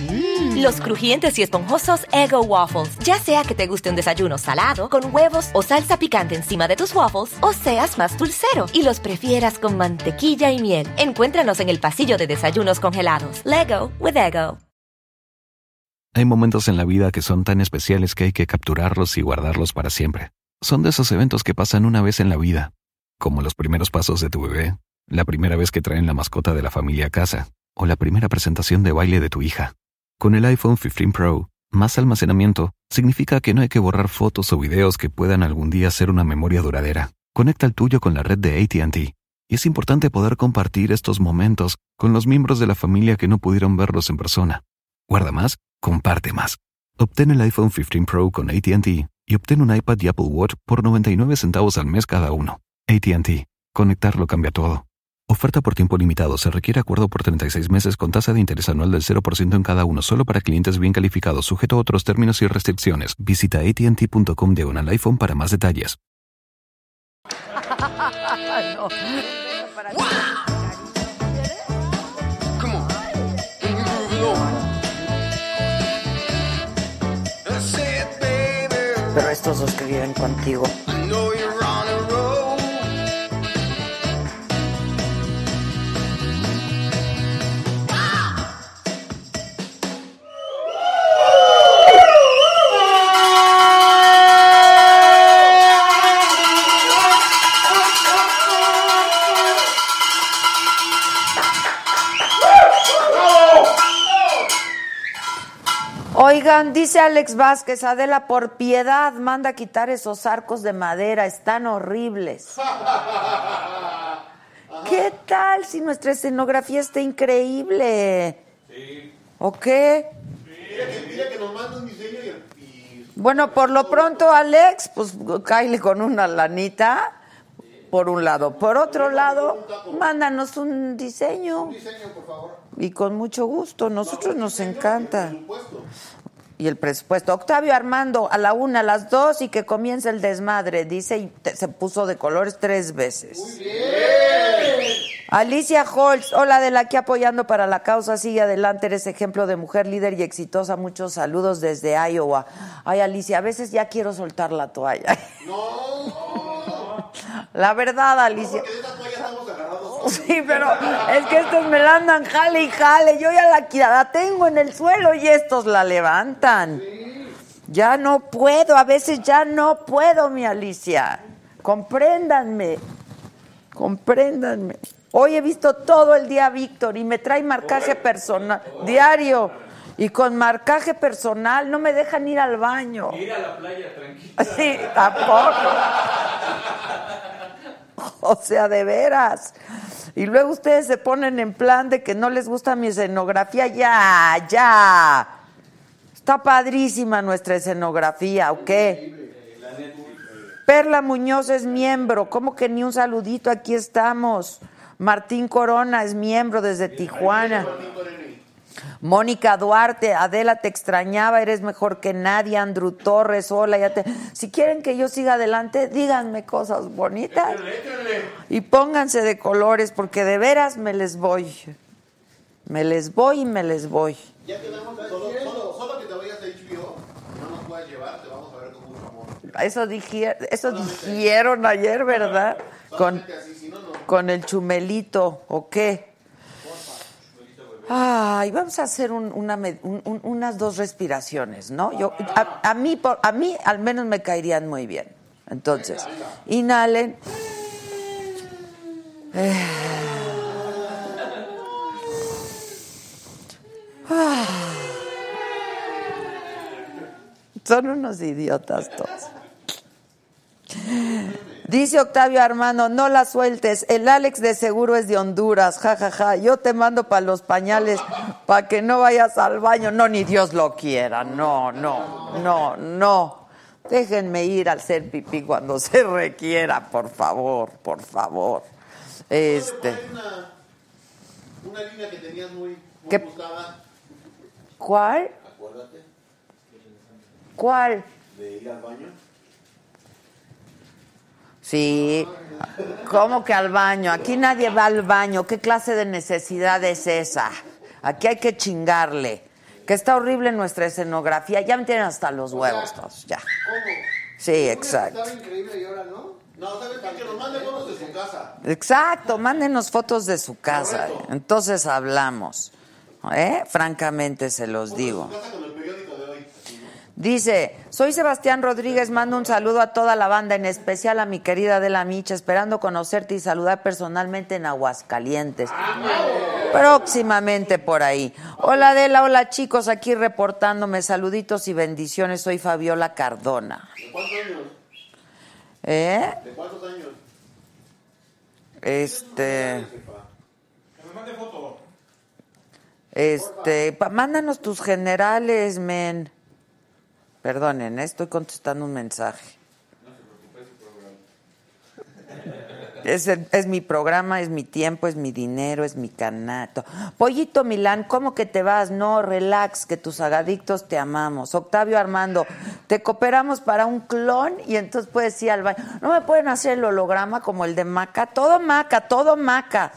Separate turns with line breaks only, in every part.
Mm. Los crujientes y esponjosos Ego Waffles. Ya sea que te guste un desayuno salado, con huevos o salsa picante encima de tus waffles, o seas más dulcero y los prefieras con mantequilla y miel. Encuéntranos en el pasillo de desayunos congelados. Lego with Ego.
Hay momentos en la vida que son tan especiales que hay que capturarlos y guardarlos para siempre. Son de esos eventos que pasan una vez en la vida, como los primeros pasos de tu bebé, la primera vez que traen la mascota de la familia a casa, o la primera presentación de baile de tu hija. Con el iPhone 15 Pro, más almacenamiento significa que no hay que borrar fotos o videos que puedan algún día ser una memoria duradera. Conecta el tuyo con la red de ATT. Y es importante poder compartir estos momentos con los miembros de la familia que no pudieron verlos en persona. Guarda más, comparte más. Obtén el iPhone 15 Pro con ATT y obtén un iPad y Apple Watch por 99 centavos al mes cada uno. ATT. Conectarlo cambia todo. Oferta por tiempo limitado. Se requiere acuerdo por 36 meses con tasa de interés anual del 0% en cada uno, solo para clientes bien calificados, sujeto a otros términos y restricciones. Visita atnt.com de un iPhone para más detalles.
no. Come on. Can you move it on? That's it, baby.
Pero estos dos que viven contigo.
I know you're on a roll.
Oigan, dice Alex Vázquez, Adela, por piedad, manda a quitar esos arcos de madera, están horribles. ¿Qué tal si nuestra escenografía está increíble? ¿O qué? Bueno, por lo pronto, Alex, pues caile con una lanita, por un lado. Por otro lado, mándanos un diseño. Un diseño, por favor. Y con mucho gusto, nosotros nos encanta. Y el presupuesto. Octavio Armando, a la una, a las dos y que comience el desmadre, dice, y te- se puso de colores tres veces. Alicia Holtz, hola de la que apoyando para la causa, sigue adelante, eres ejemplo de mujer líder y exitosa, muchos saludos desde Iowa. Ay, Alicia, a veces ya quiero soltar la toalla. La verdad, Alicia. Sí, pero es que estos me la andan jale y jale. Yo ya la, qui- la tengo en el suelo y estos la levantan. Ya no puedo, a veces ya no puedo, mi Alicia. Compréndanme, compréndanme. Hoy he visto todo el día a Víctor y me trae marcaje personal, diario. Y con marcaje personal no me dejan ir al baño. Ir a la playa, tranquila. Sí, tampoco. O sea, de veras. Y luego ustedes se ponen en plan de que no les gusta mi escenografía. Ya, ya. Está padrísima nuestra escenografía, ¿o qué? Perla Muñoz es miembro. ¿Cómo que ni un saludito? Aquí estamos. Martín Corona es miembro desde Tijuana. Mónica Duarte, Adela, te extrañaba, eres mejor que nadie. Andrew Torres, hola, ya te. Si quieren que yo siga adelante, díganme cosas bonitas. Y pónganse de colores, porque de veras me les voy. Me les voy y me les voy. Eso, dije- eso dijeron ayer, ¿verdad? Con, con el chumelito, ¿o qué? Ay, vamos a hacer un- una med- un- un- unas dos respiraciones, ¿no? Yo, a, a mí, por- a mí al menos me caerían muy bien. Entonces, inhalen. Eh. Ah. Son unos idiotas todos. Dice Octavio Armando, no la sueltes, el Alex de seguro es de Honduras, jajaja, yo te mando para los pañales, para que no vayas al baño, no, ni Dios lo quiera, no, no, no, no, déjenme ir al hacer pipí cuando se requiera, por favor, por favor. Este,
Una línea que tenías muy, muy
¿Qué?
buscada.
¿Cuál? ¿Cuál? Sí. ¿Cómo que al baño? Aquí nadie va al baño. ¿Qué clase de necesidad es esa? Aquí hay que chingarle. Que está horrible nuestra escenografía. Ya me tienen hasta los huevos todos. Ya. Sí, exacto.
Estaba increíble y ahora no. No, ¿sabes qué? Que nos mande fotos de su casa.
Exacto. Mándenos fotos de su casa. Entonces hablamos. ¿Eh? Francamente se los digo.
Casa con el periódico de hoy.
Dice, soy Sebastián Rodríguez, mando un saludo a toda la banda, en especial a mi querida Adela Micha, esperando conocerte y saludar personalmente en Aguascalientes. Próximamente por ahí. Hola Adela, hola chicos, aquí reportándome, saluditos y bendiciones, soy Fabiola Cardona.
¿De cuántos años?
¿Eh?
¿De cuántos años?
Este,
Sepa.
este, pa- mándanos tus generales, men. Perdonen, eh, estoy contestando un mensaje. Es, el- es mi programa, es mi tiempo, es mi dinero, es mi canato. Pollito Milán, ¿cómo que te vas? No, relax, que tus agadictos te amamos. Octavio Armando, te cooperamos para un clon y entonces puedes ir al baño. No me pueden hacer el holograma como el de Maca. Todo Maca, todo Maca.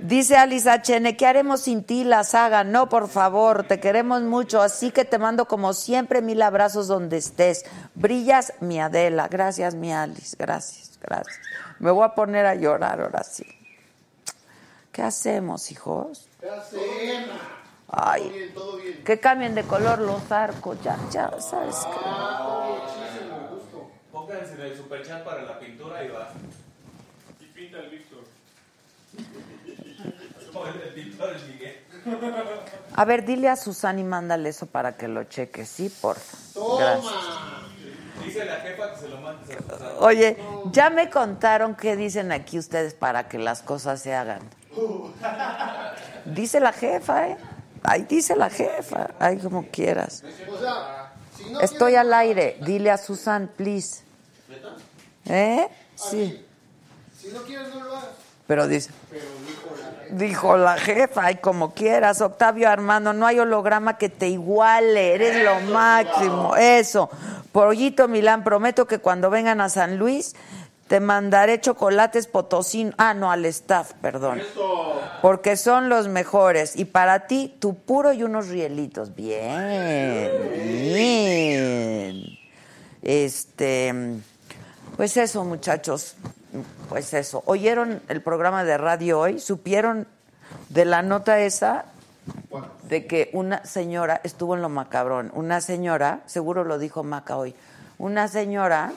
Dice Alice HN, ¿qué haremos sin ti, la saga? No, por favor, te queremos mucho, así que te mando como siempre mil abrazos donde estés. Brillas, mi Adela. Gracias, mi Alice. Gracias, gracias. Me voy a poner a llorar ahora sí. ¿Qué hacemos, hijos? Ay,
Todo bien.
que cambien de color los arcos, ya, ya, ¿sabes qué?
Pónganse del superchat para la pintura y va. Y pinta el Víctor. el pintor el Miguel.
A ver, dile a Susana y mándale eso para que lo cheque, sí, por favor. Gracias.
Dice la jefa que se lo mandes a pasar.
Oye, ya me contaron qué dicen aquí ustedes para que las cosas se hagan. Dice la jefa, ¿eh? Ahí dice la jefa, ahí como quieras.
O sea, si no
Estoy al aire, dile a Susan, please. ¿Eh? Sí.
quieres, si no quieres no lo hagas.
Pero dice. Dijo la jefa, ay, como quieras, Octavio Armando, no hay holograma que te iguale, eres lo máximo, eso. Pollito Milán, prometo que cuando vengan a San Luis te mandaré chocolates potosín, ah, no, al staff, perdón, porque son los mejores. Y para ti, tu puro y unos rielitos, bien, bien. Este, pues eso, muchachos, pues eso. ¿Oyeron el programa de radio hoy? ¿Supieron de la nota esa de que una señora estuvo en lo macabrón? Una señora, seguro lo dijo Maca hoy, una señora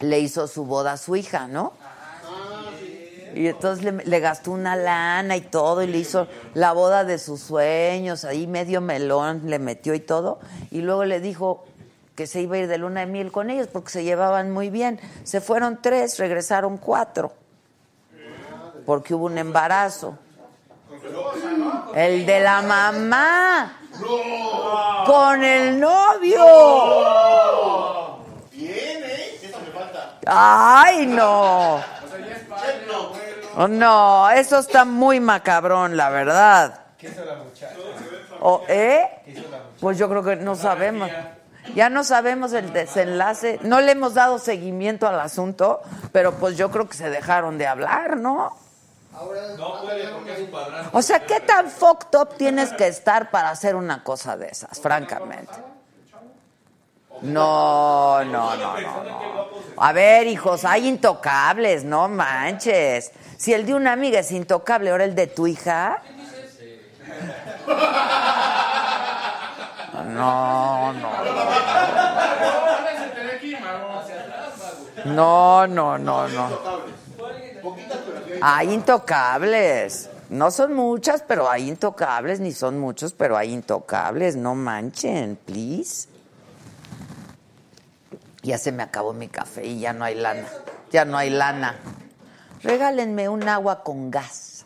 le hizo su boda a su hija, ¿no? Y entonces le, le gastó una lana y todo, y le hizo la boda de sus sueños, ahí medio melón le metió y todo. Y luego le dijo que se iba a ir de luna de miel con ellos porque se llevaban muy bien. Se fueron tres, regresaron cuatro, porque hubo un embarazo. El de la mamá. Con el novio.
Bien, ¿eh? Esa me falta.
Ay, no.
No.
Oh, no, eso está muy macabrón, la verdad. ¿O, eh? Pues yo creo que no sabemos. Ya no sabemos el desenlace. No le hemos dado seguimiento al asunto, pero pues yo creo que se dejaron de hablar, ¿no?
No puede porque es su padrastro.
O sea, ¿qué tan fucked up tienes que estar para hacer una cosa de esas, francamente? No, no, no, no, no. A ver, hijos, hay intocables, no manches. Si el de una amiga es intocable, ahora el de tu hija. No, no. No, no, no, no. Hay intocables. No son muchas, pero hay intocables, ni son muchos, pero hay intocables. No manchen, please. Ya se me acabó mi café y ya no hay lana. Ya no hay lana. Regálenme un agua con gas,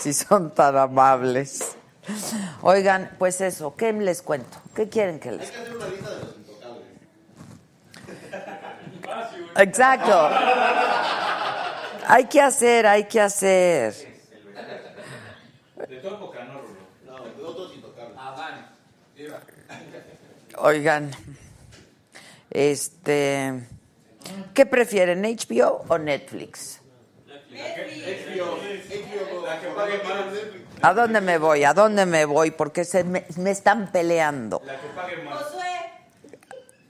si son tan amables. Oigan, pues eso, ¿qué les cuento? ¿Qué quieren que les cuente? Exacto. Hay que hacer, hay que hacer.
De tu época no, Rulo. Ah,
No, de otros intocables.
Adán.
Oigan, este, ¿qué prefieren, HBO o Netflix? ¿A dónde me voy? ¿A dónde me voy? Porque se me, me están peleando.
La que pague más.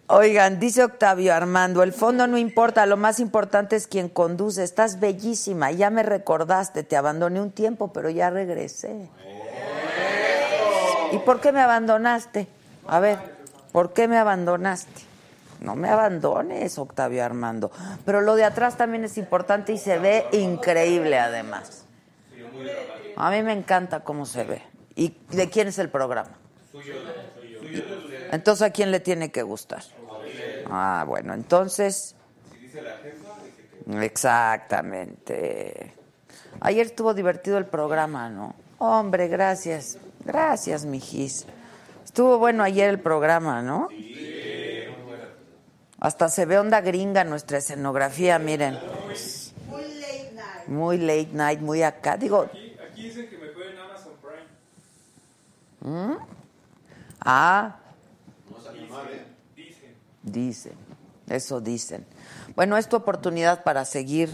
Oigan, dice Octavio Armando, el fondo no importa, lo más importante es quien conduce. Estás bellísima, ya me recordaste, te abandoné un tiempo, pero ya regresé. ¿Y por qué me abandonaste? A ver, ¿por qué me abandonaste? No me abandones, Octavio Armando. Pero lo de atrás también es importante y se ve increíble además. A mí me encanta cómo se ve. ¿Y de quién es el programa? Entonces, ¿a quién le tiene que gustar? Ah, bueno, entonces... Exactamente. Ayer estuvo divertido el programa, ¿no? Hombre, gracias. Gracias, mijis. Estuvo bueno ayer el programa, ¿no? Hasta se ve onda gringa nuestra escenografía, miren. Muy late night, muy acá. Digo,
Aquí, aquí dicen que me pueden Amazon Prime.
¿Mm? ah,
Dicen.
Dicen, eso dicen. Bueno, es tu oportunidad para seguir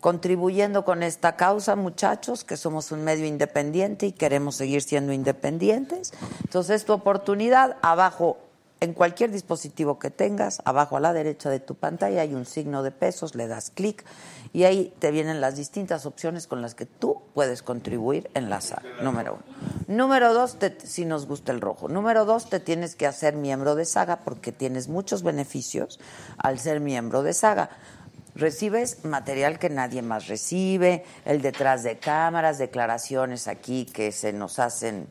contribuyendo con esta causa, muchachos, que somos un medio independiente y queremos seguir siendo independientes. Entonces, es tu oportunidad. Abajo, en cualquier dispositivo que tengas, abajo a la derecha de tu pantalla hay un signo de pesos, le das clic y ahí te vienen las distintas opciones con las que tú puedes contribuir en la sala. Número uno. Número dos, te- si nos gusta el rojo. Número dos, te tienes que hacer miembro de Saga porque tienes muchos beneficios al ser miembro de Saga. Recibes material que nadie más recibe, el detrás de cámaras, declaraciones aquí que se nos hacen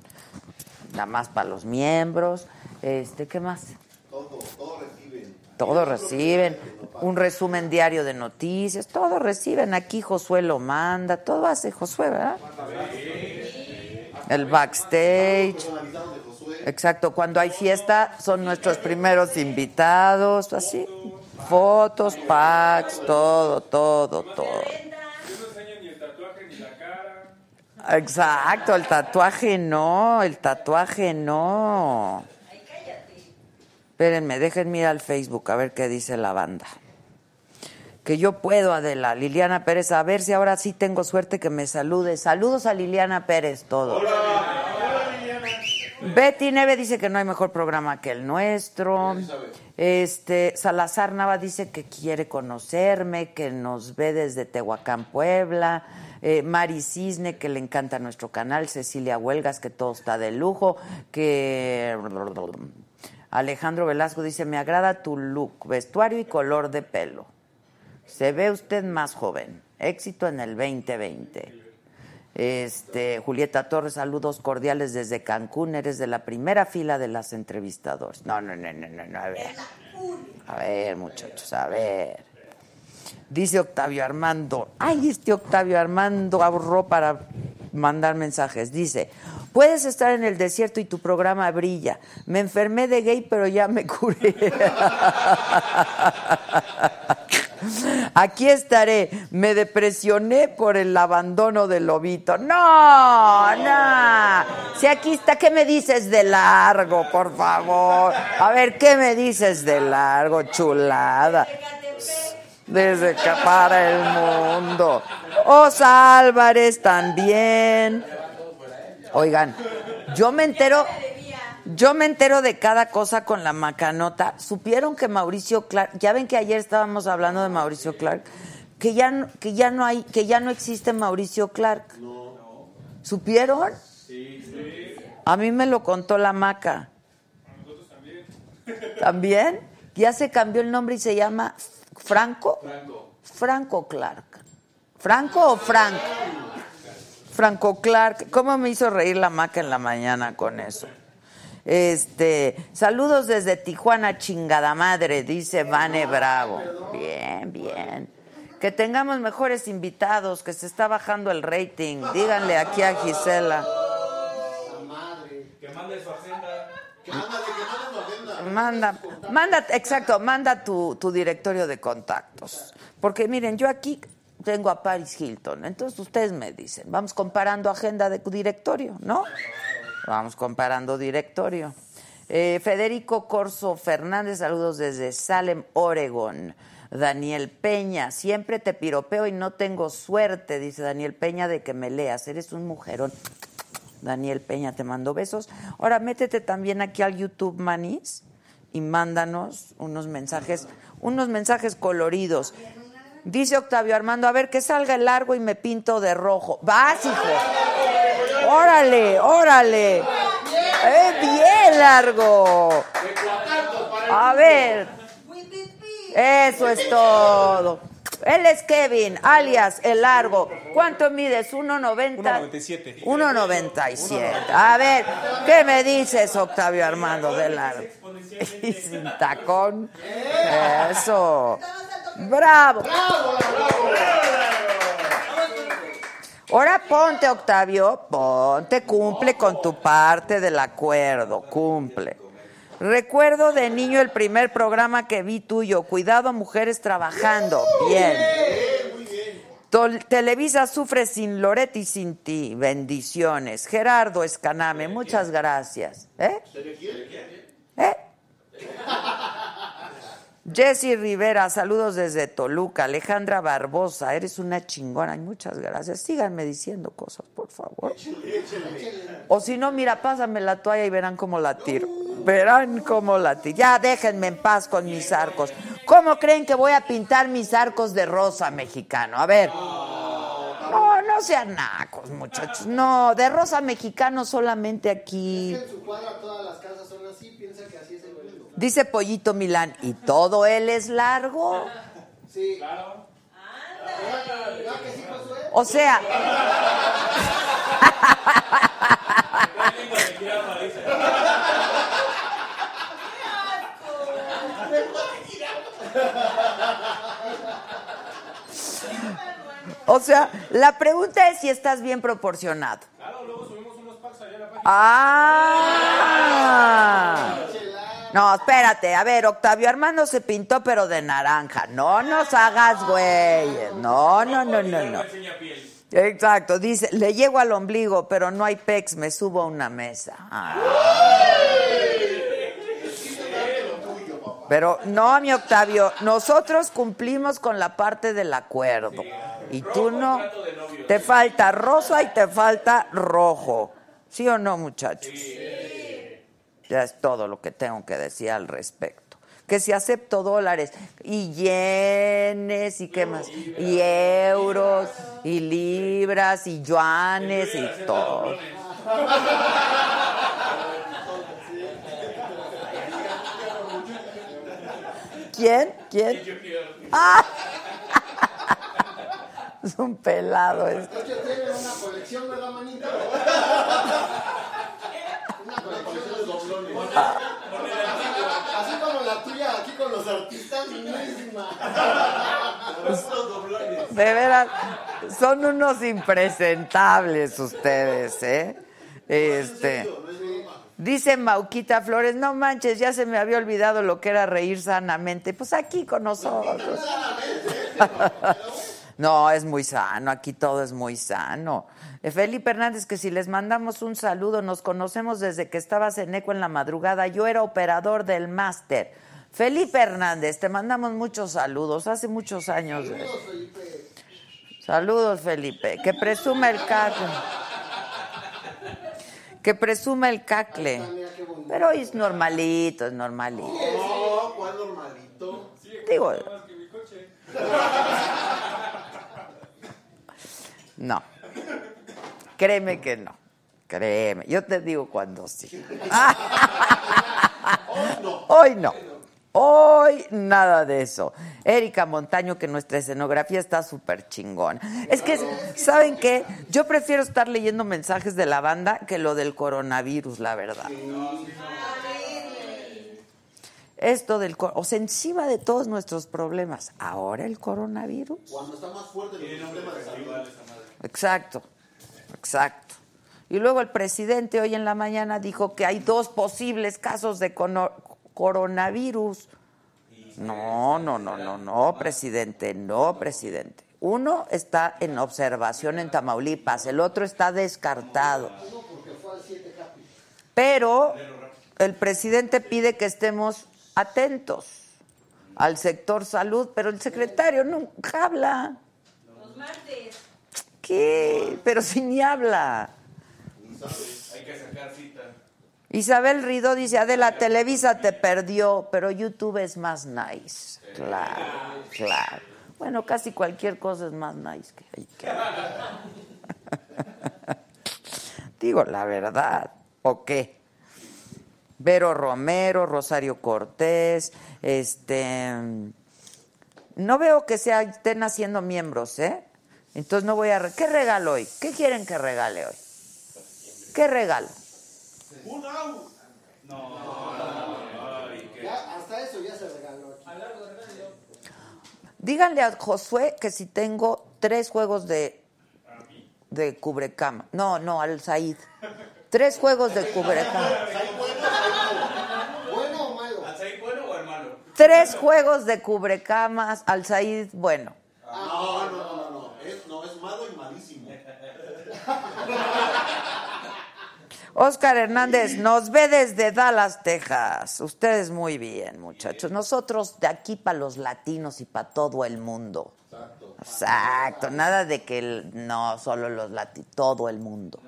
nada más para los miembros. Este, ¿qué más?
Todo, todo reciben.
Todo reciben, un resumen diario de noticias, todo reciben. Aquí Josué lo manda, todo hace Josué, ¿verdad? El backstage.
Analizaron de Josué.
Exacto, cuando hay fiesta son nuestros primeros invitados, así. Fotos, packs, todo, todo, todo.
Yo no enseño ni el tatuaje ni la cara.
Exacto, el tatuaje no, el tatuaje no. Espérenme, déjenme ir al Facebook a ver qué dice la banda. Que yo puedo, Adela. Liliana Pérez, a ver si ahora sí tengo suerte que me salude. Saludos a Liliana Pérez, todo. Betty Neve dice que no hay mejor programa que el nuestro. Este Salazar Nava dice que quiere conocerme, que nos ve desde Tehuacán, Puebla. Eh, Mari Cisne, que le encanta nuestro canal. Cecilia Huelgas, que todo está de lujo. Que Alejandro Velasco dice, me agrada tu look, vestuario y color de pelo. Se ve usted más joven. Éxito en el 2020. Este, Julieta Torres, saludos cordiales desde Cancún. Eres de la primera fila de las entrevistadoras. No, no, no, no, no, no, a ver. A ver, muchachos, a ver. Dice Octavio Armando. Ay, este Octavio Armando ahorró para mandar mensajes. Dice, puedes estar en el desierto y tu programa brilla. Me enfermé de gay, pero ya me curé. Aquí estaré. Me depresioné por el abandono del lobito. No, no. Si aquí está, ¿qué me dices de largo, por favor? A ver, ¿qué me dices de largo, chulada? Desde que para el mundo. Osa Álvarez también. Oigan, yo me entero. Yo me entero de cada cosa con la macanota. Supieron que Mauricio Clark, ya ven que ayer estábamos hablando de Mauricio Clark, que ya no, que ya no hay, que ya no existe Mauricio Clark. ¿Supieron? A mí me lo contó la maca. ¿También? Ya se cambió el nombre y se llama Franco. Franco Clark. ¿Franco o Frank? Franco Clark. ¿Cómo me hizo reír la maca en la mañana con eso? Este, saludos desde Tijuana, chingada madre, dice Vane Bravo. Bien, bien. Que tengamos mejores invitados, que se está bajando el rating. Díganle aquí a Gisela.
Que mande su agenda.
Manda, manda, exacto, manda tu, tu directorio de contactos. Porque miren, yo aquí tengo a Paris Hilton. Entonces ustedes me dicen, vamos comparando agenda de directorio, ¿no? Vamos comparando directorio. Eh, Federico Corso Fernández, saludos desde Salem, Oregón. Daniel Peña, siempre te piropeo y no tengo suerte, dice Daniel Peña, de que me leas. Eres un mujerón. Daniel Peña te mando besos. Ahora métete también aquí al YouTube Manis y mándanos unos mensajes, unos mensajes coloridos. Dice Octavio Armando, a ver, que salga el largo y me pinto de rojo. Vas, hijo. Órale, órale. ¡Eh, bien largo. A ver. Eso es todo. Él es Kevin, alias El Largo. ¿Cuánto mides? 1,90.
1.97.
1,97. A ver, ¿qué me dices, Octavio Armando del Largo? Y sin tacón. Eso. Bravo. Ahora ponte, Octavio, ponte, cumple con tu parte del acuerdo, cumple. Recuerdo de niño el primer programa que vi tuyo, Cuidado Mujeres Trabajando, bien. Tol- Televisa sufre sin Loretti y sin ti, bendiciones. Gerardo Escaname, muchas gracias. ¿Eh? ¿Eh? Jessy Rivera, saludos desde Toluca. Alejandra Barbosa, eres una chingona. Muchas gracias. Síganme diciendo cosas, por favor. O si no, mira, pásame la toalla y verán cómo la tiro. Verán cómo la tiro. Ya déjenme en paz con mis arcos. ¿Cómo creen que voy a pintar mis arcos de rosa mexicano? A ver. No, no sean nacos, muchachos. No, de rosa mexicano solamente aquí.
su cuadra todas las casas son así, piensa que así es el mundo.
Dice Pollito Milán, ¿y todo él es largo?
Sí. Claro. ¿Verdad que sí, Josué?
O sea, o sea, la pregunta es si estás bien proporcionado.
Claro, luego subimos unos packs allá a la página.
Ah. No, espérate, a ver, Octavio Armando se pintó pero de naranja. No nos hagas güey. No, no, no, no, no.
Enseña piel.
Exacto, dice, le llego al ombligo, pero no hay pex, me subo a una mesa. Ah. Pero no, mi Octavio, nosotros cumplimos con la parte del acuerdo. Y tú no. Te falta rosa y te falta rojo. ¿Sí o no, muchachos? Ya es todo lo que tengo que decir al respecto. Que si acepto dólares y yenes y qué más, y euros y libras y yuanes y todo. ¿Quién? ¿Quién? ¡Ah! Es un pelado este.
Es que tienen una colección, ¿verdad, manita? una colección de doblones. Así como la tuya aquí con los artistas, misma. Los doblones.
De veras, son unos impresentables ustedes, ¿eh? Este. Dice Mauquita Flores, no manches, ya se me había olvidado lo que era reír sanamente. Pues aquí con nosotros. No, es muy sano, aquí todo es muy sano. Eh, Felipe Hernández, que si les mandamos un saludo, nos conocemos desde que estabas en ECO en la madrugada, yo era operador del máster. Felipe Hernández, te mandamos muchos saludos, hace muchos años. de eso. Saludos, Felipe. Que presuma el cacle. Que presuma el cacle. Pero hoy es normalito, es normalito.
No, ¿cuál normalito?
Digo. No. Créeme que no. Créeme. Yo te digo cuando sí. Hoy no. Hoy nada de eso. Erika Montaño, que nuestra escenografía está súper chingón. Es que, ¿saben qué? Yo prefiero estar leyendo mensajes de la banda que lo del coronavirus, la verdad. Esto del... cor- O sea, encima de todos nuestros problemas, ahora el coronavirus.
Cuando está más fuerte el problema de salud.
Exacto, exacto. Y luego el presidente hoy en la mañana dijo que hay dos posibles casos de cono- coronavirus. No, no, no, no, no, presidente, no, presidente. Uno está en observación en Tamaulipas, el otro está descartado. Pero el presidente pide que estemos atentos al sector salud, pero el secretario nunca habla. ¿Qué? Pero si ni habla.
Hay que sacar cita.
Isabel Ridó dice, Adela, Televisa te perdió, pero YouTube es más nice. Claro, claro. Bueno, casi cualquier cosa es más nice que... ay, que- Digo la verdad, ¿o qué? Vero Romero, Rosario Cortés, este... No veo que sea, estén haciendo miembros, ¿eh? Entonces no voy a... re- ¿Qué regalo hoy? ¿Qué quieren que regale hoy? ¿Qué regalo?
Ya, hasta eso ya se regaló. aquí.
Díganle a Josué que si tengo tres juegos de de cubrecama. No, no, al Said. Tres juegos de cubrecama.
¿Bueno o malo?
¿Alzaí bueno o hermano?
Tres juegos de cubrecamas al Said, bueno.
Ah. No, no, no, no. Es, no, es malo y malísimo.
Óscar Hernández nos ve desde Dallas, Texas. Ustedes muy bien, muchachos. Nosotros de aquí para los latinos y para todo el mundo. Exacto. Exacto. Nada de que el- no solo los latinos, todo el mundo.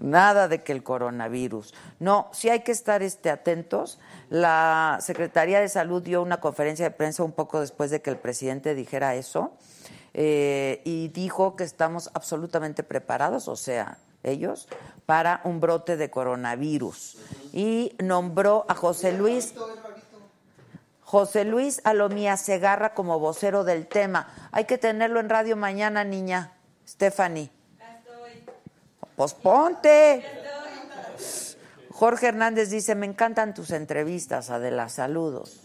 Nada de que el coronavirus. No, sí hay que estar este, atentos. La Secretaría de Salud dio una conferencia de prensa un poco después de que el presidente dijera eso eh, y dijo que estamos absolutamente preparados, o sea, ellos, para un brote de coronavirus. Y nombró a José Luis. José Luis Alomía Segarra como vocero del tema. Hay que tenerlo en radio mañana, niña. Stephanie. Pues ponte. Jorge Hernández dice, me encantan tus entrevistas, Adela, saludos.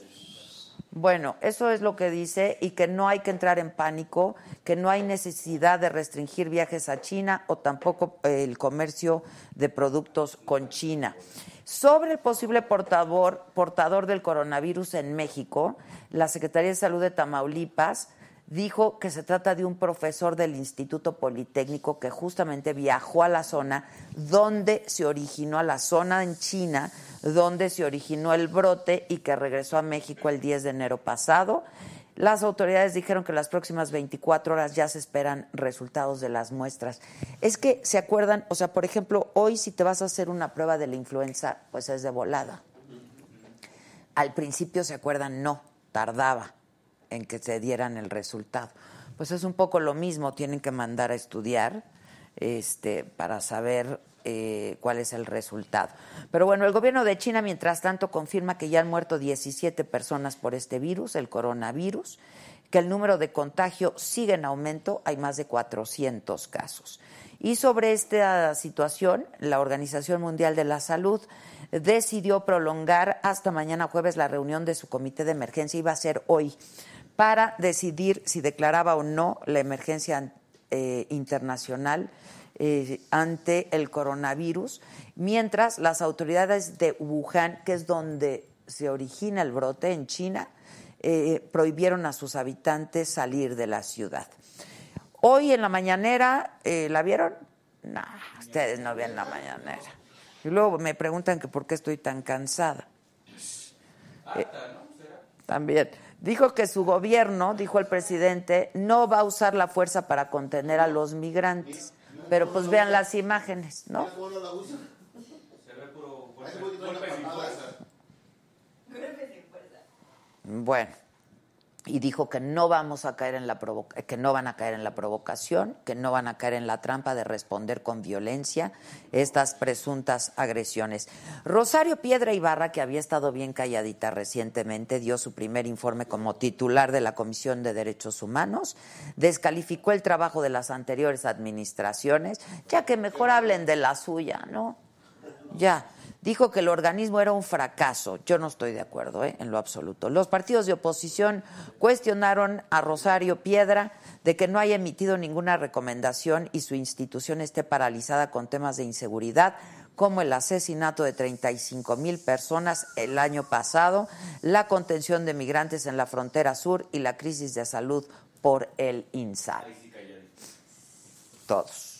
Bueno, eso es lo que dice y que no hay que entrar en pánico, que no hay necesidad de restringir viajes a China o tampoco eh, el comercio de productos con China. Sobre el posible portador, portador del coronavirus en México, la Secretaría de Salud de Tamaulipas dijo que se trata de un profesor del Instituto Politécnico que justamente viajó a la zona donde se originó, a la zona en China, donde se originó el brote y que regresó a México el 10 de enero pasado. Las autoridades dijeron que las próximas 24 horas ya se esperan resultados de las muestras. Es que se acuerdan, o sea, por ejemplo, hoy si te vas a hacer una prueba de la influenza, pues es de volada. Al principio, ¿se acuerdan? No, tardaba en que se dieran el resultado. Pues es un poco lo mismo, tienen que mandar a estudiar este, para saber eh, cuál es el resultado. Pero bueno, el gobierno de China, mientras tanto, confirma que ya han muerto 17 personas por este virus, el coronavirus, que el número de contagio sigue en aumento, hay más de 400 casos. Y sobre esta situación, la Organización Mundial de la Salud decidió prolongar hasta mañana jueves la reunión de su comité de emergencia, iba a ser hoy, para decidir si declaraba o no la emergencia eh, internacional eh, ante el coronavirus, mientras las autoridades de Wuhan, que es donde se origina el brote en China, eh, prohibieron a sus habitantes salir de la ciudad. Hoy en la mañanera, eh, ¿la vieron? No, ustedes no vieron la mañanera. Y luego me preguntan que por qué estoy tan cansada. Eh, También. Dijo que su gobierno, dijo el presidente, no va a usar la fuerza para contener a los migrantes. Pero pues vean las imágenes, ¿no?
Bueno, la usa. Se ve puro golpe sin fuerza.
Bueno, y dijo que no vamos a caer en la provo- que no van a caer en la provocación, que no van a caer en la trampa de responder con violencia estas presuntas agresiones. Rosario Piedra Ibarra, que había estado bien calladita recientemente, dio su primer informe como titular de la Comisión de Derechos Humanos, descalificó el trabajo de las anteriores administraciones, ya que mejor hablen de la suya, ¿no? Ya. Dijo que el organismo era un fracaso. Yo no estoy de acuerdo, ¿eh? en lo absoluto. Los partidos de oposición cuestionaron a Rosario Piedra de que no haya emitido ninguna recomendación y su institución esté paralizada con temas de inseguridad, como el asesinato de 35 mil personas el año pasado, la contención de migrantes en la frontera sur y la crisis de salud por el INSA. Todos.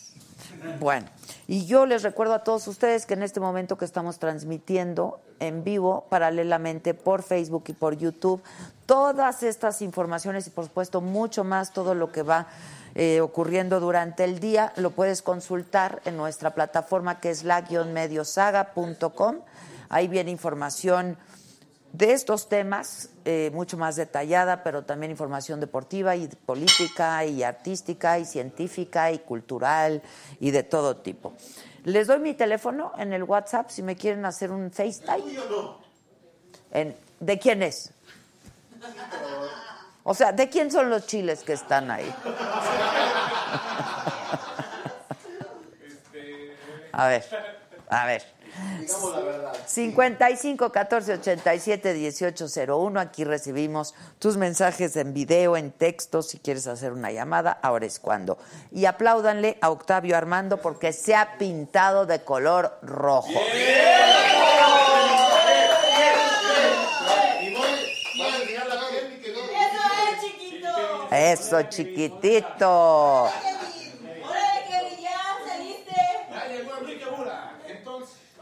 Bueno, y yo les recuerdo a todos ustedes que en este momento que estamos transmitiendo en vivo, paralelamente por Facebook y por YouTube, todas estas informaciones y por supuesto mucho más, todo lo que va eh, ocurriendo durante el día, lo puedes consultar en nuestra plataforma que es la-mediosaga.com. Ahí viene información de estos temas, eh, mucho más detallada, pero también información deportiva y política y artística y científica y cultural y de todo tipo. Les doy mi teléfono en el WhatsApp si me quieren hacer un FaceTime. En- ¿De quién es? O sea, ¿de quién son los chiles que están ahí? A ver, a ver.
Digamos la verdad.
55 14 87 18 01. Aquí recibimos tus mensajes en video, en texto. Si quieres hacer una llamada, ahora es cuando. Y apláudanle a Octavio Armando porque se ha pintado de color rojo.
Y voy, voy a enseñar la piel y que no.
Eso, chiquitito.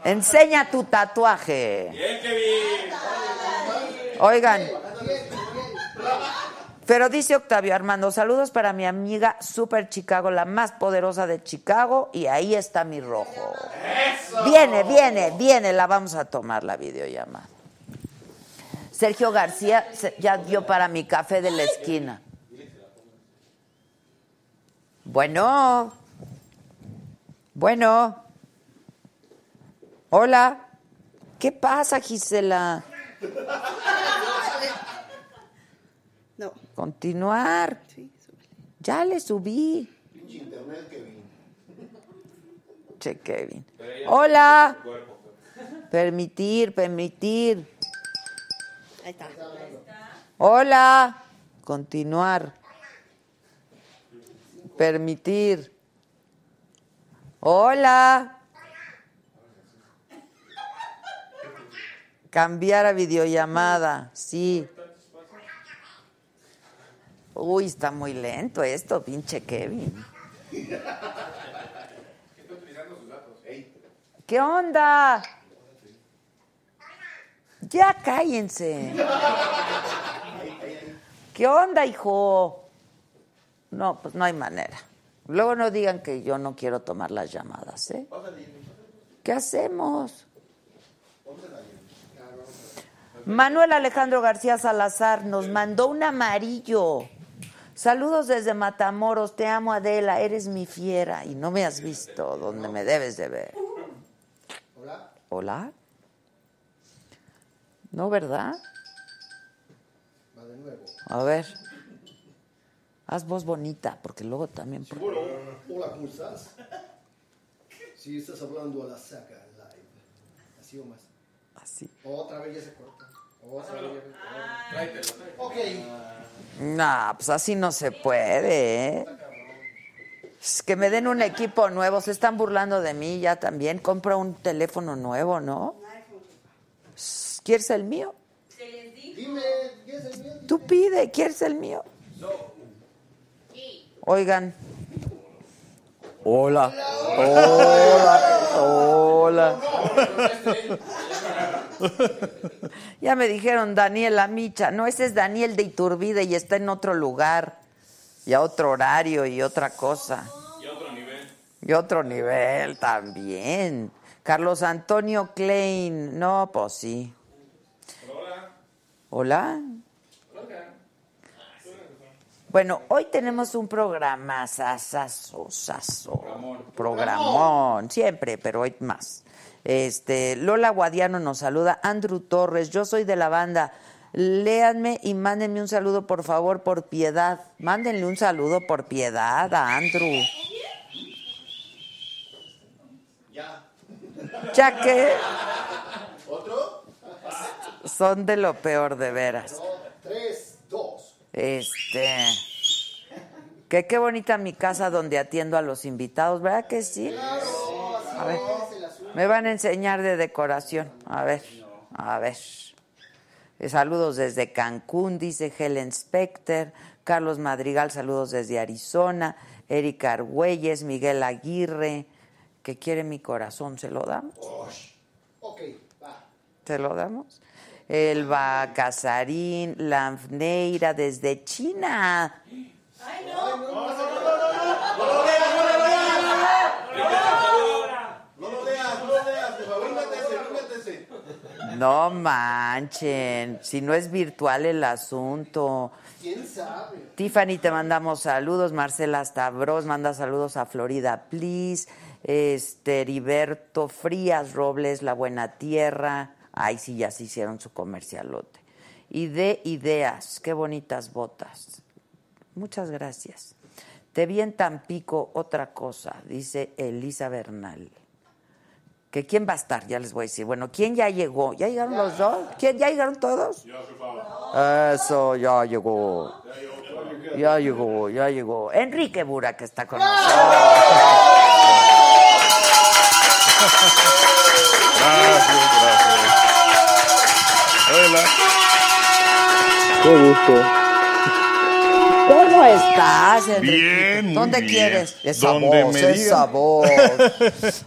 Enseña tu tatuaje.
Bien, Kevin.
Oigan. Pero dice Octavio Armando, saludos para mi amiga Super Chicago, la más poderosa de Chicago, y ahí está mi rojo. Viene, viene, viene, la vamos a tomar la videollamada. Sergio García se- ya dio para mi café de la esquina. Bueno, bueno, hola, ¿qué pasa Gisela?
No,
Continuar.
sí, súbele.
Ya le subí.
Pinche internet, Kevin.
Che, Kevin. Hola. Permitir, permitir.
Ahí está.
Hola. Continuar. Permitir. Hola. Cambiar a videollamada. Sí. Uy, está muy lento esto, pinche Kevin. ¿Qué onda? Ya cállense. ¿Qué onda, hijo? No, pues no hay manera. Luego no digan que yo no quiero tomar las llamadas, ¿eh? ¿Qué hacemos? Manuel Alejandro García Salazar nos mandó un amarillo. Saludos desde Matamoros, te amo Adela, eres mi fiera y no me has visto donde me debes de ver. Hola. No, ¿verdad?
Va de nuevo.
A ver. Haz voz bonita, porque luego también...
Hola, hola, ¿cómo estás? Sí, estás hablando a la saca live. Así o más.
Así.
Otra vez ya se corta. Otra vez ya se corta. Ok.
No, pues así no se puede. ¿eh? Es que me den un equipo nuevo. Se están burlando de mí ya también. Compra un teléfono nuevo, ¿no? Sss, ¿Quieres el mío?
Dime, ¿qué es el miedo?
Tú pide, ¿quieres el mío? Oigan. Hola. Hola. Hola. Ya me dijeron Daniel Amicha. No, ese es Daniel de Iturbide y está en otro lugar. Y a otro horario y otra cosa. Y otro nivel también. Carlos Antonio Klein. No, pues sí. Hola. Bueno, hoy tenemos un programa sasazo, saso, programón, siempre, pero hoy más. Este, Lola Guadiano nos saluda, Andrew Torres, yo soy de la banda. Léanme y mándenme un saludo, por favor, por piedad. Mándenle un saludo por piedad a Andrew. Ya que
¿Otro?
son de lo peor de veras.
Dos, tres, dos.
Este. Que qué bonita mi casa donde atiendo a los invitados, ¿verdad que sí? A ver. Me van a enseñar de decoración. A ver. A ver. Eh, Saludos desde Cancún, dice Helen Specter. Carlos Madrigal, saludos desde Arizona, Erika Argüelles, Miguel Aguirre, que quiere mi corazón, ¿se lo damos?
Ok, va.
¿Te lo damos? Elba Casarín, Lanfneira desde China.
No lo leas, no lo leas, por favor, métese, métese.
No manchen, si no es virtual el asunto.
¿Quién sabe?
Tiffany, te mandamos saludos. Marcela Stavros manda saludos a Florida, please. Este, Heriberto Frías Robles, La Buena Tierra. Ay, sí, ya se hicieron su comercialote. Y de ideas, qué bonitas botas. Muchas gracias. Te vi en Tampico otra cosa, dice Elisa Bernal. ¿Que quién va a estar? Ya les voy a decir. Bueno, ¿quién ya llegó? ¿Ya llegaron los dos? ¿Quién? ¿Ya llegaron todos? Eso, ya llegó. Ya llegó, ya llegó. Enrique Bura, que está con nosotros.
Gracias, gracias. Hola. Con gusto.
¿Cómo estás, Enrique?
Bien, muy
¿Dónde
bien.
quieres? Esa
Donde
voz,
me
esa
digan.
voz.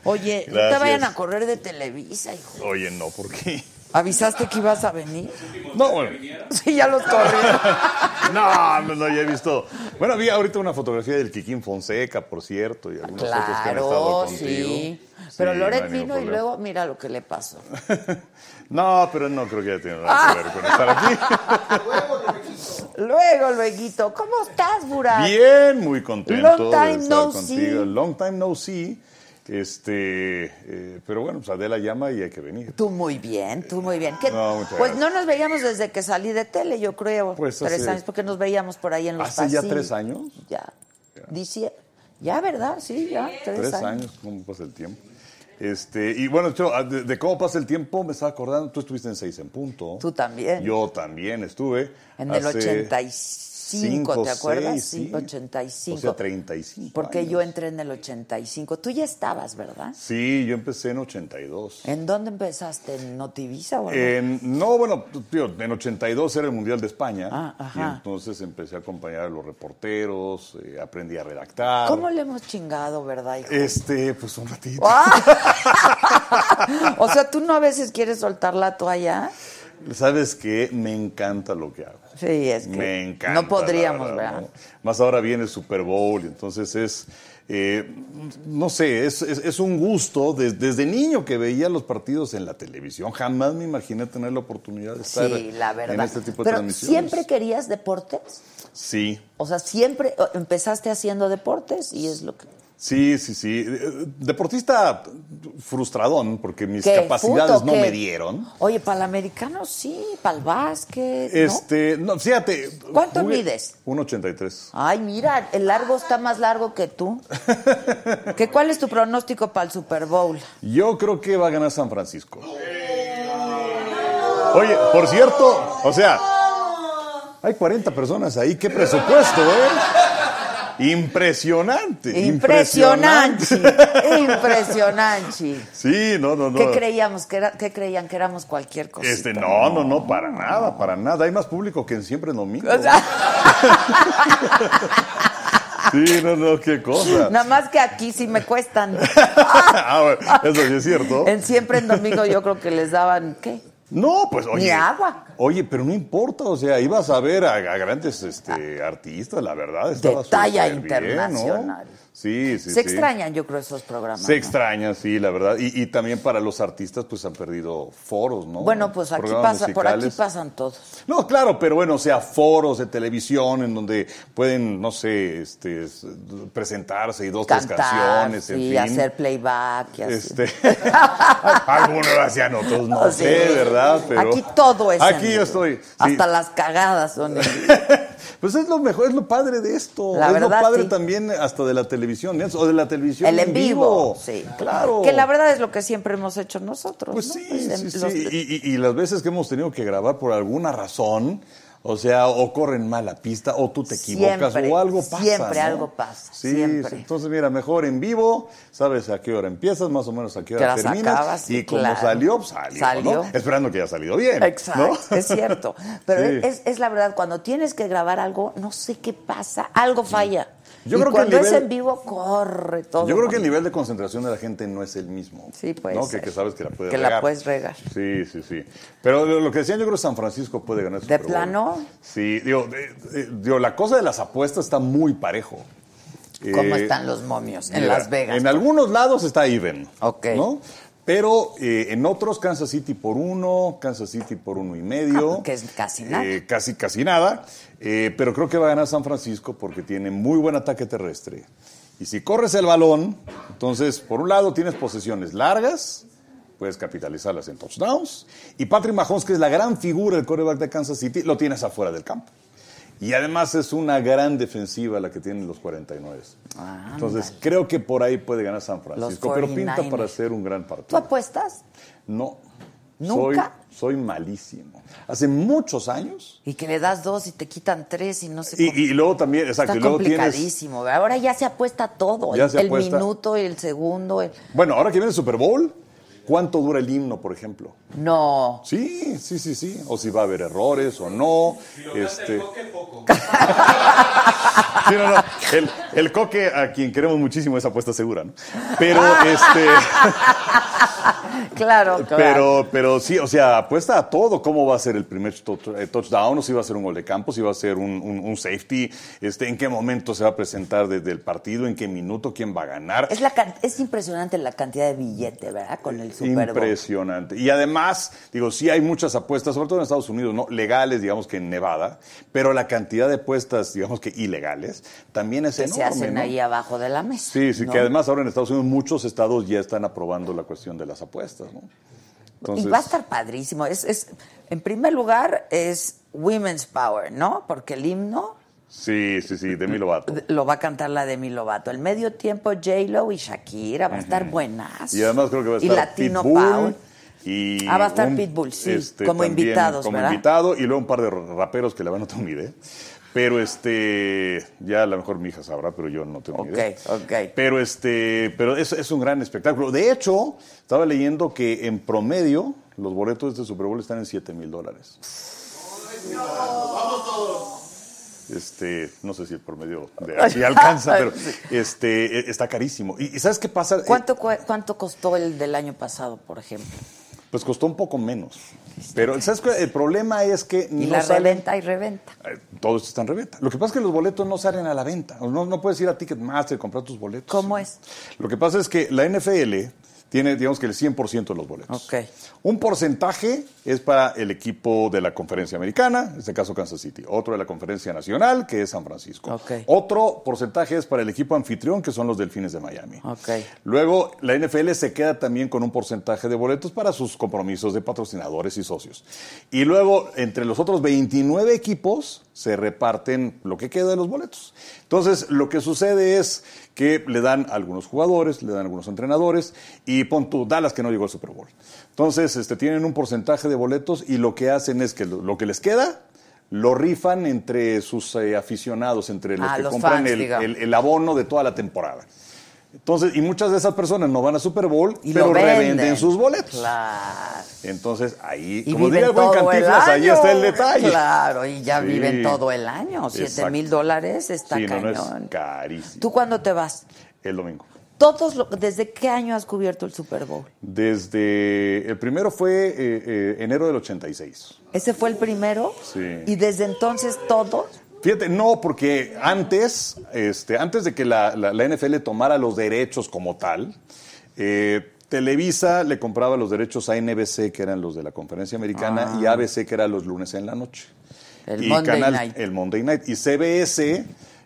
Oye, no te
Gracias.
vayan a correr de Televisa, hijo.
Oye, no, ¿por qué?
¿Avisaste que ibas a venir?
No, bueno.
Sí, ya los corrieron.
No, no, no, ya he visto. Bueno, vi ahorita una fotografía del Kikín Fonseca, por cierto, y algunos otros que han
Claro,
estado contigo.
sí. Pero
Sí, no
Loret
hay ningún
vino y
problema.
luego mira lo que le pasó.
No, pero no creo que haya tenido nada que ver con estar aquí.
Luego, lueguito, ¿cómo estás, Burak?
Bien, muy contento
Long time
de estar
no
contigo.
see.
Long time no see. Este, eh, pero bueno, pues Adela llama y hay que venir.
Tú muy bien, tú muy bien. ¿Qué-
No, muchas
pues
gracias.
no nos veíamos desde que salí de tele, yo creo.
Pues
tres
hace-
años, porque nos veíamos por ahí en los
¿Hace ya
pasillos.
tres años?
Ya. Dicie- ya, ¿verdad? Sí, ya, tres,
Tres
años.
años, ¿cómo pasa el tiempo? Este, y bueno, yo, ah, de, de cómo pasa el tiempo, me estaba acordando, tú estuviste en Seis en Punto.
Tú también.
Yo también estuve.
En el
hace
85,
cinco,
¿te acuerdas?
seis,
sí, 85.
O sea, 35
Porque
años.
yo entré en el 85. Tú ya estabas, ¿verdad?
Sí, yo empecé en 82.
¿En dónde empezaste? ¿En Notivisa o algo?
En- no, bueno, tío, en 82 era el Mundial de España.
Ah, ajá.
Y entonces empecé a acompañar a los reporteros, eh, aprendí a redactar.
¿Cómo le hemos chingado, verdad, hijo?
Este, pues un ratito.
¡Ah! o sea, ¿tú no a veces quieres soltar la toalla?
¿Sabes qué? Me encanta lo que hago.
Sí, es que
Me encanta.
no podríamos,
la
¿verdad?
¿no? Más ahora viene el Super Bowl, y entonces es, eh, no sé, es, es- es un gusto. Des- desde niño que veía los partidos en la televisión, jamás me imaginé tener la oportunidad de estar
Sí, la verdad.
en este tipo de
Pero
transmisiones.
siempre querías deportes.
Sí,
O sea, siempre o, empezaste haciendo deportes y es lo que.
sí, sí, sí. Eh, Deportista frustradón, porque mis
¿Qué?
capacidades
¿Fut o
no
qué?
me dieron.
Oye, para el americano sí, para el básquet. ¿no?
Este, no, fíjate.
¿Cuánto
jugué-
mides?
1.83.
Ay, mira, el largo está más largo que tú. ¿Qué, ¿Cuál es tu pronóstico para el Super Bowl?
Yo creo que va a ganar San Francisco. Oye, por cierto, o sea, hay 40 personas ahí, qué presupuesto, ¿eh? Impresionante.
Impresionante. Impresionante.
Sí, no, no, no.
¿Qué creíamos que era, qué creían que éramos cualquier cosa?
Este, no, no, no, para nada, para nada. Hay más público que en siempre en domingo.
O sea,
Sí, no, no, qué cosa.
nada más que aquí sí me cuestan.
Ah, bueno, eso sí es cierto.
En siempre en domingo yo creo que les daban ¿qué?
No, pues oye.
Ni agua.
Oye, pero no importa, o sea, ibas a ver a, a grandes este, artistas, la verdad. Estaba
Ah. talla
superbién, ¿no?
internacional.
Sí, sí,
Se
sí.
extrañan, yo creo, esos programas.
Se
¿no?
extraña, sí, la verdad. Y, y también para los artistas, pues han perdido foros, ¿no?
Bueno, pues aquí
Programas
pasa, por aquí
musicales.
pasan todos.
No, claro, pero bueno, o sea, foros de televisión en donde pueden, no sé, este, s- presentarse y dos, tres
Cantar,
canciones,
sí,
en fin.
hacer playback y así.
Este, algunos lo hacían, otros no
Sí.
sé, ¿verdad? Pero
aquí todo es. en
Aquí
vivo.
yo estoy. sí.
Hasta las cagadas son. en vivo.
Pues es lo mejor, es lo padre de esto.
La
es
verdad,
lo padre
sí.
también hasta de la televisión, ¿eh? o de la televisión
El en vivo. Sí,
Claro.
Que la verdad es lo que siempre hemos hecho nosotros.
Pues
¿no?
sí,
Pues en
sí, sí.
los-
Y, y- y las veces que hemos tenido que grabar por alguna razón, O sea, o corren mal la pista, o tú te equivocas,
Siempre,
o algo pasa.
siempre
¿no?
algo pasa,
Sí,
siempre.
entonces mira, mejor en vivo, sabes a qué hora empiezas, más o menos a
Te
qué hora
las
terminas.
acabas,
y
sí,
como
claro.
salió, pues, salió,
Salió.
¿no? Esperando que haya salido bien.
Exacto,
¿no?
es cierto. Pero
Sí.
es, es la verdad, cuando tienes que grabar algo, no sé qué pasa, algo falla.
Yo
Y
creo que
cuando
el
es
nivel-
en vivo, corre todo.
Yo creo que el nivel de concentración de la gente no es el mismo.
Sí, puede
¿no?
ser.
Que, que sabes que la puedes
Que la
regar.
puedes regar.
Sí, sí, sí. Pero lo lo que decían, yo creo que San Francisco puede ganar. el
¿De
Super Bowl.
plano?
Sí, digo, eh, eh, digo, la cosa de las apuestas está muy parejo.
¿Cómo
Eh,
están los momios? En
Mira,
Las Vegas. pues.
En algunos lados está even.
Ok.
¿no? Pero eh, en otros, Kansas City por uno, Kansas City por uno y me
Ah,
medio.
pues, que es casi nada.
Eh, casi, casi nada. Eh, pero creo que va a ganar San Francisco porque tiene muy buen ataque terrestre. Y si corres el balón, entonces, por un lado tienes posesiones largas, puedes capitalizarlas en touchdowns. Y Patrick Mahomes, que es la gran figura del quarterback de Kansas City, lo tienes afuera del campo. Y además es una gran defensiva la que tienen los 49. Entonces creo que por ahí puede ganar San Francisco, pero pinta
49ers.
para ser un gran
¿Tú
partido.
apuestas?
No.
¿Nunca?
Soy, soy malísimo. Hace muchos años.
Y que le das dos y te quitan tres y no sé cómo.
Y, y luego también, exacto,
Está
y luego tienes.
complicadísimo. ¿verdad? Ahora ya se apuesta todo.
Ya
el,
se
el
apuesta.
minuto, el segundo. el-
Bueno, ahora que viene el Super Bowl, ¿cuánto dura el himno, por ejemplo?
No.
Sí, sí, sí, sí. O si va a haber errores o no. este...
poco.
Sí, no, no. El, el coque, a quien queremos muchísimo, es apuesta segura, ¿no? Pero, este,
Claro, claro.
pero, pero sí, o sea, apuesta a todo. ¿Cómo va a ser el primer touch- eh, touchdown? ¿O si va a ser un gol de campo? ¿Si va a ser un, un- un safety? Este, ¿En qué momento se va a presentar desde el partido? ¿En qué minuto? ¿Quién va a ganar?
Es, la, can- es impresionante la cantidad de billete, ¿verdad? Con el Super Bowl.
Eh, Impresionante. Y además, digo, sí hay muchas apuestas, sobre todo en Estados Unidos, ¿no? Legales, digamos que en Nevada, pero la cantidad de apuestas, digamos que ilegales, también es
que
enorme.
se hacen
¿no?
ahí abajo de la mesa.
Sí, sí,
¿no?
que además ahora en Estados Unidos muchos estados ya están aprobando la cuestión de las apuestas, ¿no? Entonces,
Y va a estar padrísimo. Es, es, en primer lugar, es Women's Power, ¿no? Porque el himno
Sí, sí, sí, de mi Lovato.
lo va a cantar la Demi Lovato. El medio tiempo, J-Lo y Shakira. Va a estar buenas.
Y además creo que va a
Y
estar
Latino
Pitbull.
Power.
Y este,
Ah, va a estar Pitbull, sí, como invitados,
Como
¿verdad?
invitado y luego un par de raperos que la van a tomar idea. Pero este, ya a lo mejor mi hija sabrá, pero yo no tengo ni
Ok,
idea.
ok.
Pero este, pero es, es un gran espectáculo. De hecho, estaba leyendo que en promedio los boletos de este Super Bowl están en 7 mil dólares. Este, no sé si el promedio de aquí alcanza, pero este, e- está carísimo. ¿Y y sabes qué pasa? Eh,
¿Cuánto, cu- ¿Cuánto costó el del año pasado, por ejemplo?
Pues costó un poco menos. Pero ¿sabes qué? el problema es que
Y
no
la
salen.
reventa y reventa.
Eh, Todos están en reventa. Lo que pasa es que los boletos no salen a la venta. No, no puedes ir a Ticketmaster y comprar tus boletos.
¿Cómo es?
Lo que pasa es que la NFL tiene, digamos que el 100% de los boletos.
Ok.
Un porcentaje es para el equipo de la conferencia americana, en este caso Kansas City. Otro de la conferencia nacional, que es San Francisco.
Ok.
Otro porcentaje es para el equipo anfitrión, que son los delfines de Miami.
Ok.
Luego, la NFL se queda también con un porcentaje de boletos para sus compromisos de patrocinadores y socios. Y luego, entre los otros 29 equipos, se reparten lo que queda de los boletos. Entonces, lo que sucede es que le dan a algunos jugadores, le dan a algunos entrenadores, y pon tú, Dallas que no llegó al Super Bowl. Entonces, este, tienen un porcentaje de boletos y lo que hacen es que lo, lo que les queda lo rifan entre sus eh, aficionados, entre los
Ah,
que
los
compran
fans,
el-
digamos.
el- el abono de toda la temporada. Entonces, y muchas de esas personas no van a Super Bowl,
Y
pero
lo venden.
revenden sus boletos.
Claro.
Entonces, ahí,
Y
como
viven
diría el buen
todo
Cantinflas,
el
ahí
año.
está el detalle.
Claro, y ya
Sí.
viven todo el año. Siete
Exacto.
mil dólares está
Sí, no, no,
cañón.
es carísimo.
¿Tú cuándo te vas?
El domingo.
Todos lo- ¿Desde qué año has cubierto el Super Bowl?
Desde el primero fue eh, eh, enero del 86.
¿Ese fue el primero?
Sí.
¿Y desde entonces todo?
Fíjate, no, porque antes, este, antes de que la, la- la NFL tomara los derechos como tal, eh, Televisa le compraba los derechos a NBC, que eran los de la conferencia americana,
Ah.
y ABC, que era los lunes en la noche.
El
y
Monday
Canal-
Night.
El Monday Night. Y CBS,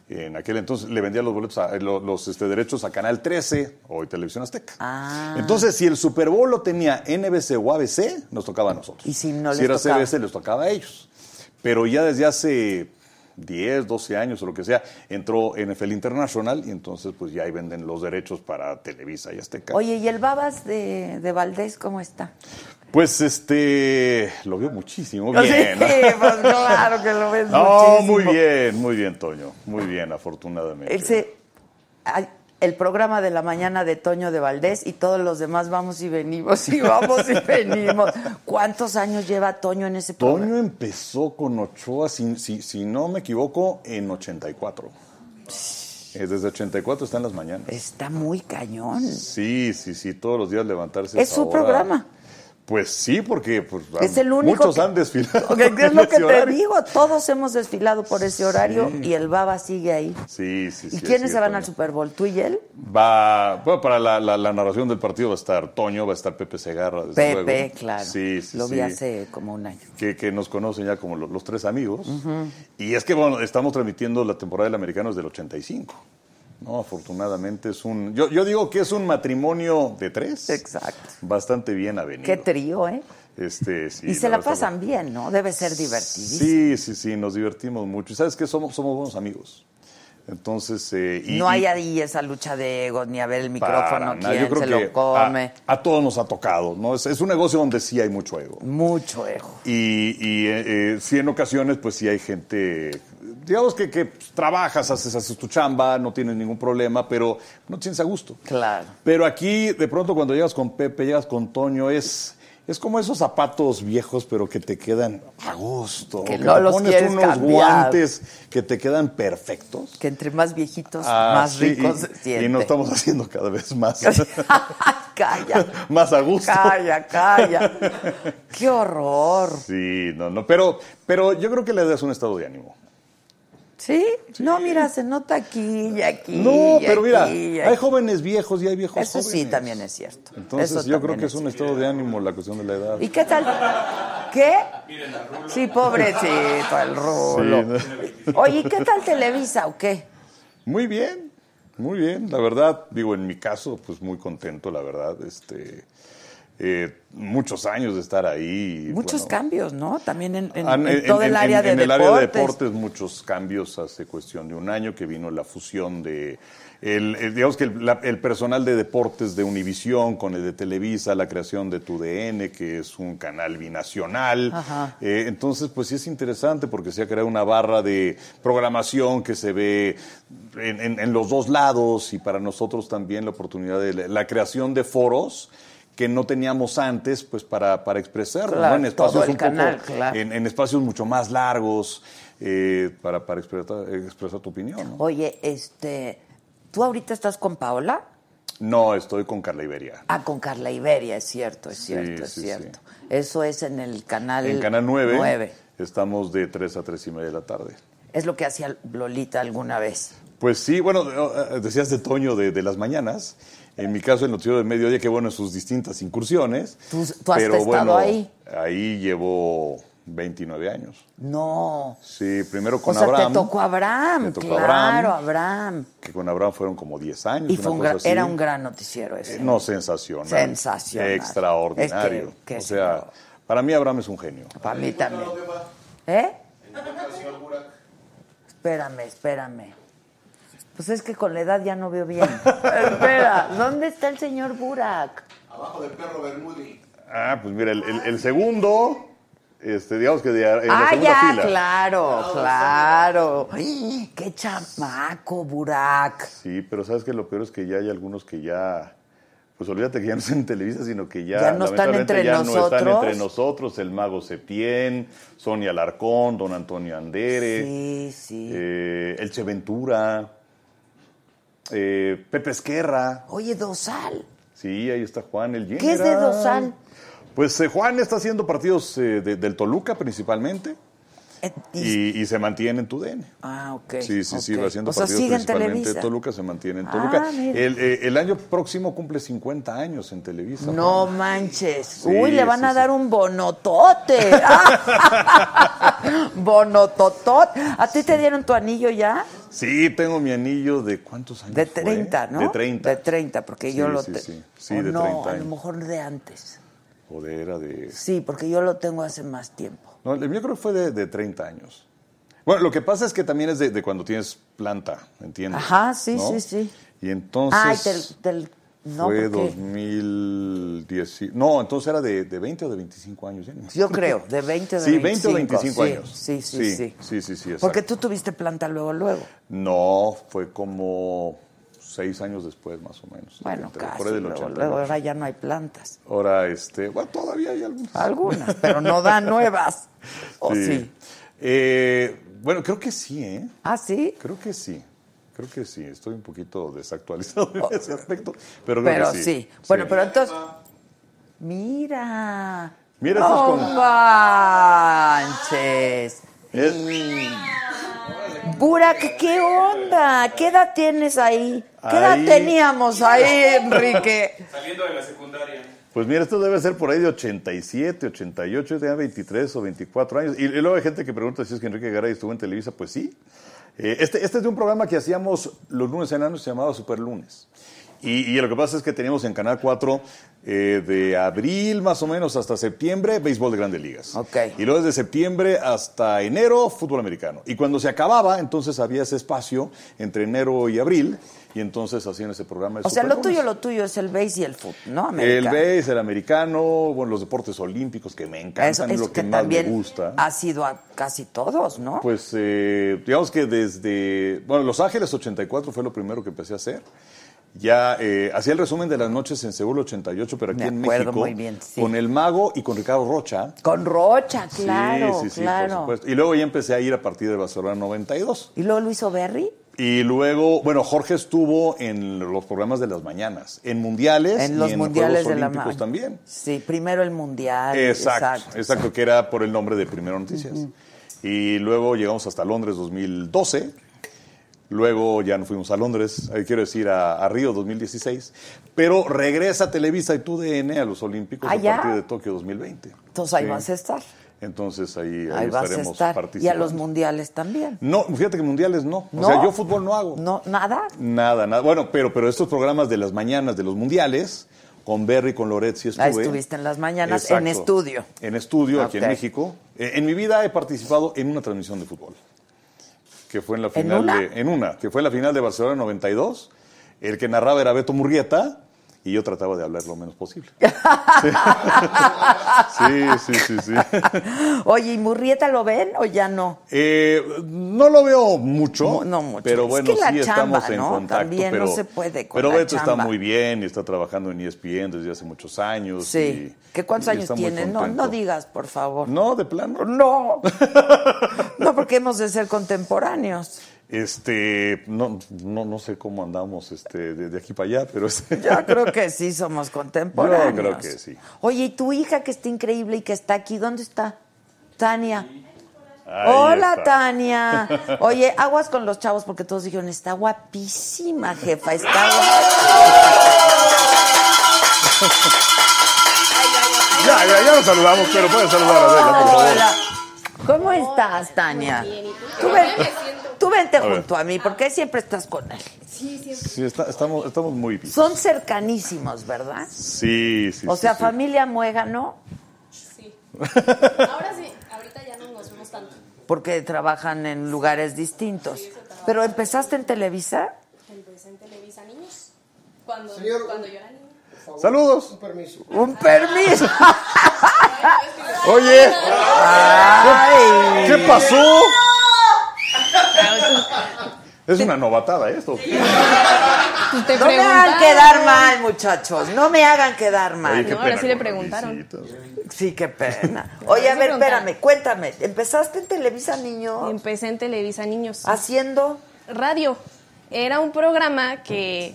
en aquel entonces, le vendía los boletos a- eh, lo- los este, derechos a Canal 13, hoy Televisión Azteca.
Ah.
Entonces, si el Super Bowl lo tenía NBC o ABC, nos tocaba a nosotros.
Y si no les
era
tocaba.
CBS, les tocaba a ellos. Pero ya desde hace 10, 12 años o lo que sea, entró NFL International y entonces pues ya ahí venden los derechos para Televisa y Azteca.
Oye, ¿y el Babas de, de Valdés cómo está?
Pues este, lo veo muchísimo.
Sí,
Bien.
pues claro que lo ves
No,
muchísimo.
Ah, muy bien, muy bien, Toño. Muy bien, afortunadamente.
Ese, ay, el programa de la mañana de Toño de Valdés y todos los demás vamos y venimos y vamos y venimos. ¿Cuántos años lleva Toño en ese programa?
Toño empezó con Ochoa, si, si- si no me equivoco, en 84. Eh, Desde 84 está en las mañanas.
Está muy cañón.
Sí, sí, sí, todos los días levantarse. a
Es
esa
su
hora.
programa.
Pues sí, porque pues,
Es
ah,
el único
muchos
que-
han desfilado.
Porque
en
es lo que
ese
te
horario.
digo, todos hemos desfilado por ese horario
Sí.
y el Baba sigue ahí.
Sí, sí, sí.
¿Y quiénes
así
se
es,
van
Toño.
al Super Bowl? ¿Tú y él?
Va, bueno, para la, la- la narración del partido va a estar Toño, va a estar Pepe Segarra. desde
Pepe,
luego.
claro.
Sí, sí,
Lo vi
sí.
hace como un año.
que, que nos conocen ya como lo- los, tres amigos. Y es que, bueno, estamos transmitiendo la temporada del americano desde el 85. No, afortunadamente es un... Yo, yo digo que es un matrimonio de tres.
Exacto.
Bastante bien avenido.
Qué trío, ¿eh?
Este, sí,
y se la
verdad está
pasan
bueno.
bien, ¿no? Debe ser divertidísimo.
Sí, sí, sí, nos divertimos mucho. Y sabes que somos, somos buenos amigos. Entonces... eh, y-
no hay
y-
ahí esa lucha de egos, ni a ver el
para
micrófono,
nada.
quién
Yo creo
se
que ah,
lo come.
A, a todos nos ha tocado, ¿no? Es, es un negocio donde sí hay mucho ego.
Mucho ego.
Y, y, eh, eh, sí, en ocasiones, pues sí hay gente, digamos que, que pues, trabajas, haces, haces tu chamba, no tienes ningún problema, pero no te sientes a gusto.
Claro.
Pero aquí, de pronto, cuando llegas con Pepe, llegas con Toño, es, es como esos zapatos viejos, pero que te quedan a gusto.
Que
te
no los
pones
quieres
unos
cambiar.
guantes que te quedan perfectos.
Que entre más viejitos,
Ah,
más
sí,
ricos se
y,
sienten.
y nos estamos haciendo cada vez más,
calla,
más a gusto.
calla, calla. Qué horror.
Sí, no, no, pero, pero yo creo que le das un estado de ánimo.
¿Sí? No, mira, se nota aquí y aquí.
No,
y
pero mira,
aquí y
hay
aquí.
jóvenes viejos y hay viejos
Eso
jóvenes.
sí también es cierto.
Entonces
Eso
yo creo
también
que es un estado de ánimo la cuestión de la edad.
¿Y qué tal? ¿Qué? Sí, pobrecito, el rulo.
Sí,
Oye, ¿y qué tal Televisa o qué?
Muy bien, muy bien. La verdad, digo, en mi caso, pues muy contento, la verdad. Este, eh, muchos años de estar ahí. y,
Muchos
bueno,
cambios, ¿no? También en, en-
han-
en todo el área de
en el
deportes.
área de deportes muchos cambios hace cuestión de un año que vino la fusión de el, el- digamos que el, la- el personal de deportes de Univisión con el de Televisa, la creación de TUDN, que es un canal binacional.
Ajá.
Eh, entonces, pues sí es interesante porque se ha creado una barra de programación que se ve en, en- en los dos lados y para nosotros también la oportunidad de la, la creación de foros que no teníamos antes, pues para, para expresar
Claro,
en espacios
todo el
un poco-
canal, claro.
en, en espacios mucho más largos eh, para, para expresar, expresar tu opinión. ¿no?
Oye, este, ¿tú ahorita estás con Paola?
No, estoy con Carla Iberia.
Ah, con Carla Iberia, es cierto, es cierto, es
sí,
cierto. Eso es en el canal
en Canal 9,
9.
estamos de 3 a 3 y media de la tarde.
Es lo que hacía Lolita alguna vez.
Pues sí, bueno, eh, decías de Toño de, de las mañanas. En mi caso, el noticiero de mediodía, que bueno, en sus distintas incursiones.
Tú- tú has
pero
estado
bueno,
ahí.
Ahí llevo 29 años.
No.
Sí, primero
O
con
sea,
Abraham.
te tocó Abraham,
Me tocó
claro,
Abraham.
Abraham.
Que con Abraham fueron como 10 años.
Y fue
una
un
cosa
gran-
así.
era un gran noticiero ese.
Eh, No, sensacional.
Sensacional. Es
Extraordinario.
que- que
o
sí,
sea,
no.
para mí Abraham es un genio.
Para mí también. ¿Eh? Espérame, espérame. Pues es que con la edad ya no veo bien. Espera, ¿dónde está el señor Burak?
Abajo del perro Bermudi.
Ah, pues mira, el, el- el segundo, este, digamos que de, en la
ah,
segunda
ya,
fila.
claro, claro. ¡Ay, ¡Qué chamaco, Burak!
Sí, pero sabes que lo peor es que ya hay algunos que ya, pues olvídate que ya no están en Televisa, sino que ya,
Ya no están
lamentablemente,
entre
ya no están
nosotros.
entre nosotros. El mago Septién, Sonia Alarcón, don Antonio Andere.
Sí, sí.
eh, Elche Ventura, eh, Pepe Esquerra,
Oye, Dosal.
sí, ahí está Juan el
¿Qué es de
General.
Dosal?
Pues eh, Juan está haciendo partidos eh, de- del Toluca principalmente
Eh, y-
y, y se mantiene en tu DN.
ah, ok.
Sí, sí, sí,
ok.
va haciendo
o sea,
partidos
sigue en
principalmente
Televisa.
de Toluca, se mantiene en
Ah,
Toluca.
mira.
el, eh, el año próximo cumple 50 años en Televisa.
No
Juan.
manches. Uy, le van
sí,
a
sí.
dar un bonotote. Bonototot. ¿A ti te dieron tu anillo ya?
Sí, tengo mi anillo de cuántos años.
De
fue? ¿eh?
30, ¿no?
De 30.
De 30, porque yo
Sí,
lo
sí,
te-
sí. Sí,
O
de
no,
30
a lo
años.
mejor de antes.
O de era de.
Sí, porque yo lo tengo hace más tiempo.
No, el mío creo que fue de, de 30 años. Bueno, lo que pasa es que también es de, de cuando tienes planta, ¿entiendes?
Ajá, sí,
¿No?
sí, sí.
Y entonces
Ay, del. del- no,
fue
porque
2000, del 10. No, entonces era de, de 20 o de 25 años. ¿eh? ya ni me
Yo
acuerdo.
creo, de 20 o de
Sí, 20
25.
o 25
sí,
años.
Sí, sí, sí.
Sí, sí, sí, sí, exacto.
Porque tú tuviste planta luego, luego.
No, fue como seis años después, más o menos.
Bueno,
Entre-
casi.
por ahí del
luego,
88.
luego, ahora ya no hay plantas.
Ahora, este, bueno, todavía hay algunos.
Algunas, pero no dan nuevas. ¿O sí.
Eh, bueno, creo que sí, ¿eh?
Ah, sí.
Creo que sí. Creo que sí. Estoy un poquito desactualizado en ese aspecto. Pero, creo
Oh, Pero
que
sí.
sí.
Bueno,
Sí.
pero entonces. Mira.
Mira, esto es
no
como-
manches.
Es- ¿Eh?
Burak, ¿qué onda? ¿Qué edad tienes ahí? ¿Qué edad
Ahí-
teníamos ahí, Enrique?
Saliendo de la secundaria.
Pues mira, esto debe ser por ahí de 87, 88, yo tenía 23 o 24 años. Y, y luego hay gente que pregunta si es que Enrique Garay estuvo en Televisa. Pues sí. Eh, este, este es de un programa que hacíamos los lunes enanos, se llamaba Superlunes. Y, y lo que pasa es que teníamos en Canal 4 eh, de abril más o menos hasta septiembre béisbol de grandes ligas.
Ok.
Y luego desde septiembre hasta enero fútbol americano. Y cuando se acababa, entonces había ese espacio entre enero y abril. Y entonces hacían ese programa. de
O sea, lo
Superlunes.
tuyo, lo tuyo es el base y el fútbol, ¿no?
El
Americano.
béis, el americano, bueno, los deportes olímpicos que me encantan,
Eso es
lo
que
que, más me
también
gusta.
ha sido a casi todos, ¿no?
Pues eh, digamos que desde, bueno, Los Ángeles 84 fue lo primero que empecé a hacer. Ya eh, hacía el resumen de las noches en Seúl 88, pero aquí
Me
en
acuerdo
México,
muy bien, sí.
con El Mago y con Ricardo Rocha.
Con Rocha,
Sí,
claro,
sí, sí, por
claro.
supuesto. Y luego ya empecé a ir a partir de Barcelona 92.
¿Y luego lo hizo Berry?
Y luego, bueno, Jorge estuvo en los programas de las mañanas, en mundiales
En
y
los
en
mundiales
Juegos
de la
Olímpicos
ma-
también.
Sí, primero el mundial.
Exacto, exacto, que era por el nombre de Primero Noticias. Y luego llegamos hasta Londres 2012. Luego ya nos fuimos a Londres, eh, quiero decir, a, a Río 2016. Pero regresa Televisa y TUDN a los Olímpicos
Ah,
a
ya.
partir de Tokio 2020.
Entonces ahí
Sí.
vas a estar.
Entonces ahí, ahí
Ahí vas a
estaremos
estar.
participando.
Y a los mundiales también.
No, fíjate que mundiales no.
¿No?
O sea, yo fútbol no hago.
No, nada.
Nada, nada. Bueno, pero, pero estos programas de las mañanas, de los mundiales, con Berry, con Loret, sí estuve.
Ah, estuviste en las mañanas, en estudio. Ah,
En estudio, aquí
Ok.
en México. Eh, en mi vida he participado en una transmisión de fútbol, que fue en la final
una?
de... En una, que fue en la final de Barcelona 92. El que narraba era Beto Murrieta y yo trataba de hablar lo menos posible. Sí, sí, sí, sí. sí.
Oye, ¿y Murrieta lo ven o ya no?
Eh, no lo veo mucho.
No, no mucho.
Pero
Es
bueno,
que la
sí
chamba,
estamos en
¿no?
contacto.
También no
pero,
se puede con
Pero
la
Beto está
chamba.
muy bien y está trabajando en E ESPN desde hace muchos años.
Sí.
y-
¿Qué cuántos
Pues y
años
está muy
tiene? No, no
contento.
digas, por favor.
No, de plano.
No. No, porque hemos de ser contemporáneos.
Este, no, no, no sé cómo andamos este, de, de aquí para allá, pero este-
Yo creo que sí somos contemporáneos.
Yo creo que sí.
Oye, ¿y tu hija que está increíble y que está aquí? ¿Dónde está? Tania.
Ahí
Hola,
está.
Tania. Oye, aguas con los chavos porque todos dijeron, está guapísima, jefa, está
Ya, ya, ya nos saludamos, pero pueden saludar a Adela, por favor.
guapa. ¿Cómo estás, Tania? Tú, ven- tú vente
ver.
junto a mí porque siempre estás con él.
Sí, está- estamos, estamos muy bien.
Son cercanísimos, ¿verdad?
Sí, sí.
O
sí,
sea,
sí.
familia muega, ¿no?
Ahora sí, ahorita ya no nos vemos tanto.
Porque trabajan en lugares distintos. Pero empezaste en Televisa.
Ah. Empecé en Televisa Niños. Cuando,
Señor-
cuando yo era niña.
Saludos.
Un permiso.
Un permiso.
Oye,
Ay.
¿qué pasó? Es una novatada esto.
Te
No me hagan quedar mal, muchachos. No me hagan quedar mal.
Oye, qué
No, ahora
pena
sí le
con las
preguntaron.
visitas.
Sí, qué pena. Oye, a
Sí
ver,
preguntaron.
espérame, cuéntame. ¿Empezaste en Televisa Niño
Empecé en Televisa Niños.
Ah, haciendo?
Radio. Era un programa que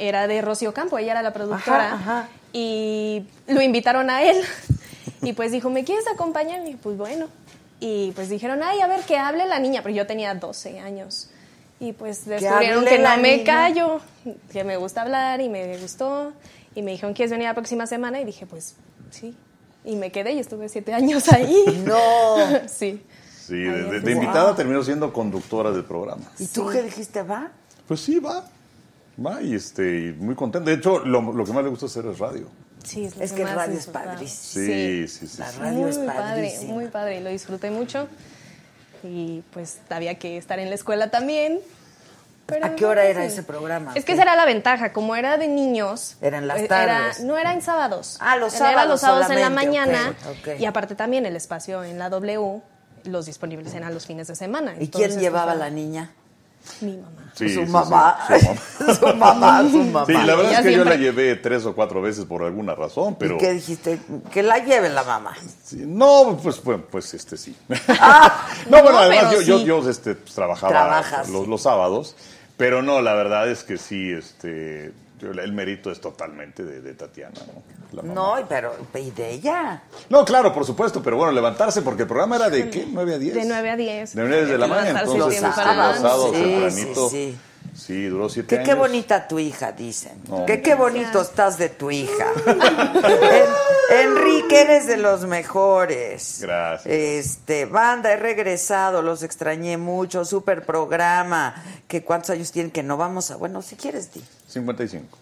era de Rocío Campo, ella era la productora.
Ajá, ajá.
Y lo invitaron a él. Y pues dijo, ¿me quieres acompañar? Y dije, pues bueno. Y pues dijeron, ay, a ver, que hable la niña. Pero yo tenía 12 años. Y pues descubrieron
hable
que
la
no me
niña.
callo, que me gusta hablar y me gustó. Y me dijeron, ¿quieres venir la próxima semana? Y dije, pues sí. Y me quedé y estuve siete años ahí.
No.
Sí.
Sí, de, de- de
Wow.
invitada terminó siendo conductora del programa.
¿Y tú qué dijiste, va?
Pues sí, va. Va y este, y muy contenta. De hecho, lo, lo que más le gusta hacer es radio.
Sí, es, lo
Es que el
más
radio es
disfrutaba.
padrísimo.
Sí, sí, sí. sí.
La radio es
muy padre,
padrísima.
muy padre, y lo disfruté mucho. Y pues había que estar en la escuela también. Pero
¿A
me
qué hora
parece
era
bien.
ese programa?
Es que esa era la ventaja, como era de niños.
Eran las
eh,
tardes.
no era en sábados.
Ah, los
Era
sábados
los sábados en la
solamente,
mañana.
ok, ok.
Y aparte también el espacio en la W, los disponibles eran los fines de semana.
¿Y
Entonces,
quién llevaba a
pues,
la niña?
Mi mamá.
Sí,
su,
sí,
mamá.
sí, su mamá.
su mamá, su mamá.
Sí, la verdad
Ella
es que yo la
siempre-
llevé tres o cuatro veces por alguna razón, pero
¿Y qué dijiste? Que la lleve la mamá.
sí, no, pues, pues, pues, este sí.
Ah.
no, bueno,
No,
además yo,
pero
yo,
sí.
yo, este, pues, trabajaba
Trabajas,
los,
sí.
los sábados, pero no, la verdad es que sí, este, yo- el mérito es totalmente de, de Tatiana. ¿no? La mamá.
No, pero ¿y de ella?
No, claro, por supuesto, pero bueno, levantarse porque el programa era de qué, 9 a 10.
De 9 a 10.
De 9 de la mañana,
Levantarse
entonces este,
temprano.
los sábados
Sí,
tempranito.
sí,
Sí, duró siete
Que
años.
qué bonita tu hija, dicen.
No.
Que qué bonito estás de tu hija. En- Enrique, eres de los mejores.
Gracias.
Este, banda, he regresado, los extrañé mucho, súper programa. Que cuántos años tienen que no vamos a. Bueno, si quieres, di.
55.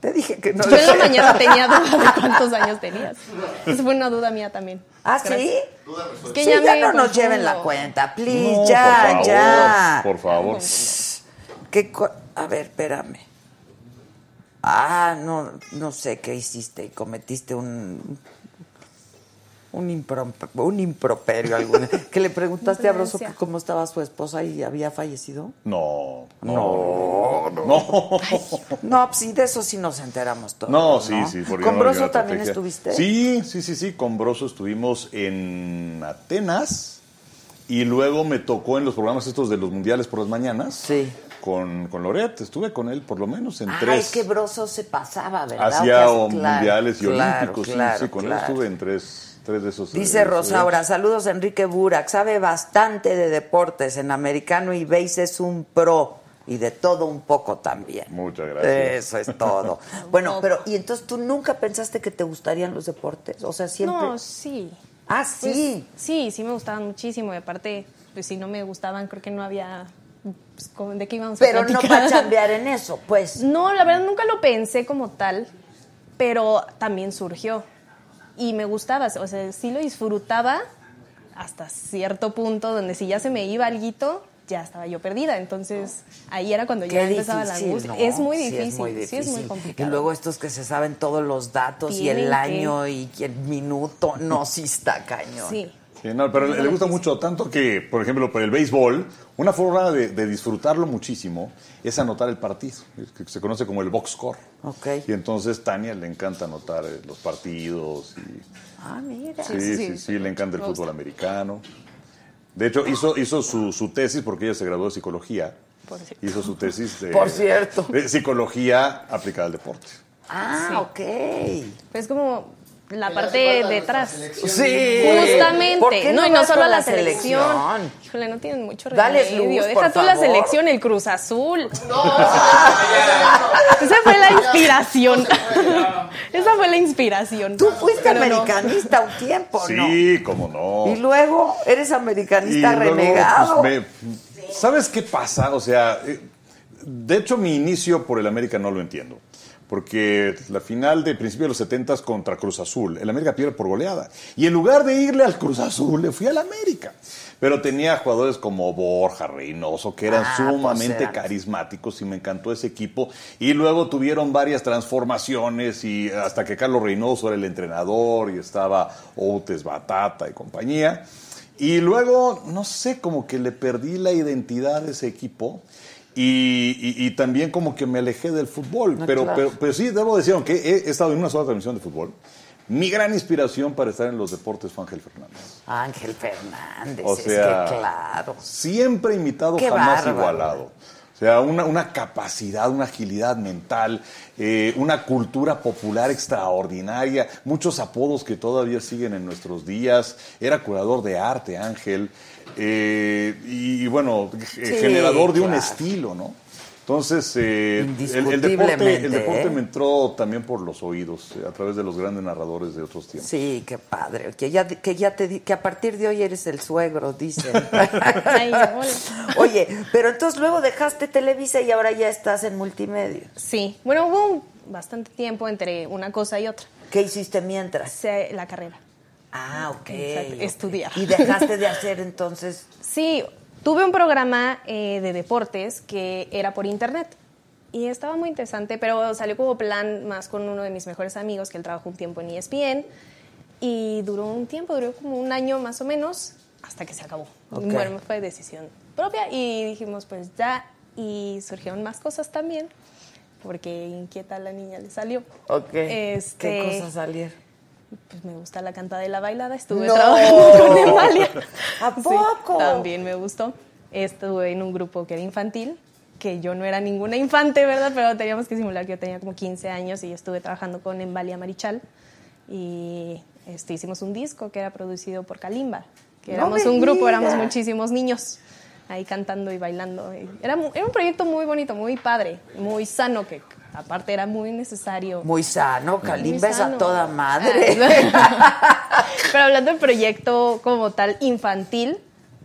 Te dije que no.
Yo en la mañana tenía duda de cuántos años tenías. Esa fue una duda mía también.
¿Ah,
Gracias.
sí?
Es que
Sí,
ya,
ya,
me
no nos
confundo.
lleven la cuenta, please,
No,
ya,
por favor,
ya.
Por favor.
¿Qué co- a ver, espérame. Ah, no, no sé qué hiciste y cometiste un un, improm- un improperio algún que le preguntaste a Broso que
Imprudencia.
cómo estaba su esposa y había fallecido.
No, no, no. No,
No, pues sí, de eso sí nos enteramos todos.
No, sí, sí. porque
Con
no
Broso
había
también
estrategia.
estuviste.
Sí, sí, sí, sí. Con Broso estuvimos en Atenas y luego me tocó en los programas estos de los mundiales por las mañanas.
Sí.
Con, con Loret, estuve con él por lo menos en
Ah,
tres.
es que Broso se pasaba, ¿verdad?
Hacía
O
o
que hace- claro,
mundiales y
claro,
olímpicos. sí,
claro,
sí, con él
claro.
estuve en tres, tres de esos.
Dice
eh,
Rosaura, saludos a Enrique Burak, sabe bastante de deportes, en americano y base es un pro y de todo un poco también.
Muchas gracias.
Eso es todo. bueno,
poco.
pero ¿y entonces tú nunca pensaste que te gustarían los deportes? O sea, siempre...
No, sí.
ah,
Pues,
sí.
sí, sí me gustaban muchísimo. Y aparte, pues si no me gustaban, creo que no había pues, como de qué íbamos a
pero no
platicar.
para chambear en eso, pues.
No, la verdad nunca lo pensé como tal, pero también surgió. Y me gustaba, o sea, sí lo disfrutaba hasta cierto punto donde si ya se me iba alguito, ya estaba yo perdida. Entonces, ahí era cuando ya
Qué
empezaba la
difícil,
angustia.
¿no?
Es muy
Sí,
difícil, sí es muy,
difícil.
complicado.
Y luego estos que se saben todos los datos y el
Tienen que-
año y el minuto, no, sí está cañón.
sí.
Sí, no, pero le, le gusta mucho, tanto que, por ejemplo, para el béisbol, una forma de, de disfrutarlo muchísimo es anotar el partido, es que se conoce como el box score.
Ok.
Y entonces Tania le encanta anotar eh, los partidos. Y,
Ah, mira.
sí, sí, sí,
sí.
le encanta el
Me gusta.
fútbol americano. De hecho, hizo, hizo su, su tesis porque ella se graduó de psicología.
Por cierto.
Hizo su tesis de,
Por cierto.
de psicología aplicada al deporte.
Ah, ok.
Pero pues, es como la
En
parte
espalda de nuestra
detrás.
selección.
Sí.
Justamente.
¿Por qué
no, y no
vas
solo
con
la, selección. Híjole, no tienen mucho
Dales
remedio.
luz,
Deja
por
tú la
favor.
selección, el Cruz Azul. Esa fue la inspiración. Esa fue la inspiración.
Tú fuiste
Pero no.
americanista un tiempo, ¿no?
Sí, cómo no.
Y luego eres
Y
americanista
luego,
renegado.
pues, me- ¿Sabes qué pasa? O sea, eh, de hecho mi inicio por el América no lo entiendo. Porque la final de principio de los 70 contra Cruz Azul, el América pierde por goleada. Y en lugar de irle al Cruz Azul, le fui al América. Pero tenía jugadores como Borja, Reynoso, que eran
Ah, pues
sumamente
eran.
carismáticos y me encantó ese equipo. Y luego tuvieron varias transformaciones y hasta que Carlos Reynoso era el entrenador y estaba Outes Batata y compañía. Y luego, no sé, como que le perdí la identidad de ese equipo. Y, y- y también como que me alejé del fútbol. pero, pero, pero sí, debo decir, aunque he, he estado en una sola transmisión de fútbol, mi gran inspiración para estar en los deportes fue Ángel Fernández.
Ángel Fernández,
O sea,
es que claro.
Siempre imitado,
Qué
jamás
bárbaro.
igualado. O sea, una, una capacidad, una agilidad mental, eh, una cultura popular extraordinaria, muchos apodos que todavía siguen en nuestros días. Era curador de arte, Ángel, eh, y, y bueno, g- generador de un
claro.
estilo, ¿no? Entonces, eh, el, el deporte,
Indiscutiblemente,
el deporte
¿eh?
me entró también por los oídos, eh, a través de los grandes narradores de otros tiempos.
Sí, qué padre. Que ya, que ya te di- que a partir de hoy eres el suegro, dicen.
Ay, hola.
Oye, pero entonces luego dejaste Televisa y ahora ya estás en multimedia.
Sí. Bueno, hubo un- bastante tiempo entre una cosa y otra.
¿Qué hiciste mientras?
Se- La carrera.
Ah, ok.
Exacto,
ok.
estudiar.
Y dejaste de hacer entonces
Sí, Tuve un programa eh, de deportes que era por internet y estaba muy interesante, pero salió como plan más con uno de mis mejores amigos que él trabajó un tiempo en E ESPN y duró un tiempo, duró como un año más o menos hasta que se acabó.
Ok.
Bueno, fue decisión propia y dijimos pues ya y surgieron más cosas también porque inquieta a la niña le salió.
Ok.
Este-
¿Qué cosa salir?
Pues me gusta la cantada y la bailada. Estuve
¡No!
trabajando con Emalia.
¿A
Sí,
poco?
también me gustó. Estuve en un grupo que era infantil, que yo no era ninguna infante, ¿verdad? Pero teníamos que simular que yo tenía como 15 años y yo estuve trabajando con Embalia Marichal. Y este, hicimos un disco que era producido por Kalimba, que
¡No
éramos
me
un grupo, éramos
digas!
muchísimos niños ahí cantando y bailando. Y Era, mu- era un proyecto muy bonito, muy padre, muy sano, que aparte era muy necesario.
Muy sano, Kalimba es a
sano. Ah,
toda madre.
Pero hablando del proyecto como tal infantil,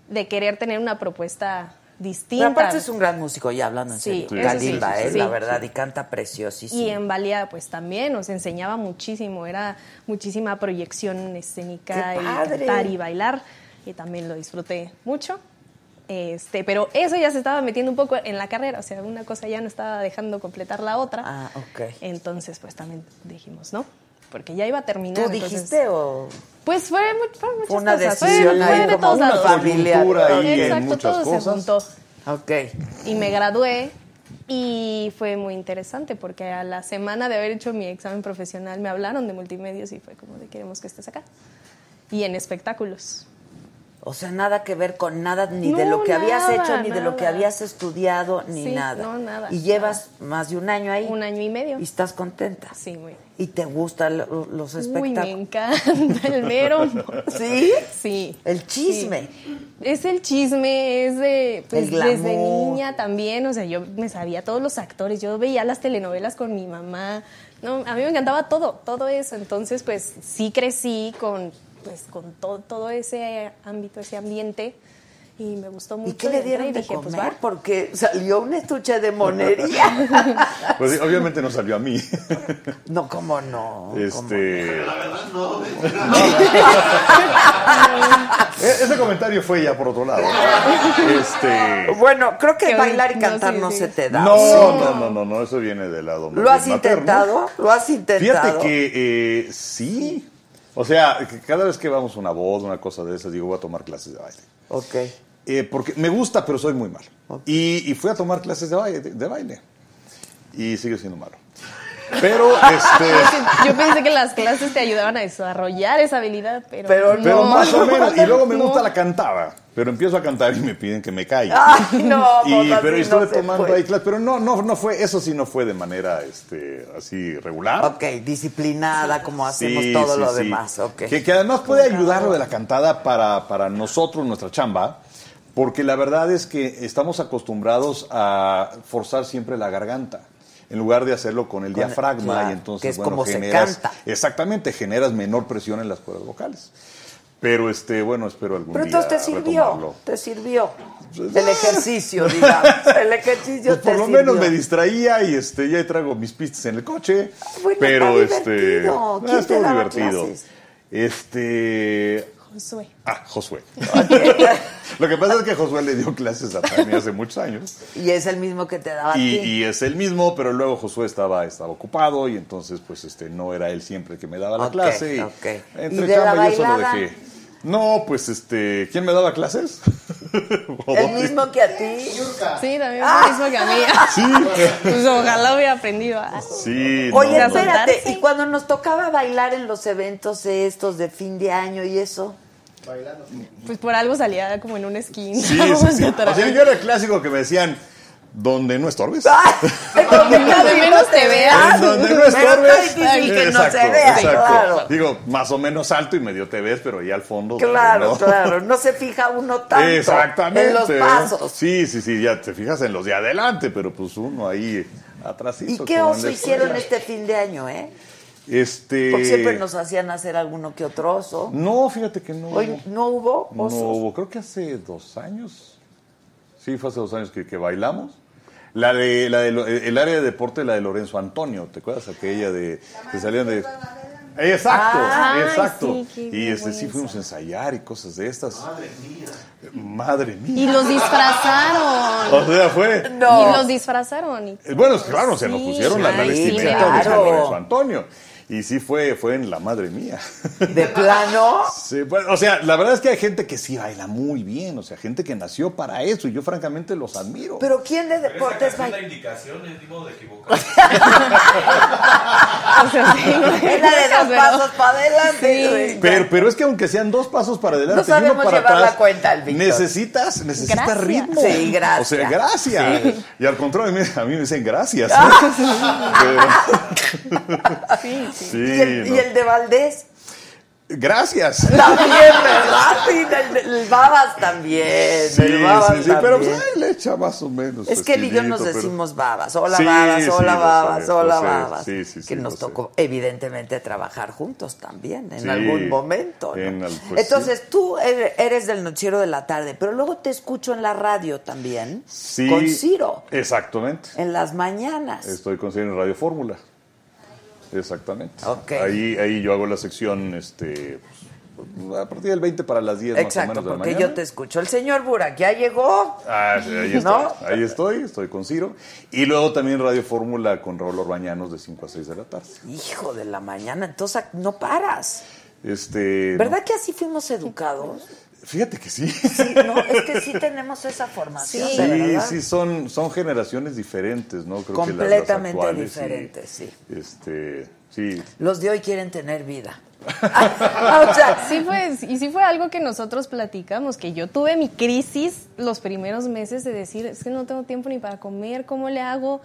de querer tener una propuesta
Pero
distinta.
aparte es un gran músico, ya hablando en
Sí,
serio.
eso sí,
Kalimba,
sí,
¿eh?
sí.
la verdad, y canta preciosísimo.
Y en Valia, pues también nos enseñaba muchísimo, era muchísima proyección escénica
¡Qué
y
padre!
cantar y bailar, y también lo disfruté mucho. Este, pero eso ya se estaba metiendo un poco en la carrera, o sea, una cosa ya no estaba dejando completar la otra.
Ah, ok.
Entonces, pues también dijimos, ¿no? Porque ya iba a terminar.
¿Tú
entonces-
dijiste o...?
Pues fue, mu- fueron muchas
Fue una
cosas.
decisión
fue,
ahí
fue de
como
todos
una
lados.
familiar.
Cultura ahí en
Exacto,
muchas
todo se
cosas.
juntó.
Ok.
Y me gradué y fue muy interesante porque a la semana de haber hecho mi examen profesional me hablaron de multimedios y fue como de queremos que estés acá. Y en espectáculos.
O sea, nada que ver con nada, ni
No,
de lo que habías
nada,
hecho, ni de lo que
nada.
habías estudiado, ni
Sí,
nada.
no, nada,
Y llevas más de un año ahí.
Un año y medio.
Y estás contenta.
Sí, muy bien.
Y te gustan lo- los
Uy, me
espectáculos.
encanta el mero.
¿Sí?
Sí.
El chisme.
Sí. Es el chisme, es de pues,
El glamour.
desde niña también, o sea, yo me sabía todos los actores, yo veía las telenovelas con mi mamá. No, a mí me encantaba todo, todo eso. Entonces, pues sí crecí con pues con todo, todo ese ámbito, ese ambiente y me gustó mucho.
¿Y qué le
entré
dieron
y
de
dije,
comer?
pues va.
Porque salió un estuche de monería.
Pues sí, obviamente no salió a mí.
no, cómo no. ¿Cómo?
Este. E- Ese comentario fue ya por otro lado. Este.
Bueno, creo que
Que
bailar y
no,
cantar
sí,
no
sí.
se te da.
No,
¿sí?
no, no, no, no, eso viene del lado. más
¿Lo has
bien materno.
intentado? ¿Lo has intentado?
Fíjate que eh, sí. O sea, que cada vez que vamos a una voz, una cosa de esas, digo, voy a tomar clases de baile.
Ok.
Eh, porque me gusta, pero soy muy malo. Y, y fui a tomar clases de baile, de baile. Y sigo siendo malo. Pero, este.
Yo pensé que las clases te ayudaban a desarrollar esa habilidad, pero,
Pero no.
Pero
no.
más o menos. Y luego me
No.
gusta la cantaba. Pero empiezo a cantar y me piden que me calle.
Ay, no,
Y-
pues así
pero
no
estuve
se
tomando
puede.
ahí clases. Pero no, no, no fue. Eso sí no fue de manera este, así regular.
Ok, disciplinada, como hacemos
Sí,
todo
sí,
lo
sí.
demás. Ok.
Que, que además puede ayudar lo de la cantada para, para nosotros, nuestra chamba, porque la verdad es que estamos acostumbrados a forzar siempre la garganta en lugar de hacerlo con el
Con el-
diafragma
claro,
y entonces
que es
bueno,
como se
generas
canta.
exactamente generas menor presión en las cuerdas vocales. Pero este bueno, espero algún
Pero
día
entonces te
retomarlo. ah.
sirvió, te sirvió. El ejercicio, digamos. El ejercicio
Pues por
te
lo menos
sirvió.
me distraía y este ya traigo mis pistas en el coche.
Bueno,
pero
está
este
divertido. ¿Quién te
estuvo
daba
divertido.
clases?
Este
Josué.
ah, Josué. lo que pasa es que Josué le dio clases a Tania hace muchos años.
Y es el mismo que te daba a
Y,
ti.
y es el mismo, pero luego Josué estaba, estaba ocupado y entonces pues este no era él siempre el que me daba la
Ok,
clase. Y
ok.
Entre
¿Y de la
chamba y eso lo
bailada?
dejé. No, pues este, ¿quién me daba clases?
El mismo que a ti.
Sí, también fue lo mismo que a mí. Pues ojalá hubiera aprendido. Ah,
Sí,
Oye,
no, no.
espérate,
Sentarse.
y cuando nos tocaba bailar en los eventos estos de fin de año y eso,
Pues por algo salía como en una esquina.
Sí,
o
sí, sí.
sea,
O sea, yo era el clásico que me decían, donde no estorbes.
donde
Donde menos te veas.
En donde no
Ah, Pero está
estorbes.
difícil que no
Exacto,
se vea,
exacto.
claro.
Digo, más o menos alto y medio te ves, pero ahí al fondo. donde
Claro,
no.
claro. No se fija uno tanto
Exactamente.
en los pasos.
Sí, sí, sí, ya te fijas en los de adelante, pero pues uno ahí
¿Y
atrásito.
qué
como en
oso
la
hicieron
escuela.
este fin de año, eh?
Este...
Porque siempre nos hacían hacer alguno que otro oso.
No, fíjate que no.
Hoy no hubo
No
osos.
hubo, creo que hace dos años. Sí, fue hace dos años que, que bailamos. La de, la de lo- eh, el área de deporte, la de Lorenzo Antonio, ¿te acuerdas? Aquella de que salían de. Exacto,
Ah,
exacto.
sí, qué
y este sí
vergüenza.
fuimos a ensayar y cosas de estas. Madre mía. Madre mía.
Y los disfrazaron.
O sea, fue.
Y los disfrazaron. y-
Oh, Eh, Bueno, claro, se nos
Sí,
pusieron la, la
ay,
vestimenta
sí,
de San
claro.
Lorenzo Antonio. Y sí fue, fue en la madre mía.
¿De plano?
Sí, pues, o sea, la verdad es que hay gente que sí baila muy bien, o sea, gente que nació para eso y yo francamente los admiro.
¿Pero quién de
Pero esa
deportes
canción da
baila?
indicaciones, ni modo de equivocar.
O sea, sí,
Es la de los
pero-
pasos para adelante.
Sí.
güey.
Pero, pero es que aunque sean dos pasos para
No
adelante y uno
sabemos
para
llevar la
atrás,
cuenta, el Víctor.
necesitas, necesitas
Gracias.
ritmo.
Sí, gracias.
O sea, gracias.
Sí. Ah.
Y al contrario, a mí, a mí me dicen gracias.
Sí, sí.
pues, Sí,
¿Y, el, y
no.
el de Valdés?
Gracias.
También, ¿verdad? Sí, el, el Babas también.
Sí,
el Babas
sí, sí, pero pues,
también.
ay, le echa más o menos.
Es que él y yo
estilito,
nos
pero-
decimos babas, hola
Sí,
babas,
sí,
hola
lo
babas,
sé,
hola
lo sé.
babas.
Sí, sí, sí,
que
lo
nos
sé.
tocó, evidentemente, trabajar juntos también en
Sí,
algún momento. ¿no?
en al- pues,
Entonces, tú er- eres del noticiero de la tarde, pero luego te escucho en la radio también,
Sí,
con Ciro,
Exactamente.
en las mañanas.
Estoy con Ciro en Radio Fórmula. Exactamente.
Ok.
Ahí, ahí yo hago la sección este, pues, a partir del 20 para las 10 más o
Exacto,
menos de la
porque
mañana.
yo te escucho. El señor Burak ya llegó.
Ah, sí, ahí estoy,
¿No?
ahí estoy, estoy con Ciro. Y luego también Radio Fórmula con Raúl Orbañanos de 5 a 6 de la tarde.
Hijo de la mañana, entonces no paras.
Este,
¿Verdad que así fuimos educados?
no, Fíjate que sí.
Sí, no, es que sí tenemos esa formación.
Sí.
de
Sí,
verdad.
sí, son, son generaciones diferentes, ¿no? Creo que las- las
Completamente
actuales y,
diferentes, sí.
Este, sí,
Los de hoy quieren tener vida. Ah, o sea,
Sí, pues, y sí fue algo que nosotros platicamos, que yo tuve mi crisis los primeros meses de decir, es que no tengo tiempo ni para comer, ¿cómo le hago?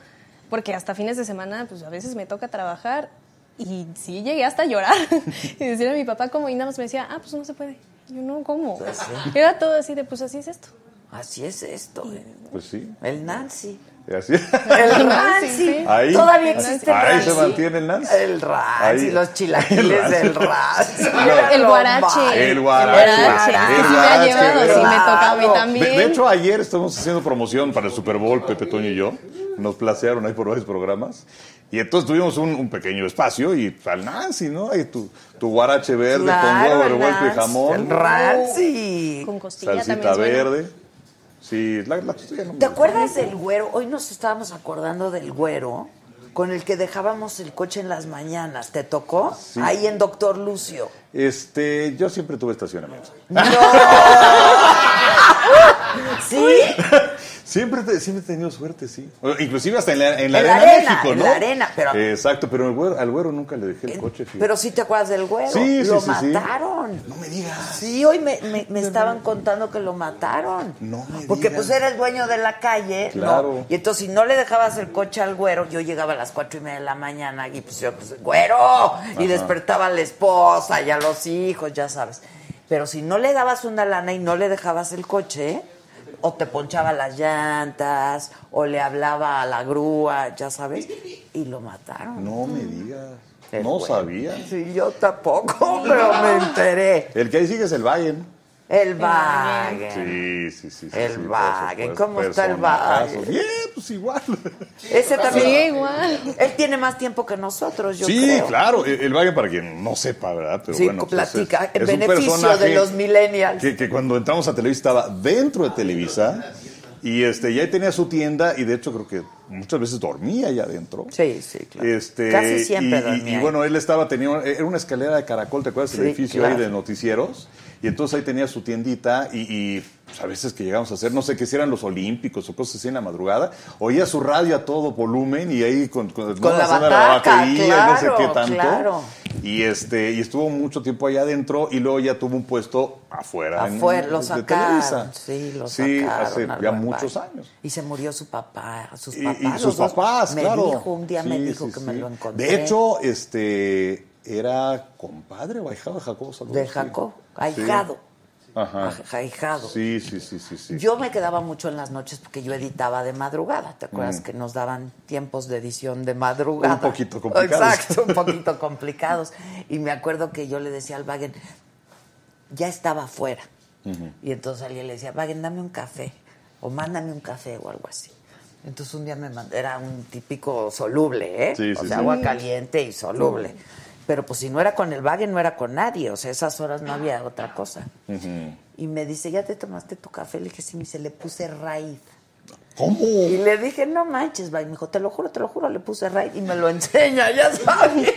Porque hasta fines de semana, pues a veces me toca trabajar y sí llegué hasta a llorar y decirle a mi papá como, y nada más me decía, ah, pues no se puede. Y Yo no, ¿cómo?
Pues sí.
Era todo así de, pues así es esto.
así es esto. eh.
pues sí.
El Nancy.
Así.
El Nancy.
Nancy, sí.
Ahí,
Todavía existe el
ahí se
Nancy.
mantiene el Nancy.
El Nancy,
Ahí.
los chilaquiles
El
del
Nancy.
Nancy.
El guarache.
El guarache.
El guarache. Ah,
El
sí me ha
guarache,
llevado, sí me
¿verdad?
toca a mí
De-
De,
también.
de hecho, ayer estamos haciendo promoción para el Super Bowl, Pepe Toño y yo. Nos placearon ahí por varios programas. Y entonces tuvimos un, un pequeño espacio y al Nancy, ¿no? Ahí tu, tu guarache verde
Claro,
con huevo
el
revuelto y
Nancy,
jamón. Oh.
El Nancy.
Con costilla
Salsita
también. es bueno.
verde. Sí, la, la costilla no me
¿Te
gusta.
acuerdas del güero? Hoy nos estábamos acordando del güero con el que dejábamos el coche en las mañanas. ¿Te tocó?
Sí.
Ahí en Doctor Lucio.
Este, yo siempre tuve estacionamiento.
¿Sí?
Siempre, te- siempre he tenido suerte, sí. O- Inclusive hasta en la, en la
En la
arena,
arena,
México,
en
¿no?
la arena, pero- Eh,
Exacto, pero al güero, al güero nunca le dejé el coche. fíjate.
Pero sí te acuerdas del güero.
Sí, sí,
lo
sí, sí.
mataron.
No me digas.
Sí, hoy me, me- me estaban contando que lo mataron.
No me
Porque
digas.
pues era el dueño de la calle. ¿no?
Claro.
Y entonces si no le dejabas el coche al güero, yo llegaba a las cuatro y media de la mañana y pues yo, pues, güero. Y despertaba a la esposa y a los hijos, ya sabes. Pero si no le dabas una lana y no le dejabas el coche, o te ponchaba las llantas, o le hablaba a la grúa, ya sabes, y lo mataron.
No me digas.
El
no
güero.
sabía.
Sí, yo tampoco, pero me enteré.
El que ahí sigue es el Bayern.
El Wagen.
Sí, sí, sí. sí,
El
sí, por
Wagen,
supuesto.
¿cómo está el
Personajazo.
Wagen?
Bien, pues igual.
Ese también.
Sí, igual.
Él tiene más tiempo que nosotros, yo
sí,
creo.
claro. El, el Wagen, para quien no sepa, ¿verdad? Pero
Sí,
bueno, pues,
platica, en
es un
beneficio
personaje
de los millennials.
Que, que cuando entramos a Televisa estaba dentro de Televisa y este, ya tenía su tienda y de hecho creo que muchas veces dormía allá adentro.
Sí, sí, claro.
Este,
Casi siempre
y- y,
dormía
y
ahí.
bueno, él estaba, tenía, era una escalera de caracol, ¿te acuerdas? El
Sí,
edificio ahí
claro.
de noticieros. Y entonces ahí tenía su tiendita y, y, pues, a veces que llegamos a hacer, no sé qué, si eran los olímpicos o cosas así en la madrugada, oía su radio a todo volumen y ahí con, con,
Con la
haciendo
bataca,
y no sé
claro,
qué tanto.
claro.
Y, este, y estuvo mucho tiempo allá adentro y luego ya tuvo un puesto afuera. en-
Afuera, lo
de
sacaron.
Televisa.
Sí, lo
Sí,
sacaron.
hace
al
ya
buen
muchos
padre.
años.
Y se murió su papá, sus
Y-
papás.
y,
los
sus
dos.
papás,
me
claro.
dijo, un día me
Sí,
dijo
sí,
que
sí.
me lo encontré.
De hecho, este era compadre o ahijado de Jacobo Salvador.
De Jacob,
Sí.
ahijado.
Ajá.
Aj- ahijado.
Sí, sí, sí, sí, sí.
Yo me quedaba mucho en las noches porque yo editaba de madrugada. ¿Te acuerdas que nos daban tiempos de edición de madrugada?
Mm. Un poquito complicados.
Exacto, un poquito complicados. Y me acuerdo que yo le decía al Wagen, ya estaba afuera. Y entonces alguien le decía, Wagen, dame un café. O mándame un café o algo así. Entonces un día me mandó, era un típico soluble, ¿eh?
Sí,
o
sí, Mm.
sea,
sí.
agua caliente y soluble. Pero pues si no era con el vague, no era con nadie. O sea, esas horas no había otra cosa. Y me dice, ¿ya te tomaste tu café? Le dije, sí, me dice, le puse raíz.
¿Cómo?
Y le dije, no manches, va. Y me dijo, te lo juro, te lo juro, le puse raíz. Y me lo enseña, ya sabes.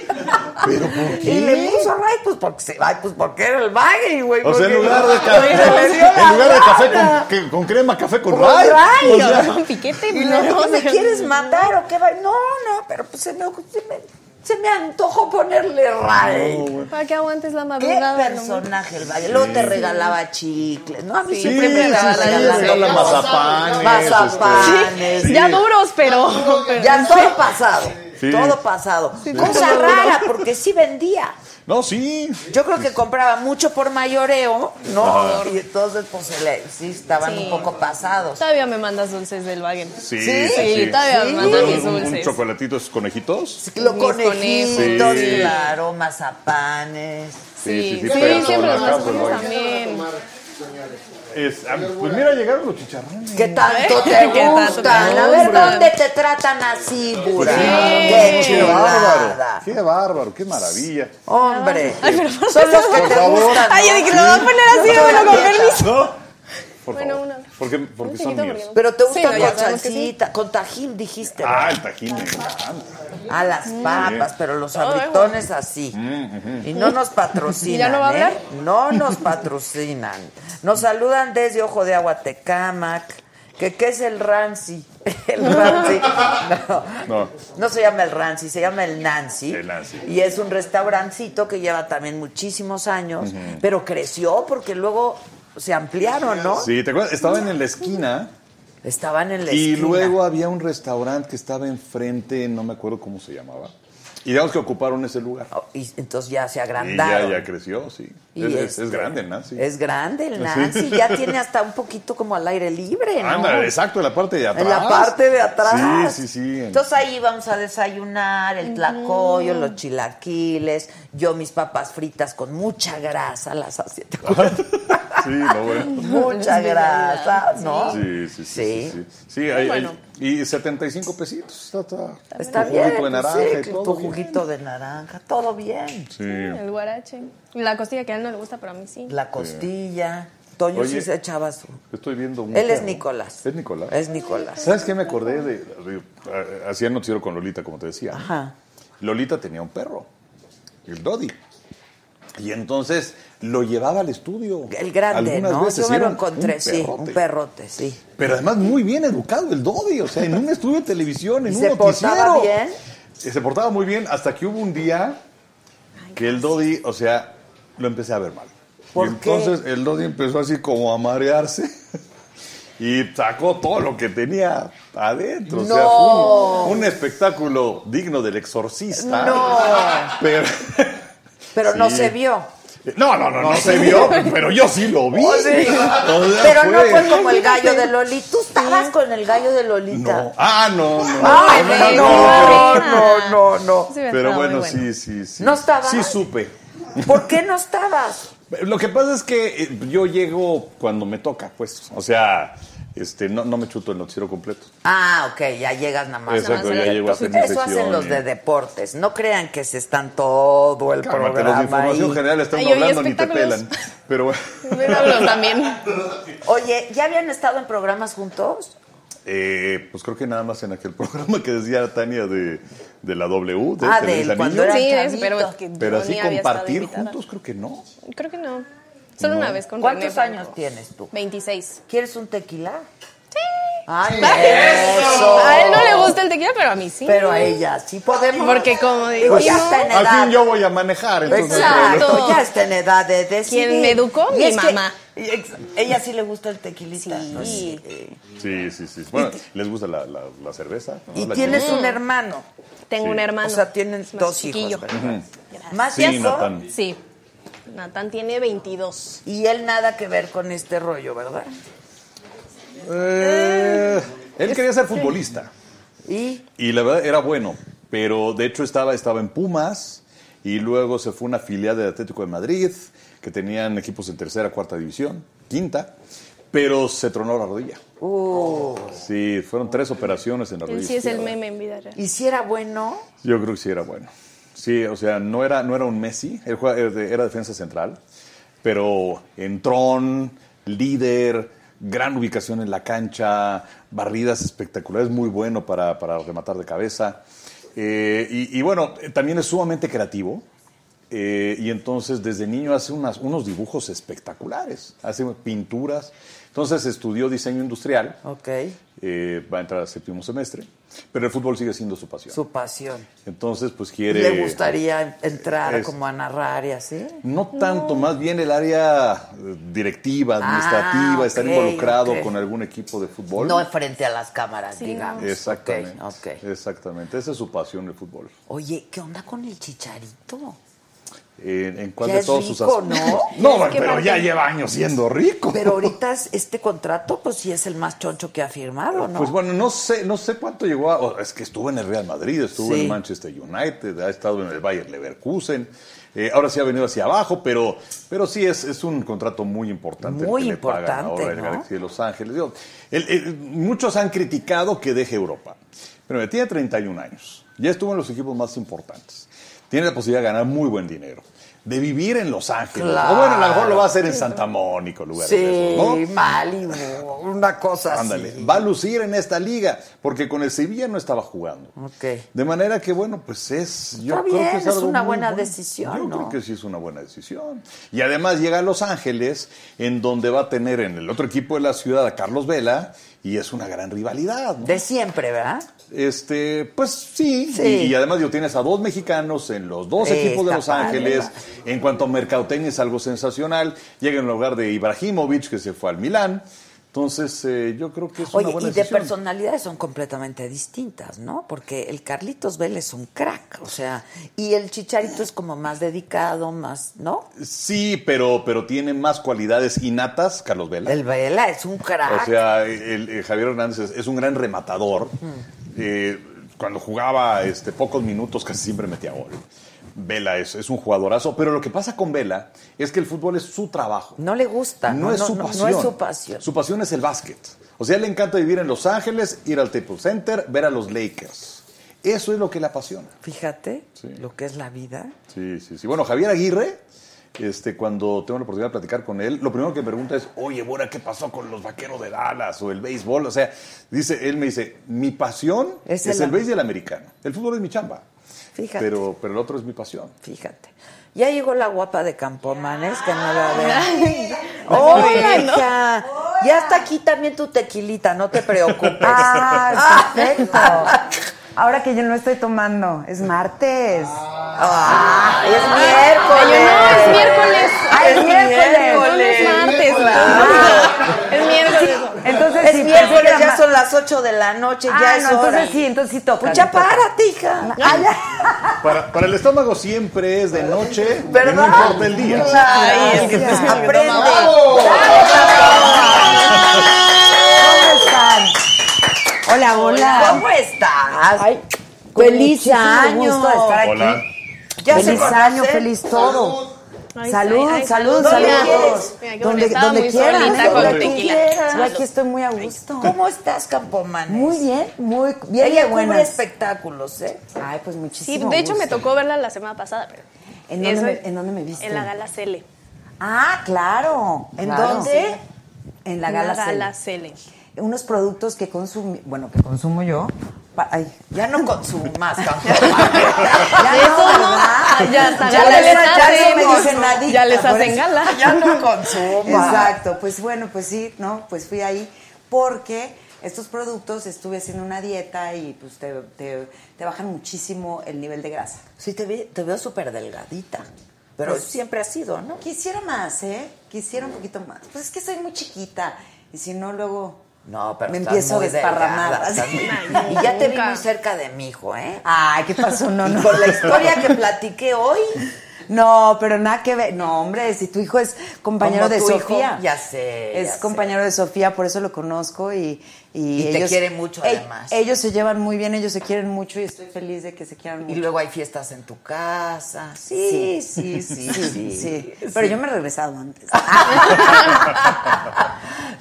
¿Pero por qué?
Y le puso raíz, pues porque, se- ay, pues porque era el baggy, güey.
O sea, en
porque-
lugar de
Güey, se
café,
le dio la
en lugar de café
gana.
con, que- con crema, café con Pues
Con
ray.
ray,
O
o
sea,
sea,
piquete,
Y
no,
le digo,
no,
¿me
no.
quieres matar o qué va? No, no, pero pues se me, se me, se me antojó ponerle raíz.
Para que aguantes la
Qué
madrugada. no
personaje el Valle. Luego te regalaba chicles, ¿no? A mí
Sí,
siempre me
sí,
andaba
sí,
regalando
regala
cosas.
mazapanes, este,
Mazapanes.
Ya duros, pero. pero-
Ya todo pasado.
Sí.
Todo pasado. Cosa
todo.
rara, porque sí vendía.
No, sí.
Yo creo que compraba mucho por mayoreo, ¿no? Y entonces, pues, se le- sí, estaban
Sí.
un poco pasados.
Todavía me mandas dulces del Wagen.
Sí,
¿Sí?
Sí, todavía me mandan mis
Un, un- un
dulces.
chocolatito de esos conejitos.
Los
Mis conejos.
conejitos,
Sí.
claro, mazapanes.
Sí, sí,
pero
siempre los
acá, pues,
mazapanes
oye.
también.
Es- ah, pues mira, llegaron los chicharrones.
¿Qué tanto
¿Qué
te
tanto te
gustan? A ver,
gustan?
¿dónde te tratan así, Bura?
Sí.
¡Qué
Qué bárbaro.
chulada!
Qué bárbaro, qué maravilla.
Hombre,
Ay, pero-
son los que
Por
te
favor.
gustan.
Ay, yo dije, lo voy a poner así,
Yo
bueno, con
todavía-
permiso.
¿No? Por
Bueno,
favor.
una.
Porque, porque
Un
son
chiquito,
míos.
Pero te
Sí,
gustan
no, ya
con
sabemos que sí.
salsita, con tajín dijiste, ¿verdad?
Ah, el tajín me encanta.
a las papas, pero los abritones así.
Mm,
Y no nos patrocinan.
¿Y ya no va a
¿eh?
hablar?
No nos patrocinan. Nos saludan desde Ojo de Agua Tecámac. ¿Qué, qué es el Rancy? El Rancy. No,
No.
no. se llama el Rancy, se llama el Nancy.
El Nancy.
Y es un restaurancito que lleva también muchísimos años, pero creció porque luego se ampliaron, ¿no?
Sí, ¿te acuerdas? Estaba en la esquina
Estaban en la
y
esquina.
luego había un restaurante que estaba enfrente, no me acuerdo cómo se llamaba. Y digamos que ocuparon ese lugar.
Oh, Y entonces ya se
Y ya,
agrandaron.
ya creció, sí.
Y
es, es-
este,
es grande, ¿no? Sí.
Es grande el
Sí.
Nancy, ya tiene hasta un poquito como al aire libre, ¿no?
Ándale, exacto, en la parte de atrás.
En la parte de atrás.
Sí, sí, sí.
Entonces ahí vamos a desayunar, el tlacoyo, los chilaquiles, yo mis papas fritas con mucha grasa, las hacía. ¿te acuerdas?
Sí, no, bueno.
mucha grasa, ¿no?
Sí, sí, sí. Sí, sí, Sí, hay-
Bueno.
hay- y 75 pesitos. Está, está,
Está
tu
bien,
Juguito de
pues
naranja
sí,
y todo.
tu
bien.
juguito de naranja, todo bien.
Sí.
El guarache. La costilla que a él no le gusta, pero a mí sí.
La costilla, Toño sí
Oye.
se echaba su...
Estoy viendo mucho.
Él es Nicolás.
Es Nicolás.
Es Nicolás.
¿Sabes qué me acordé de, de- ah, hacía noticiero con Lolita, como te decía.
Ajá.
Lolita tenía un perro, el Dodi. Y entonces lo llevaba al estudio.
El grande,
Algunas
¿no?
veces
Yo me
era
lo
un-
encontré,
un
sí,
perrote.
un perrote, sí.
Pero además muy bien educado el Dodi, o sea, en un estudio de televisión, en
¿Y
un
se
noticiero.
portaba bien?
Eh, Se portaba muy bien hasta que hubo un día que el Dodi, o sea, lo empecé a ver mal.
¿Por
y
qué?
entonces el Dodi empezó así como a marearse y sacó todo lo que tenía adentro. O sea,
¡No!
fue un, un espectáculo digno del exorcista.
¡No!
Pero,
Pero no
Sí.
se vio.
no, no, no, no se vio, pero yo sí lo vi. O sea,
Oh, Pero no fue como el gallo de Loli. Tú estabas con el gallo de Lolita.
No. Ah, no, no.
Ay,
Ay,
no,
no,
no, no, no.
Sí, me
Pero
estaba
bueno,
muy
sí, sí, sí.
¿No estaba?
Sí supe.
¿Por qué no estabas?
Lo que pasa es que eh, yo llego cuando me toca, pues. O sea, este, no, no me chuto el noticiero completo.
Ah, ok, ya llegas nada más. pues,
Exacto,
más
ya
era
llego a hacer mi
Eso
sección
hacen los
y-
de deportes. No crean que se están todo el
Cálmate, los de
programa
información
ahí.
general están
Ay, oye,
hablando ni te
espectáculos.
pelan. Pero bueno.
Espectáculos también.
Oye, ¿ya habían estado en programas juntos?
Eh, pues creo que nada más en aquel programa que decía Tania de, de la W. De
Ah,
Televisa
del cuando eran
Niños.
Sí, es-
chavitos.
pero es que
Pero
yo
así
ni había estado
compartir
invitada.
juntos, creo que no.
Creo que no. Solo una vez con
¿Cuántos
René Franco.
años tienes tú?
26.
¿Quieres un tequila? Sí. Ay, eso.
A él no le gusta el tequila, pero a mí sí.
Pero a ella sí podemos.
Porque como
Digo, ya
dijimos-
está en
Al
edad.
fin yo voy a manejar. entonces no hay
Exacto,
Exacto.
ya está en edad de decidir.
¿Quién me educó?
Y
Mi
es que-
mamá.
y ex- ella sí le gusta el tequilita.
Sí.
¿no? Sí, eh.
problema. Sí, sí, sí. Bueno, les gusta la, la, la cerveza. ¿no?
Y
La
tienes
chela.
un hermano.
Tengo
Sí.
un hermano.
O sea, tienen
Es más
dos
chiquillo.
hijos, ¿verdad?
Gracias.
Más
Sí,
eso,
Natán.
Sí. Natán tiene 22.
Y él nada que ver con este rollo, ¿verdad?
Eh, él quería ser futbolista.
Y
Y la verdad era bueno, pero de hecho estaba, estaba en Pumas y luego se fue a una filial del Atlético de Madrid, que tenían equipos en tercera, cuarta división, quinta, pero se tronó la rodilla. Sí, fueron tres operaciones en la
Uh. Él
rodilla.
sí es el
izquierda.
meme en vida real.
y si era bueno,
Yo creo que sí era bueno. Sí, o sea, no era, no era un Messi, él juega- era, de- era defensa central, pero entrón, líder, gran ubicación en la cancha, barridas espectaculares, muy bueno para, para rematar de cabeza. Eh, y, y bueno, eh, también es sumamente creativo. eh, y entonces desde niño hace unas- unos dibujos espectaculares, hace pinturas. Entonces estudió diseño industrial,
Ok.
eh, va a entrar al séptimo semestre, pero el fútbol sigue siendo su pasión.
Su pasión.
Entonces, pues
¿Y
quiere.
le gustaría entrar
es-
como a narrar y así?
No tanto, más bien el área eh, directiva, administrativa,
Ah,
estar
ok,
involucrado
ok.
con algún equipo de fútbol.
No frente a las cámaras,
Sí,
digamos.
Exactamente.
Ok, ok.
Exactamente. Esa es su pasión, el fútbol.
Oye, ¿qué onda con el chicharito?
En, en cuál
Ya
de
es
todos sus
rico,
aspectos.
¿no?
No,
Es que
pero
Martín-
ya lleva años siendo rico.
Pero ahorita es- este contrato, pues sí es el más choncho que ha firmado, ¿no?
Pues bueno, no sé, no sé cuánto llegó a. o- Es que estuvo en el Real Madrid, estuvo
Sí.
en Manchester United, ha estado en el Bayern Leverkusen. eh, ahora sí ha venido hacia abajo, pero, pero sí es, es un contrato muy importante. el
Muy
que le pagan
importante,
ahora el
¿no?
Galaxy de Los Ángeles. Digo, el- el- muchos han criticado que deje Europa. Pero mira, tiene 31 años. Ya estuvo en los equipos más importantes. Tiene la posibilidad de ganar muy buen dinero. De vivir en Los Ángeles.
Claro.
O bueno, a lo mejor lo va a hacer en Santa Mónica, lugares de
sí,
esos, ¿no?
Malibu, una cosa
Ándale,
así.
va a lucir en esta liga, porque con el Sevilla no estaba jugando.
Ok.
De manera que, bueno, pues es. Yo
Está
creo que
bien,
es,
es
algo
una
muy
buena
bueno.
decisión,
Yo
¿no?
creo que sí es una buena decisión. Y además llega a Los Ángeles, en donde va a tener en el otro equipo de la ciudad a Carlos Vela, y es una gran rivalidad, ¿no?
De siempre, ¿verdad?
Este, pues sí,
Sí.
Y, y además yo tienes a dos mexicanos en los dos
Eh,
equipos de
está
Los
padre,
Ángeles. En cuanto a mercadotecnia es algo sensacional. Llega en lugar de Ibrahimovic que se fue al Milán. Entonces, eh, yo creo que es
Oye,
una buena
y de
decisión.
personalidades son completamente distintas, ¿no? Porque el Carlitos Vélez es un crack, o sea, y el Chicharito es como más dedicado, más, ¿no?
Sí, pero, pero tiene más cualidades innatas, Carlos Vela.
El Vela es un crack.
O sea, el- el Javier Hernández es, es un gran rematador. Eh, cuando jugaba este, pocos minutos casi siempre metía gol. Vela es, es un jugadorazo, pero lo que pasa con Vela es que el fútbol es su trabajo.
no le gusta.
No, es su
No
pasión.
es su pasión.
Su pasión es el básquet. O sea, le encanta vivir en Los Ángeles, ir al Staples Center, ver a los Lakers. Eso es lo que le apasiona.
Fíjate
Sí.
lo que es la vida.
Sí, sí, sí. Bueno, Javier Aguirre, este, cuando tengo la oportunidad de platicar con él, lo primero que me pregunta es, oye, Bora, ¿qué pasó con los vaqueros de Dallas o el béisbol? O sea, dice, él me dice, mi pasión
Es
es,
el
el,
am-
béisbol y el americano. El fútbol es mi chamba.
Fíjate.
Pero, pero el otro es mi pasión.
Fíjate. Ya llegó la guapa de Campomanes, que no la veo. Hola, hija. Ya está aquí también tu tequilita, no te preocupes.
Ah, perfecto. Ahora que yo no estoy tomando, es martes.
Ah, es
Ay, yo,
miércoles.
no, es miércoles.
Ah, es miércoles.
No es martes.
Claro.
Es miércoles.
Entonces,
Es
sí,
miércoles,
pensé que
ya
era
son las 8 de la noche,
ma-
ya
Ah,
es
no,
hora.
entonces sí, entonces sí toca.
Pues
sí
ya
toca.
párate, hija. Ay,
Para, para el estómago siempre es de noche, y
¿Verdad?
no importa el día.
Ay, el que te
Gracias.
aprende.
¿Cómo están? Hola, hola.
¿Cómo estás?
Con
feliz
muchísimo
año.
gusto de estar aquí.
Hola.
Ya se
feliz
conocen.
año, feliz todo.
Ay,
Salud,
ay, ay,
salud,
¿Dónde
salud.
quieres?
Mira, qué bonito.
Donde,
Estaba
donde
muy
quieras,
solita
donde
con
tú
tequila.
quieras. Yo
Salud.
aquí estoy muy a gusto.
¿Cómo estás, Campomanes?
Muy bien, muy bien
Ella
de
cubre
buenas.
espectáculos, ¿eh?
Ay, pues
Sí,
muchísimo
de hecho me
gusto.
tocó verla la semana pasada. Pero
¿En dónde
eso-
me- en dónde me viste?
En la Gala Cele.
Ah, claro.
¿En
claro.
dónde?
En la Gala,
La Gala
Cel.
Cele.
Unos productos que consumí, bueno, que consumo yo. Pa- Ay,
Ya no consumas, Campomanes.
ya no,
Eso no.
¿verdad?
Ya hasta
Ya
gala
les
les
hacen,
hacemos.
me dicen adicta,
Ya les
por
hacen
eso.
gala.
ya no consumas.
Exacto, pues bueno, pues sí, ¿no? Pues fui ahí porque estos productos estuve haciendo una dieta y pues te, te- te bajan muchísimo el nivel de grasa.
Sí, te, ve- te veo súper delgadita. Pero
Pues-
siempre ha sido, ¿no?
Quisiera más, ¿eh? Quisiera un poquito más. Pues es que soy muy chiquita y si no, luego
No, pero
me
estás
empiezo a
muy
desparramar.
delgada, estás
así.
muy- Y ya te vi muy cerca de mi hijo, ¿eh?
Ay, ¿qué pasó? No,
y
no.
con la historia que platiqué hoy,
No, pero nada que ver. No, hombre, si tu hijo es compañero
Como
de
tu hijo,
Sofía.
ya sé,
Es
ya sé.
compañero de Sofía, por eso lo conozco y. Y,
Y te quiere mucho,
e-
además.
Ellos se llevan muy bien, ellos se quieren mucho y estoy feliz de que se quieran
y
mucho.
luego hay fiestas en tu casa. Sí, sí, sí, sí.
sí, Pero yo me he regresado antes. Ah,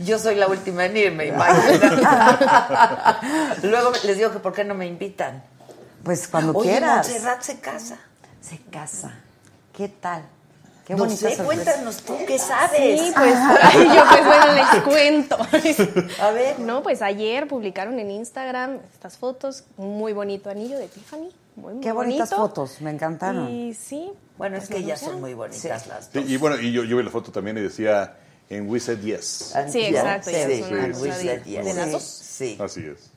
Yo soy la última en ir, me imagino. luego les digo que por qué no me invitan.
Pues cuando
Oye,
quieras.
Montserrat se casa. se casa. ¿Qué tal? Qué
No
bonita
sé,
sorpresa.
cuéntanos tú, ¿qué
sabes?
Sí, pues ay, yo pues bueno les cuento.
A ver.
No, pues ayer publicaron en Instagram estas fotos, muy bonito anillo de Tiffany, muy, muy
Qué bonitas
bonito.
fotos, me encantaron.
Y sí,
Bueno, es que
no
ellas
sé.
son muy bonitas las
Sí,
dos.
y bueno, y yo, yo vi la foto también y decía, en We Said Yes.
And
Sí,
yes,
exacto,
Sí,
ellas son una
and
cosa
we
de-
said
de las dos.
Sí. sí.
Así es.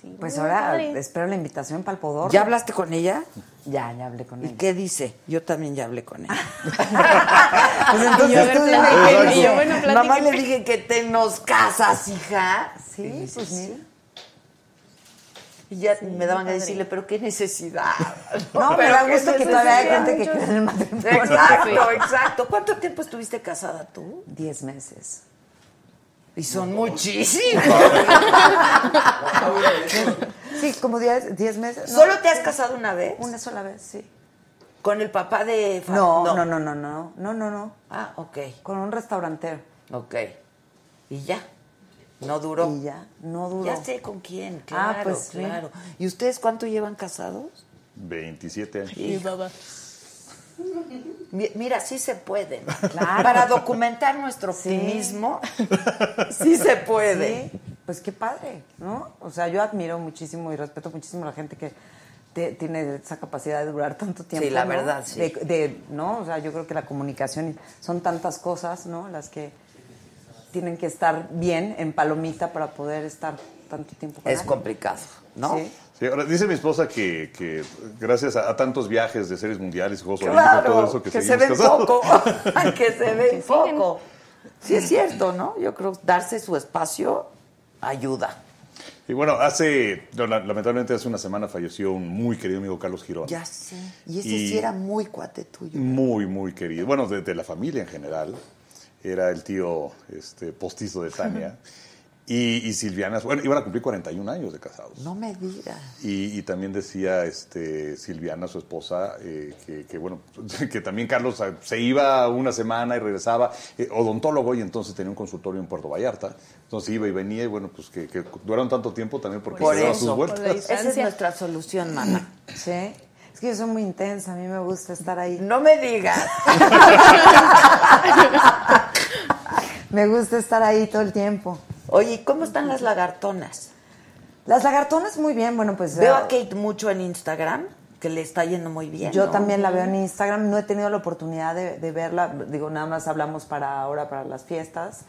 Sí,
Pues
muy
ahora
padre.
espero la invitación para el Podor.
¿Ya hablaste con ella?
Ya, ya hablé con
¿Y
él.
qué dice? Yo también ya hablé con ella.
Pues
Y yo, a ver,
tú dime
platíquenme,
qué
y yo,
dice.
bueno,
Nada más le
platíquenme.
dije que te nos casas, hija.
Sí, pues mira.
Y ya me daban a
padre.
decirle, pero qué necesidad.
No, me da
qué
gusto que
necesidad.
todavía hay gente que
muchos-
cree en el matrimonio.
Exacto, exacto. ¿Cuánto tiempo estuviste casada tú?
Diez meses.
Y son muchísimos.
Sí, como diez, diez meses. no,
¿Solo te has casado una vez?
Una sola vez, sí.
¿Con el papá de Fa-
No, no, no, no, no, no, no, no.
Ah, ok,
Con un restaurantero.
ok. Y ya. No duró.
Y ya, no duró.
Ya sé con quién,
Ah,
claro,
pues, sí.
claro. ¿Y ustedes cuánto llevan casados?
27 años.
Sí, papá.
Mi- Mira, sí se puede.
Claro.
Para documentar nuestro
Sí.
optimismo, sí se puede.
Sí, pues qué padre, ¿no? O sea, yo admiro muchísimo y respeto muchísimo a la gente que te- tiene esa capacidad de durar tanto tiempo.
Sí, la
¿no?
verdad, sí.
De, de- ¿no? O sea, yo creo que la comunicación y- son tantas cosas, ¿no? Las que tienen que estar bien en palomita para poder estar tanto tiempo con
Es
alguien.
complicado, ¿no?
Sí.
Sí, ahora dice mi esposa que, que gracias a, a tantos viajes de series mundiales, Juegos Olímpicos, todo
Claro,
eso que,
que, se ven
seguimos casados.
poco, que se ven
siguen.
poco. Sí es cierto, ¿no? Yo creo que darse su espacio ayuda.
Y bueno, hace, no, la- lamentablemente hace una semana falleció un muy querido amigo Carlos Girón.
Ya sé. Y ese
Y-
sí era muy cuate tuyo.
Muy, muy querido. Bueno, de, de la familia en general. Era el tío este, postizo de Tania. y, y Silviana, bueno, iban a cumplir 41 años de casados.
No me digas.
Y, y también decía este, Silviana, su esposa, eh, que, que, bueno, que también Carlos ah, se iba una semana y regresaba, eh, odontólogo, y entonces tenía un consultorio en Puerto Vallarta. Entonces iba y venía, y bueno, pues que, que duraron tanto tiempo también porque
Por
se daba
eso.
sus
Por la
vueltas.
Esa es
distancia.
nuestra solución, mana.
Sí. Es que yo soy muy intensa, a mí me gusta estar ahí.
No me digas.
Me gusta estar ahí todo el tiempo.
Oye, ¿y ¿cómo están las lagartonas?
Las lagartonas muy bien, bueno, pues...
Veo
eh,
a Kate mucho en Instagram, que le está yendo muy bien.
Yo
¿no?
también la veo en Instagram, no he tenido la oportunidad de, de verla, digo, nada más hablamos para ahora, para las fiestas,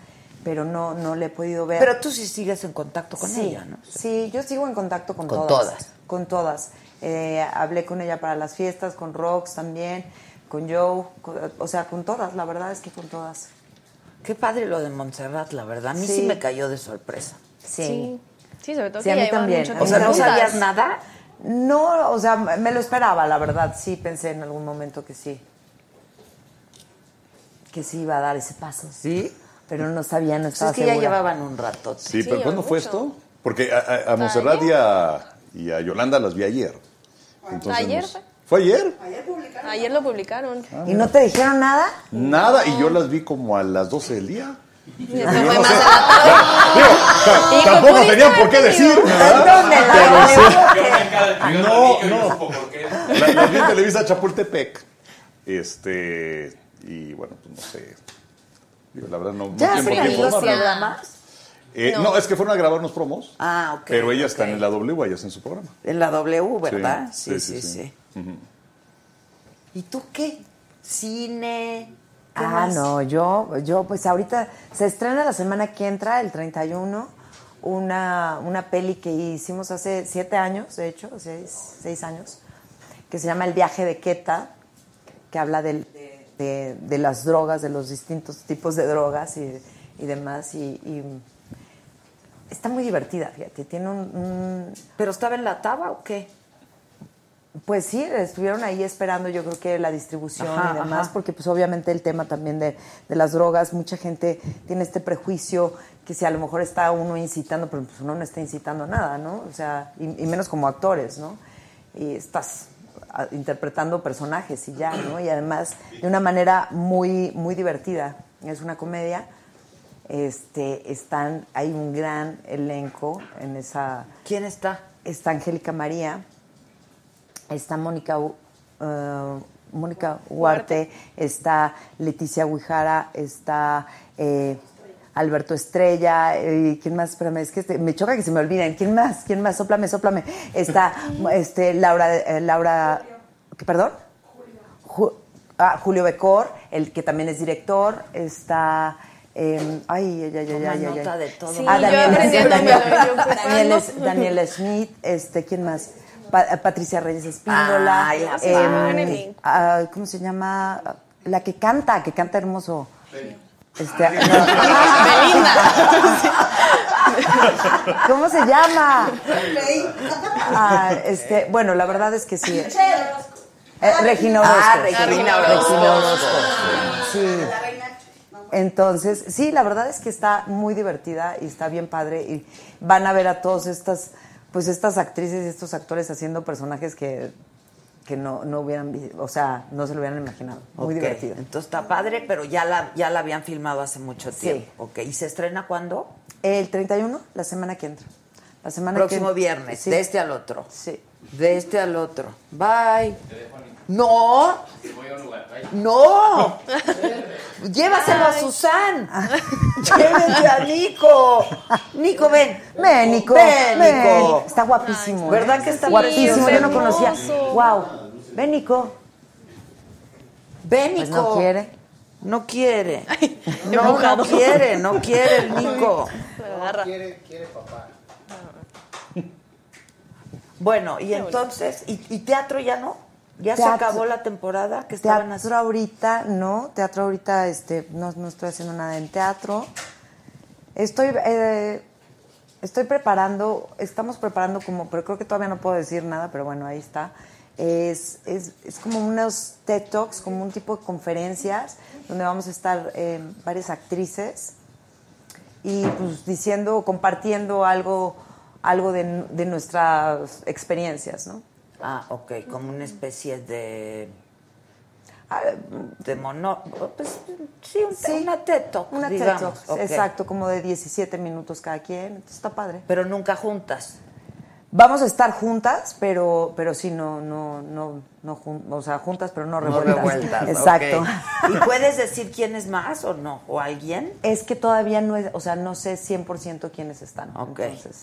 pero no, no le he podido ver.
Pero tú sí sigues en contacto con
sí,
ella, ¿no?
Sí, yo sigo en contacto con,
Con
todas,
todas.
Con todas. Eh, hablé con ella para las fiestas, con Rox también, con Joe, con- o sea, con todas, la verdad es que con todas.
Qué padre lo de Montserrat, la verdad. A mí sí,
Sí.
me cayó de sorpresa.
Sí.
Sí. Sí, sobre todo
Sí,
que
a mí
ya llevan
también.
mucho
A mí
O sea, ¿no
Juntas.
juntas.
sabías nada?
No, o sea, me lo esperaba, la verdad, sí pensé en algún momento que sí. Que sí iba a dar ese paso.
Sí.
Pero no sabía, no
Pues es
estaba
que ya
segura.
llevaban un rato.
Sí,
Sí,
pero ¿cuándo fue
mucho.
esto? Porque a, a- a Monserrat y a, y a Yolanda las vi ayer. Entonces,
¿Ayer
nos-
fue?
¿Fue ayer?
Ayer lo publicaron.
¿Y no te dijeron nada?
Nada, y yo las vi como a las 12 del día.
Y
Yo
esto
no
fue más
sé.
a la tarde.
Ta-
Hijo,
Tampoco
Ah. pudiste
tenían por qué
haber tenido.
decirme, ¿verdad?
¿Dónde?
Pero sí.
Yo me cada yo
No,
también, yo
no.
supo por qué.
La, la vi en Televisa Chapultepec. Este, y bueno, pues no sé. Digo, la verdad no, no
¿Ya
tienen por
se
qué
sí,
los
informar, ¿no?
programas?
Eh, no.
No.
es que fueron a grabar unos promos.
Ah, ok,
Pero ellas están
ok.
en la W, ellas en su programa.
En la W, ¿verdad? Sí,
Sí,
sí,
sí,
sí.
sí.
¿Y tú qué? ¿Cine? ¿Qué
Ah,
más?
no, yo, yo pues ahorita se estrena la semana que entra, el 31, una, una peli que hicimos hace siete años, de hecho, seis, seis años, que se llama El viaje de Keta, que habla del- de, de- de las drogas, de los distintos tipos de drogas y, y demás. Y, y está muy divertida, fíjate, tiene un- un,
¿Pero estaba en la taba o qué?
Pues sí, estuvieron ahí esperando, yo creo que la distribución
Ajá,
y demás,
ajá.
porque pues obviamente el tema también de, de las drogas, mucha gente tiene este prejuicio que si a lo mejor está uno incitando, pero pues uno no está incitando a nada, ¿no? O sea, y, y menos como actores, ¿no? Y estás ah, interpretando personajes y ya, ¿no? Y además de una manera muy, muy divertida. Es una comedia. Este, están, hay un gran elenco en esa
¿Quién está?
está Angélica María, está Mónica U- eh, Mónica Huarte, está Leticia Guijara, está eh, Alberto Estrella, eh, ¿quién más? Espérame, es que este- me choca que se me olviden. ¿Quién más? ¿Quién más? Sóplame, sóplame. Está este, Laura, eh, Laura, ¿qué, perdón? Ju- ah, Julio Becor, el que también es director, está... eh, ay, ay, ay, ay,
Toma
ay, ay,
nota
ay.
de todo.
Ah,
Sí, yo
Daniel,
aprendiéndome,
Daniel-
yo ocupando.
Daniel es- Daniel Smith, este, ¿quién más? Pa- Patricia Reyes Espíndola.
Ay, la
eh,
Fanny.
ah, ¿Cómo se llama? La que canta, que canta hermoso. Este, ¿Cómo se llama? Ah, este, bueno, la verdad es que sí. Eh, Regina Orozco.
Ah, Regina Orozco.
Regina Orozco. Sí. Entonces, sí, la verdad es que está muy divertida y está bien padre. Y van a ver a todas estas, pues estas actrices y estos actores haciendo personajes que, que no, no hubieran, vi- o sea, no se lo hubieran imaginado. Muy
Ok,
divertido.
Entonces está padre, pero ya la, ya la habían filmado hace mucho tiempo. Ok, ¿y se estrena cuándo?
El 31, la semana que entra. La semana que
Próximo viernes,
Sí.
de este al otro.
Sí.
De este al otro. Bye. No, no. Llévaselo a Susan. Llévate a Nico. Nico, ven.
Ven, Nico.
Ven, Nico.
Está guapísimo. ¿eh?
¿Verdad que está
guapísimo?
precioso?
Yo no conocía.
Hermoso.
Wow. Ven, Nico.
Ven,
Pues
Nico.
no quiere.
No quiere. No, no quiere, no quiere el Nico.
Quiere, quiere papá.
Bueno, y entonces, ¿y, y teatro ya no? ¿Ya se
Teatro-
acabó la temporada que estaban
Teatro
haciendo?
ahorita, no. Teatro ahorita, este, no, no estoy haciendo nada en teatro. Estoy, eh, estoy preparando, estamos preparando como, pero creo que todavía no puedo decir nada, pero bueno, ahí está. Es, es, es como unos TED Talks, como un tipo de conferencias, donde vamos a estar eh, varias actrices y pues diciendo, o compartiendo algo, algo de, de nuestras experiencias, ¿no?
Ah, ok, como una especie de... ah, De mono... Pues sí, un- una TED Talk,
Una TED
digamos.
Talks,
Ok.
exacto, como de 17 minutos cada quien, entonces está padre.
Pero nunca juntas.
Vamos a estar juntas, pero pero sí, no, no, no, no jun- o sea, juntas, pero no revueltas.
revueltas,
exacto.
ok. ¿Y puedes decir quién es más o no? ¿O alguien?
Es que todavía no es, o sea, no sé 100% quiénes están.
Ok.
Entonces,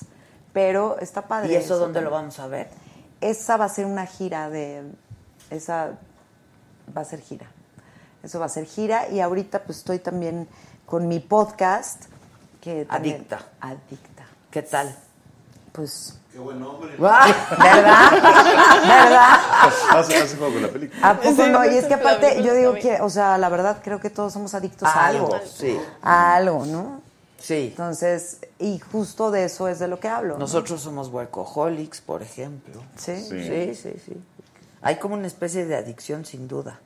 pero está padre.
¿Y eso dónde
también.
lo vamos a ver?
Esa va a ser una gira de. Esa va a ser gira. Eso va a ser gira. Y ahorita pues estoy también con mi podcast. Que también-
Adicta.
Adicta.
¿Qué tal?
Pues.
Qué buen hombre.
¿Verdad? ¿Verdad?
Hace, hace poco la película.
¿A poco
Sí,
no? Y
me
es que
gusta la
aparte,
película
yo digo
también.
que, o sea, la verdad creo que todos somos adictos
A
a algo.
algo, sí.
A algo, ¿no?
Sí.
Entonces, y justo de eso es de lo que hablo. ¿no?
Nosotros somos huecoholics, por ejemplo.
Sí.
Sí, sí, sí. Hay como una especie de adicción sin duda.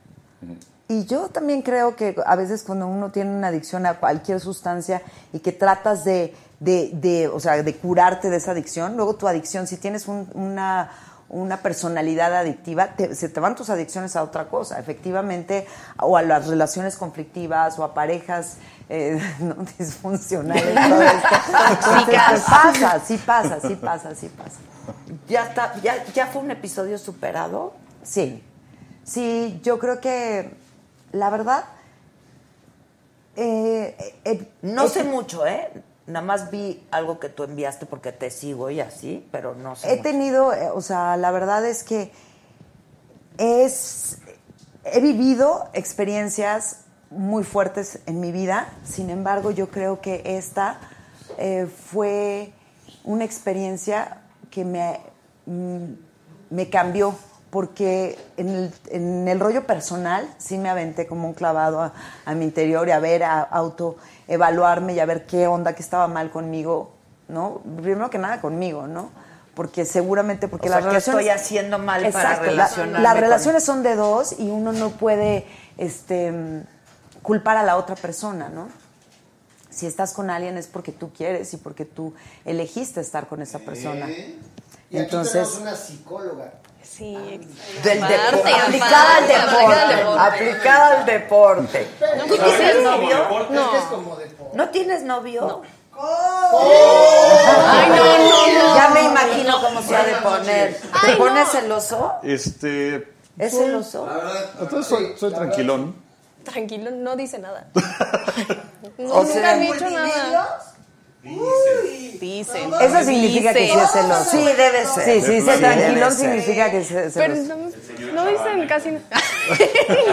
Y yo también creo que a veces cuando uno tiene una adicción a cualquier sustancia y que tratas de, de, de, o sea, de curarte de esa adicción, luego tu adicción, si tienes un- una, una personalidad adictiva, te- se te van tus adicciones a otra cosa, efectivamente, o a las relaciones conflictivas o a parejas eh, no disfuncionales. todo esto. Entonces, pues, pasa, sí pasa, sí pasa, sí pasa.
Ya está, ya, ya fue un episodio superado.
Sí, sí, yo creo que la verdad... eh, eh,
No
eh,
sé mucho, ¿eh? Nada más vi algo que tú enviaste porque te sigo y así, pero no sé.
He
mucho.
tenido, eh, o sea, la verdad es que es, he vivido experiencias muy fuertes en mi vida, sin embargo yo creo que esta eh, fue una experiencia que me, mm, me cambió, porque en el, en el rollo personal sí me aventé como un clavado a, a mi interior y a ver, a autoevaluarme y a ver qué onda, qué estaba mal conmigo, ¿no? Primero que nada conmigo, ¿no? Porque seguramente porque
O
las
sea, ¿qué
relaciones
estoy haciendo mal para
la-
relacionarme
las
con-
relaciones son de dos y uno no puede este mm, culpar a la otra persona, ¿no? Si estás con alguien es porque tú quieres y porque tú elegiste estar con esa persona.
¿Eh? Y
Entonces-
aquí tenemos una psicóloga.
Sí,
Ah.
Del deporte,
Aparte,
aplicada al
aparte, aplicada al
deporte, aplicada al deporte. ¿Tú tienes novio?
No. Es como deporte.
¿No tienes novio?
Oh.
Ay, no, no, no.
Ya me imagino cómo se ha de poner. ¿Te pones celoso?
Este,
Es celoso.
eh,
Entonces soy, soy tranquilón.
Tranquilo, no dice nada. No,
O
nunca
sea,
han dicho nada. Dicen.
Eso significa que sí es celoso.
Sí, debe ser.
Sí, sí,
Sí, debe
ser tranquilón
ser.
significa que se
Pero
celoso.
no, no dicen casi nada.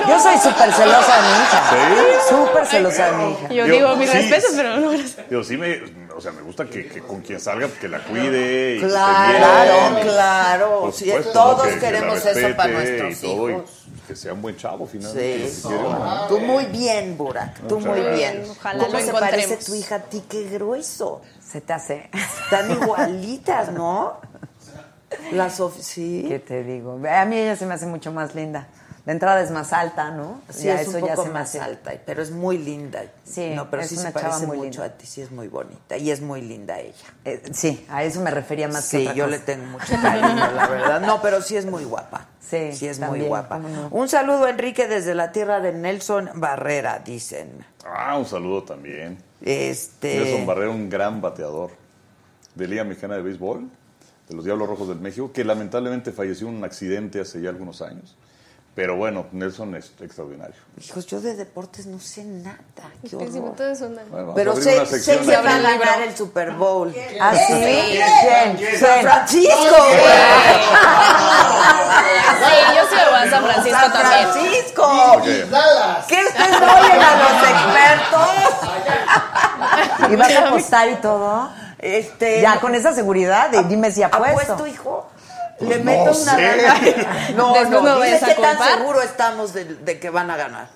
Yo soy súper celosa de mi hija. Súper celosa de mi hija.
Yo
Yo-
digo mis
sí.
respetos, pero no gracias.
Digo, sí me, o sea, me gusta que, que con quien salga, que la cuide. Y que esté
Claro,
bien, y-
claro.
por
Sí,
supuesto,
todos
¿no? Que- que la
queremos eso para
respete
nuestros
y todo, y
hijos.
que sea un buen chavo, finalmente.
Sí.
si quiere uno.
Tú muy bien, Burak. Tú
Muchas
muy
gracias.
bien.
Ojalá
¿Cómo
lo
se parece
encontremos.
tu hija a ti? Qué grueso.
Se te hace.
Están igualitas, ¿no? Las of- sí.
¿Qué te digo? A mí ella se me hace mucho más linda. La entrada es más alta, ¿no?
Sí,
Ya
es un
eso ya
poco
se me
más
hace-
alta, pero es muy linda.
Sí,
no, pero
es
sí
una
se
chava
parece
muy
mucho
linda.
a ti, sí es muy bonita y es muy linda ella.
Eh, sí, a eso me refería más que
sí,
otra
yo
cosa.
le tengo mucho cariño, la verdad. No, pero sí es muy guapa.
Sí,
sí es muy
también,
guapa.
cómo no.
Un saludo a Enrique desde la tierra de Nelson Barrera, dicen.
Ah, un saludo también.
Este
Nelson Barrera, un gran bateador de Liga Mexicana de Béisbol, de los Diablos Rojos del México, que lamentablemente falleció en un accidente hace ya algunos años. Pero bueno, Nelson es extraordinario.
Hijos, yo de deportes no sé nada. Qué
Principio
horror.
todo es una-
Bueno, vamos a
Pero
abrir
sé,
una
sé
sección
que
aquí.
va a ganar el Super Bowl.
¿Ah, sí? ¿Quién?
San
¿Quién?
Francisco.
Sí, yo soy de San Francisco
San
también.
Francisco.
Ok.
Dallas.
¿Qué ustedes no oyen a los expertos?
¿Y vas a apostar y todo?
Este,
Ya, con esa seguridad de dime si apuesto.
apuesto, hijo. Le
no
meto una
sé.
lana. Pues No,
Después
no,
me
dime
vayas a
qué tan
culpar.
seguro estamos de, de que van a ganar.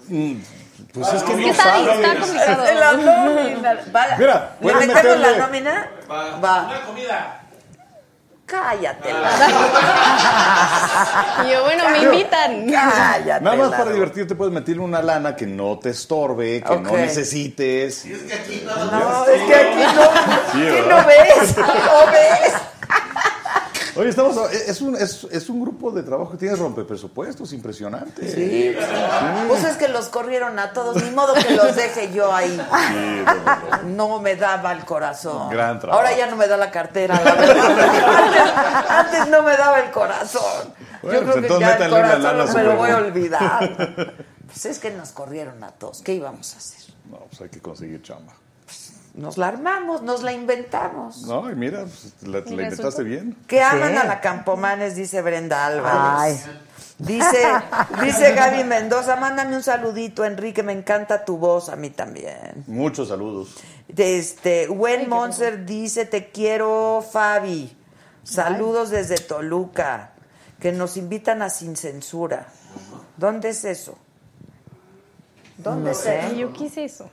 Pues es que no
Está,
sabe.
está
La
complicado.
nómina. Va-
Mira,
¿Le
pueden
metemos la
meterle-
nómina?
Va.
Va.
Una comida.
Cállate. la-
Y yo, bueno, me invitan.
Cállate.
Nada más
la-
para divertirte puedes meterle una lana que no te estorbe, que no
Ok.
necesites. Y-
No, es que aquí no.
Sí,
¿Qué
¿verdad?
no ves? ¿Qué no ves?
Oye, estamos a- es un, es, es un grupo de trabajo que tiene rompepresupuestos, impresionante.
Sí. Pues es que los corrieron a todos, ni modo que los deje yo ahí.
Sí, no, no, no.
No me daba el corazón.
Gran trabajo.
Ahora ya no me da la cartera, la verdad. Antes, antes no me daba el corazón. Yo
Bueno, pues
creo que
entonces
ya el
métanle una
corazón no
lana
me lo
súper
voy a
buena.
olvidar. Pues es que nos corrieron a todos. ¿Qué íbamos a hacer?
No, pues hay que conseguir chamba.
Nos la armamos, nos la inventamos.
No, y mira, pues, la, la
Mira,
inventaste
supo.
bien.
Que aman a la Campomanes, dice Brenda Álvarez.
Ay.
Dice, dice Gaby Mendoza, mándame un saludito, Enrique, me encanta tu voz, a mí también.
Muchos saludos.
Este, Gwen Monser dice, te quiero, Fabi. Saludos desde Toluca, que nos invitan a Sin Censura. ¿Dónde es eso? ¿Dónde es eso?
Yo quise eso.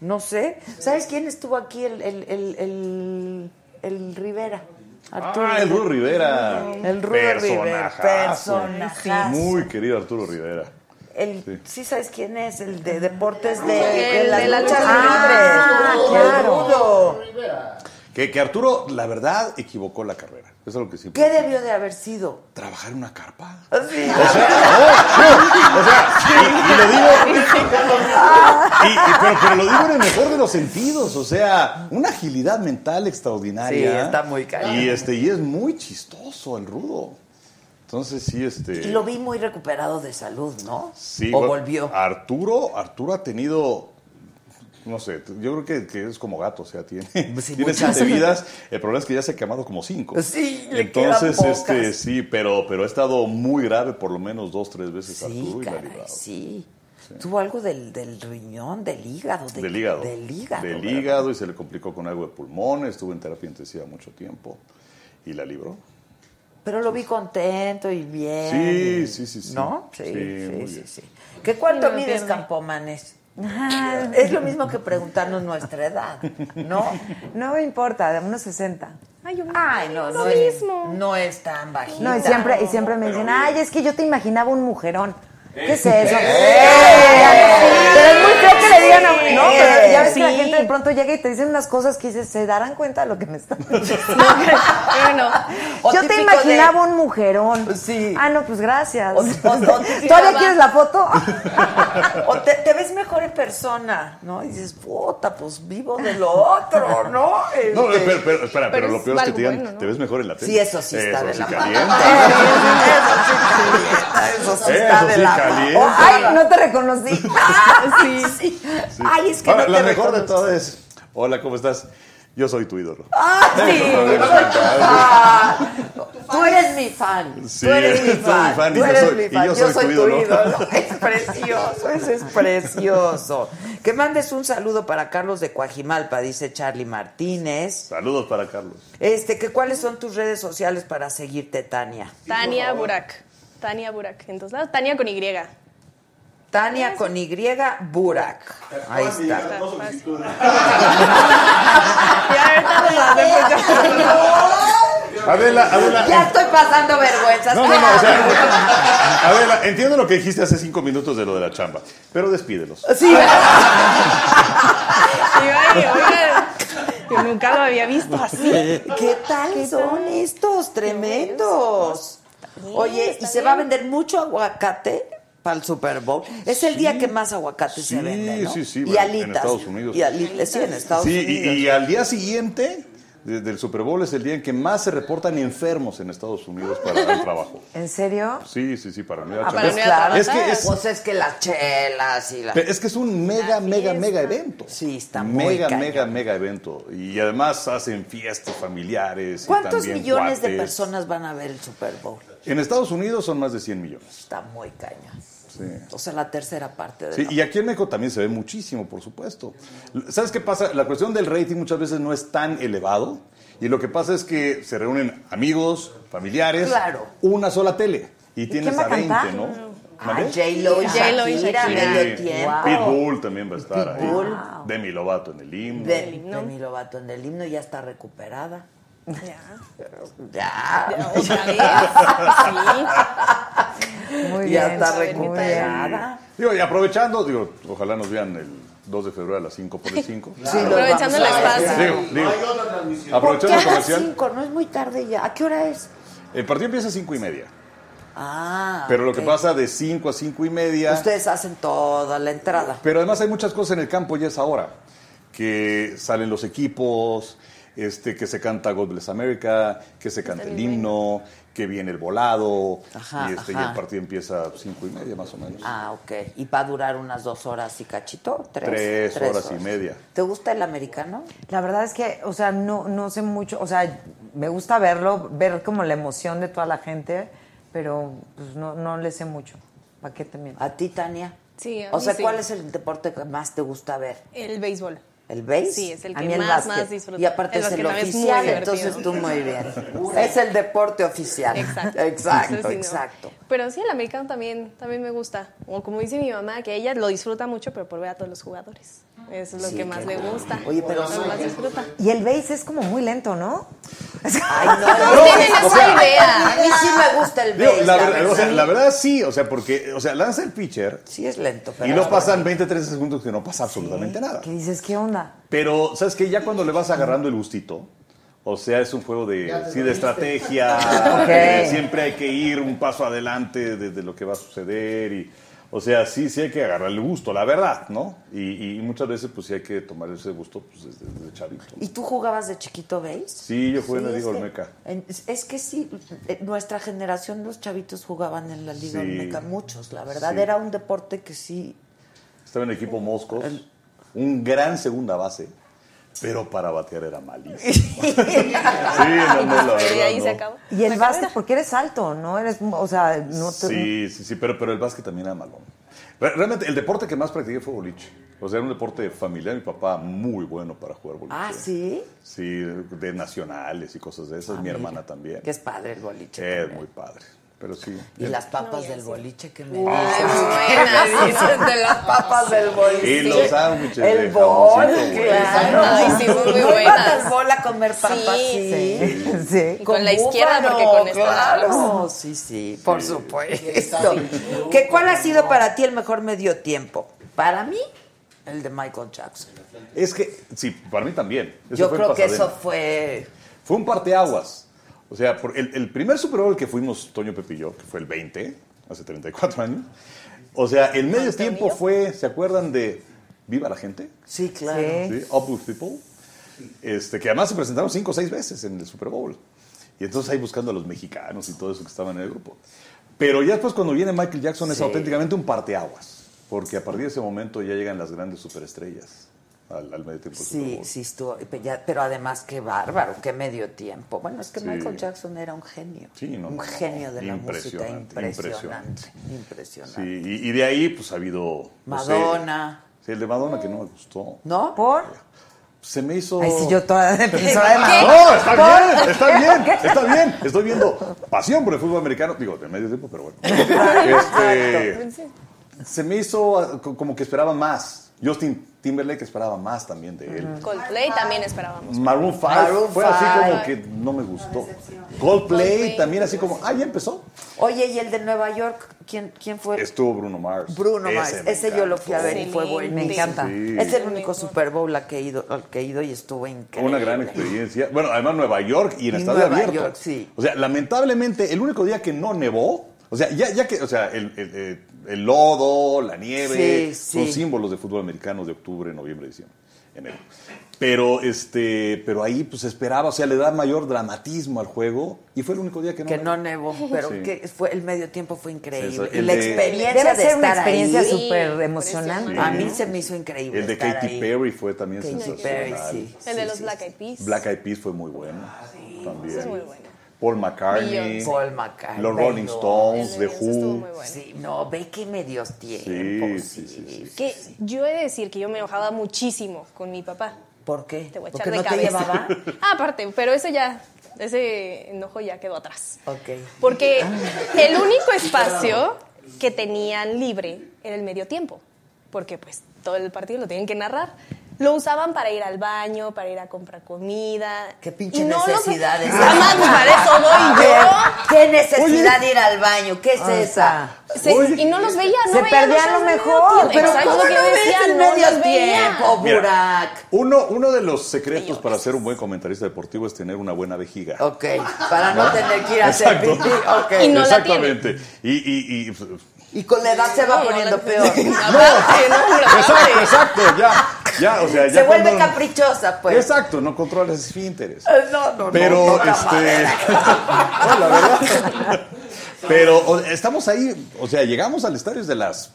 No sé. ¿Sabes quién estuvo aquí? El, el, el, el- el Rivera. Arturo
ah, el Rudo Rivera.
El Rudo Rivera.
Personajazo.
Personajazo.
Muy querido Arturo Rivera.
El, sí.
Sí.
sabes quién es, el de deportes de,
El
de las
de la
luchas
lucha
libres.
libre.
Ah, claro.
Que, que Arturo, la verdad, equivocó la carrera. Eso es lo que siempre.
¿Qué debió de haber sido?
Trabajar en una carpa.
Así.
O sea, no, no, o sea, y, y lo digo. y- y- pero, pero lo digo en el mejor de los sentidos. O sea, una agilidad mental extraordinaria.
Sí, está muy cañón.
¿eh? Y este, y es muy chistoso el rudo. Entonces sí, este.
Y lo vi muy recuperado de salud, ¿no?
Sí, Ah,
o
bueno,
volvió.
Arturo, Arturo ha tenido, no sé, yo creo que, que es como gato, o sea, tiene,
Sí,
tiene
muchas.
siete vidas. El problema es que ya se ha quemado como cinco.
Sí, le
Entonces,
quedan
este,
pocas.
sí, pero, pero ha estado muy grave por lo menos dos, tres veces
Sí,
Arturo pues y la ha
caray,
librado.
sí. Tuvo algo del, del riñón, del hígado. de-
Del hígado.
Del hígado.
Del
¿verdad?
hígado y se le complicó con algo de pulmones, estuvo en terapia intensiva mucho tiempo y la libró.
Pero lo vi contento y bien.
Sí, sí, sí, sí.
¿No? Sí,
Sí,
sí,
muy
sí.
bien.
sí. ¿Qué cuánto
Sí, me
mides,
pierdo.
Campomanes? es lo mismo que preguntarnos nuestra edad, ¿no?
No me importa, de unos 60.
Ay, yo
Ay, no,
lo
no
mismo.
Es, no es tan bajita.
No, y siempre, y siempre me dicen, ay, es que yo te imaginaba un mujerón. ¿Qué es eso? Pero es muy feo que le digan a un...
Eh,
No, pero ya ves que la
Sí.
gente de pronto llega y te dicen unas cosas que dices, ¿se darán cuenta de lo que me están diciendo?
Bueno,
O
Yo te
típico de-
imaginaba un mujerón.
Sí.
Ah, no, pues gracias.
O- o- o-
¿Todavía quieres la foto?
O te, te ves mejor en persona, ¿no? Y dices, puta, pues vivo de lo otro, ¿no?
No,
Este-
pero, pero, espera, pero,
Pero
lo
es
peor es que
algo
te digan,
bueno, ¿no?
te ves mejor en la tele.
Sí, eso sí está de
sí
la
calienta.
Eso
sí está Ah, Eh, Eso de sí la- calienta.
Oh, ay, no te reconocí.
Ah,
sí. Ay, es que
Ahora,
no
la
te
mejor
reconocí.
de todo es, hola, ¿cómo estás? Yo soy tu ídolo.
¡Ah, sí!
Eso
soy tu
no lo contaba.
fan. Tú eres mi fan.
Sí,
tú eres mi
soy mi
fan.
fan y
tú
yo
eres
soy-
mi
y
fan.
yo soy tu
tu
ídolo.
ídolo. Es precioso, ese es precioso. Que mandes un saludo para Carlos de Coajimalpa, dice Charlie Martínez.
Saludos para Carlos.
Este, que cuáles son tus redes sociales para seguirte, Tania.
Tania Burak. Tania Burak. En todos lados. Tania con Y.
Tania con Y Burak. Ahí está.
Adela, Adela.
Ya estoy pasando vergüenzas.
No, no, no, o sea, Adela, entiendo lo que dijiste hace cinco minutos de lo de la chamba, pero despídelos.
Sí.
Yo nunca lo había visto así.
¿Qué tal son estos? Tremendos. Oye, ¿y se va a vender mucho aguacate para el Super Bowl? Es el día que más aguacate se vende, ¿no?
sí, sí,
Y
bueno, en
alitas.
Estados Unidos.
Y alitas, sí, en Estados
Sí, y,
Unidos.
y al día siguiente de- del Super Bowl es el día en que más se reportan enfermos en Estados Unidos para dar trabajo.
¿En serio?
Sí, sí, sí, para mí.
Ah, para no ir a trabajar.
pues es que es,
Pues es que las chelas y la...
Pero es que es un mega, mega, mega evento.
Sí, está muy
mega,
cañón.
mega, mega evento. Y además hacen fiestas familiares. y
¿Cuántos
también
millones de
cuates.
personas van a ver el Super Bowl?
En Estados Unidos son más de 100 millones.
Está muy cañón.
Sí.
O sea, la tercera parte de
Sí,
la-
y aquí en México también se ve muchísimo, por supuesto. ¿Sabes qué pasa? La cuestión del rating muchas veces no es tan elevado. Y lo que pasa es que se reúnen amigos, familiares,
Claro.
una sola tele. Y, tienes
quién va
a
a
20,
cantar?
¿no?
Ah,
¿Mande?
J-Lo y
J-Lo y
Shakira,
Shakira.
medio
Sí.
tiempo.
Pitbull también va a estar
Pitbull.
ahí. Demi Lovato en el himno.
De, de mi Lovato en el himno ya está recuperada.
Ya,
Ya.
otra vez. Sí.
Muy
ya
bien,
está
muy bien.
recuperada.
Digo, y aprovechando, digo, ojalá nos vean el 2 de febrero a las 5 por el 5.
Sí, lo
Aprovechando
vamos a ver.
el espacio.
Digo,
¿Por
digo,
qué
aprovechando
a
el
las
comercial,
cinco? No es muy tarde ya. ¿A qué hora es?
el partido empieza a 5 y media.
Ah.
Pero lo
ok.
que pasa de 5 a 5 y media.
Ustedes hacen toda la entrada.
Pero además hay muchas cosas en el campo ya es ahora. Que salen los equipos, este, que se canta God Bless America, que se canta el himno, que viene el volado.
Ajá,
y, este, y
ajá.
el partido empieza a 5 y media más o menos.
Ah, ok. ¿Y va a durar unas dos horas y cachito? ¿Tres?
Tres horas y media.
¿Te gusta el americano?
La verdad es que, o sea, no, no sé mucho, o sea, me gusta verlo, ver como la emoción de toda la gente, pero pues no, no le sé mucho. ¿Para qué te miento?
¿A ti, Tania?
Sí, a
O
mí
sea,
sí.
¿cuál es el deporte que más te gusta ver?
El béisbol.
¿El béis?
Sí, es el
A
que
mí
más,
básquet.
más disfruto.
Y aparte es,
que
el
no, muy
oficial,
divertido.
entonces tú muy bien. Es el deporte oficial.
Exacto. Eso
Exacto,
sí, no.
exacto.
Pero sí, el americano también, también me gusta. O como dice mi mamá, que ella lo disfruta mucho, pero por ver a todos los jugadores. Eso es lo
Sí,
que más
qué
le
bueno.
gusta.
Oye, pero
lo que
sí,
más
qué
disfruta.
Y el base es como muy lento, ¿no?
Ay, no,
No tienen
o
esa
sea,
idea.
A mí sí me gusta el
Digo,
béis.
la,
la
verdad, o sea,
verdad.
la verdad sí, o sea, porque o sea, lanza el pitcher
Sí es lento, pero...
y no pasan 20, 30 segundos que no pasa absolutamente nada.
Que dices, ¿qué onda?
Pero, ¿sabes qué? Ya cuando le vas agarrando el gustito, o sea, es un juego de, sí, de estrategia, de siempre hay que ir un paso adelante de, de lo que va a suceder y... O sea, sí, sí hay que agarrar el gusto, la verdad, ¿no? Y, y muchas veces, pues sí hay que tomar ese gusto pues, desde, desde chavito.
¿Y tú jugabas de chiquito béis?
Sí, yo jugué en la
Sí,
Liga
es que-
Olmeca.
en- Es que sí, eh, nuestra generación, los chavitos jugaban en la Liga
Sí.
Olmeca, muchos, la verdad.
Sí.
Era un deporte que sí
Estaba en el equipo Moscos, un gran segunda base, pero para batear era malísimo. sí, no, no, la
Y
verdad,
ahí se
no.
acabó.
Y el básquet, porque eres alto, ¿no? Eres, o sea, no te...
Sí, sí, sí, pero, pero el básquet también era malón. Re- Realmente, el deporte que más practiqué fue boliche. O sea, era un deporte familiar. Mi papá muy bueno para jugar boliche.
Ah, ¿sí? Ah,
Sí, de nacionales y cosas de esas. Mi hermana también.
Que es padre el boliche.
Es
también.
muy padre. Pero sí.
Y
Eh,
las papas del boliche que me
Ay,
dices.
muy buena.
Dices de las papas del boliche.
Y los sándwiches de
El bol,
jamoncito, güey.
claro.
Ay, sí, muy
¿No ibas
buenas.
al bol a comer papas? Sí.
Sí.
Y
sí.
con, la izquierda,
búfalo,
porque con esta.
Claro, sí, sí, por supuesto. ¿Qué, ¿Cuál ha sido para ti el mejor medio tiempo? Para mí, el de Michael Jackson.
Es que, sí, para mí también. Eso
Yo
fue en
creo que
Pasadena.
eso fue...
Fue un parteaguas. O sea, por el, el primer Super Bowl que fuimos Toño Pepillo, que fue el 20, hace 34 años. O sea, el medio tiempo fue, ¿se acuerdan de Viva la gente.
Sí, claro. Sí.
Sí, Up with People. Este, que además se presentaron cinco o seis veces en el Super Bowl. Y entonces ahí buscando a los mexicanos y todo eso que estaban en el grupo. Pero ya después cuando viene Michael Jackson es
Sí.
auténticamente un parteaguas. Porque a partir de ese momento ya llegan las grandes superestrellas al, al medio tiempo. del Super
Sí,
Bowl.
sí
estuvo. pe- ya- Pero además, qué bárbaro, qué medio tiempo. Bueno, es que
Sí.
Michael Jackson era un genio.
Sí, no,
un
no, no.
genio de la música
Impresionante,
impresionante. Impresionante.
Sí, y, y de ahí pues ha habido... no sé,
Madonna.
sí, el de Madonna que no me gustó.
¿No? ¿Por?
Se me hizo...
Ay, sí, yo toda defensora de
No,
Madonna.
está
¿Por?
bien, está bien,
¿Qué?
está bien. Estoy viendo pasión por el fútbol americano. Digo, de medio tiempo, pero bueno. Este, se me hizo ah, co- como que esperaba más. Justin Timberlake esperaba más también de él.
Coldplay también esperábamos.
Maroon 5
Maroon
fue así
five.
como que no me gustó. Coldplay también así como, ah, ya empezó.
Oye, ¿y el de Nueva York? ¿Quién, quién fue?
Estuvo Bruno Mars.
Bruno
Ese
Mars.
me
Ese yo lo
encantó.
fui a ver y fue bueno.
Me encanta. Sí.
Es el único Super Bowl al que he ido, al que he ido y estuvo increíble.
Una gran experiencia. Bueno, además Nueva York y en
Y
estado
Nueva
abierto.
York, sí.
O sea, lamentablemente, el único día que no nevó, o sea, ya, ya que, o sea, el, el- el- el lodo, la nieve,
Sí,
son
sí.
símbolos de fútbol americano de octubre, noviembre, diciembre, enero. Pero, este, pero ahí pues esperaba, o sea, le da mayor dramatismo al juego y fue el único día que no
Que no nevó, pero
Sí.
que fue, el medio tiempo fue increíble.
Sí,
y
el
la
de-
experiencia
Debe
de
ser una
estar
experiencia
ahí.
súper emocionante.
Sí.
A mí se me hizo increíble.
El de
estar
Katy
ahí.
Perry fue también
Katy
sensacional.
Perry, sí.
El de los Black Eyed Peas.
Black Eyed Peas fue muy bueno. también.
ese es muy bueno.
Paul McCartney.
Beyoncé.
Ah, Paul McCartney.
Los Rolling Stones, The Who.
Sí, no, ve que medios
Sí,
tiempos.
sí, sí, sí.
Que yo he de decir que yo me enojaba muchísimo con mi papá.
¿Por qué?
Te voy a
Porque
echar de
no te
cabeza.
llevaba.
Ah, aparte, pero ese ya, ese enojo ya quedó atrás.
Ok.
Porque
Ah.
el único espacio que tenían libre era el medio tiempo, porque pues todo el partido lo tienen que narrar. Lo usaban para ir al baño, para ir a comprar comida.
Qué pinche
Y no los-
necesidades.
Jamás, pues, para eso
A
voy
ver,
yo.
¿Qué necesidad de ir al baño? ¿Qué es
Ah,
esa?
Se- Oye. y no los veía, no
Se
veía
perdía
los
lo
medio
mejor.
tiempo.
Pero
Exacto,
¿cómo
lo que
no
yo
ves
decía,
el
no
medio
los veía.
tiempo,
Mira,
Burak?
uno, uno de los secretos para ser un buen comentarista deportivo es tener una buena vejiga.
Ok, para no tener que ir a hacer
Exacto.
pipí, ok. Y no la tiene.
Exactamente. Y, y, pues, y-
Y con la edad se va poniendo peor.
exacto, exacto, ya, ya, o sea, ya
se vuelve
cuando-
caprichosa, pues.
Exacto, no controlas esfínteres.
Eh, No, no, no,
Pero,
no, no,
este, no, la verdad. Pero o- estamos ahí, o sea, llegamos al estadio de las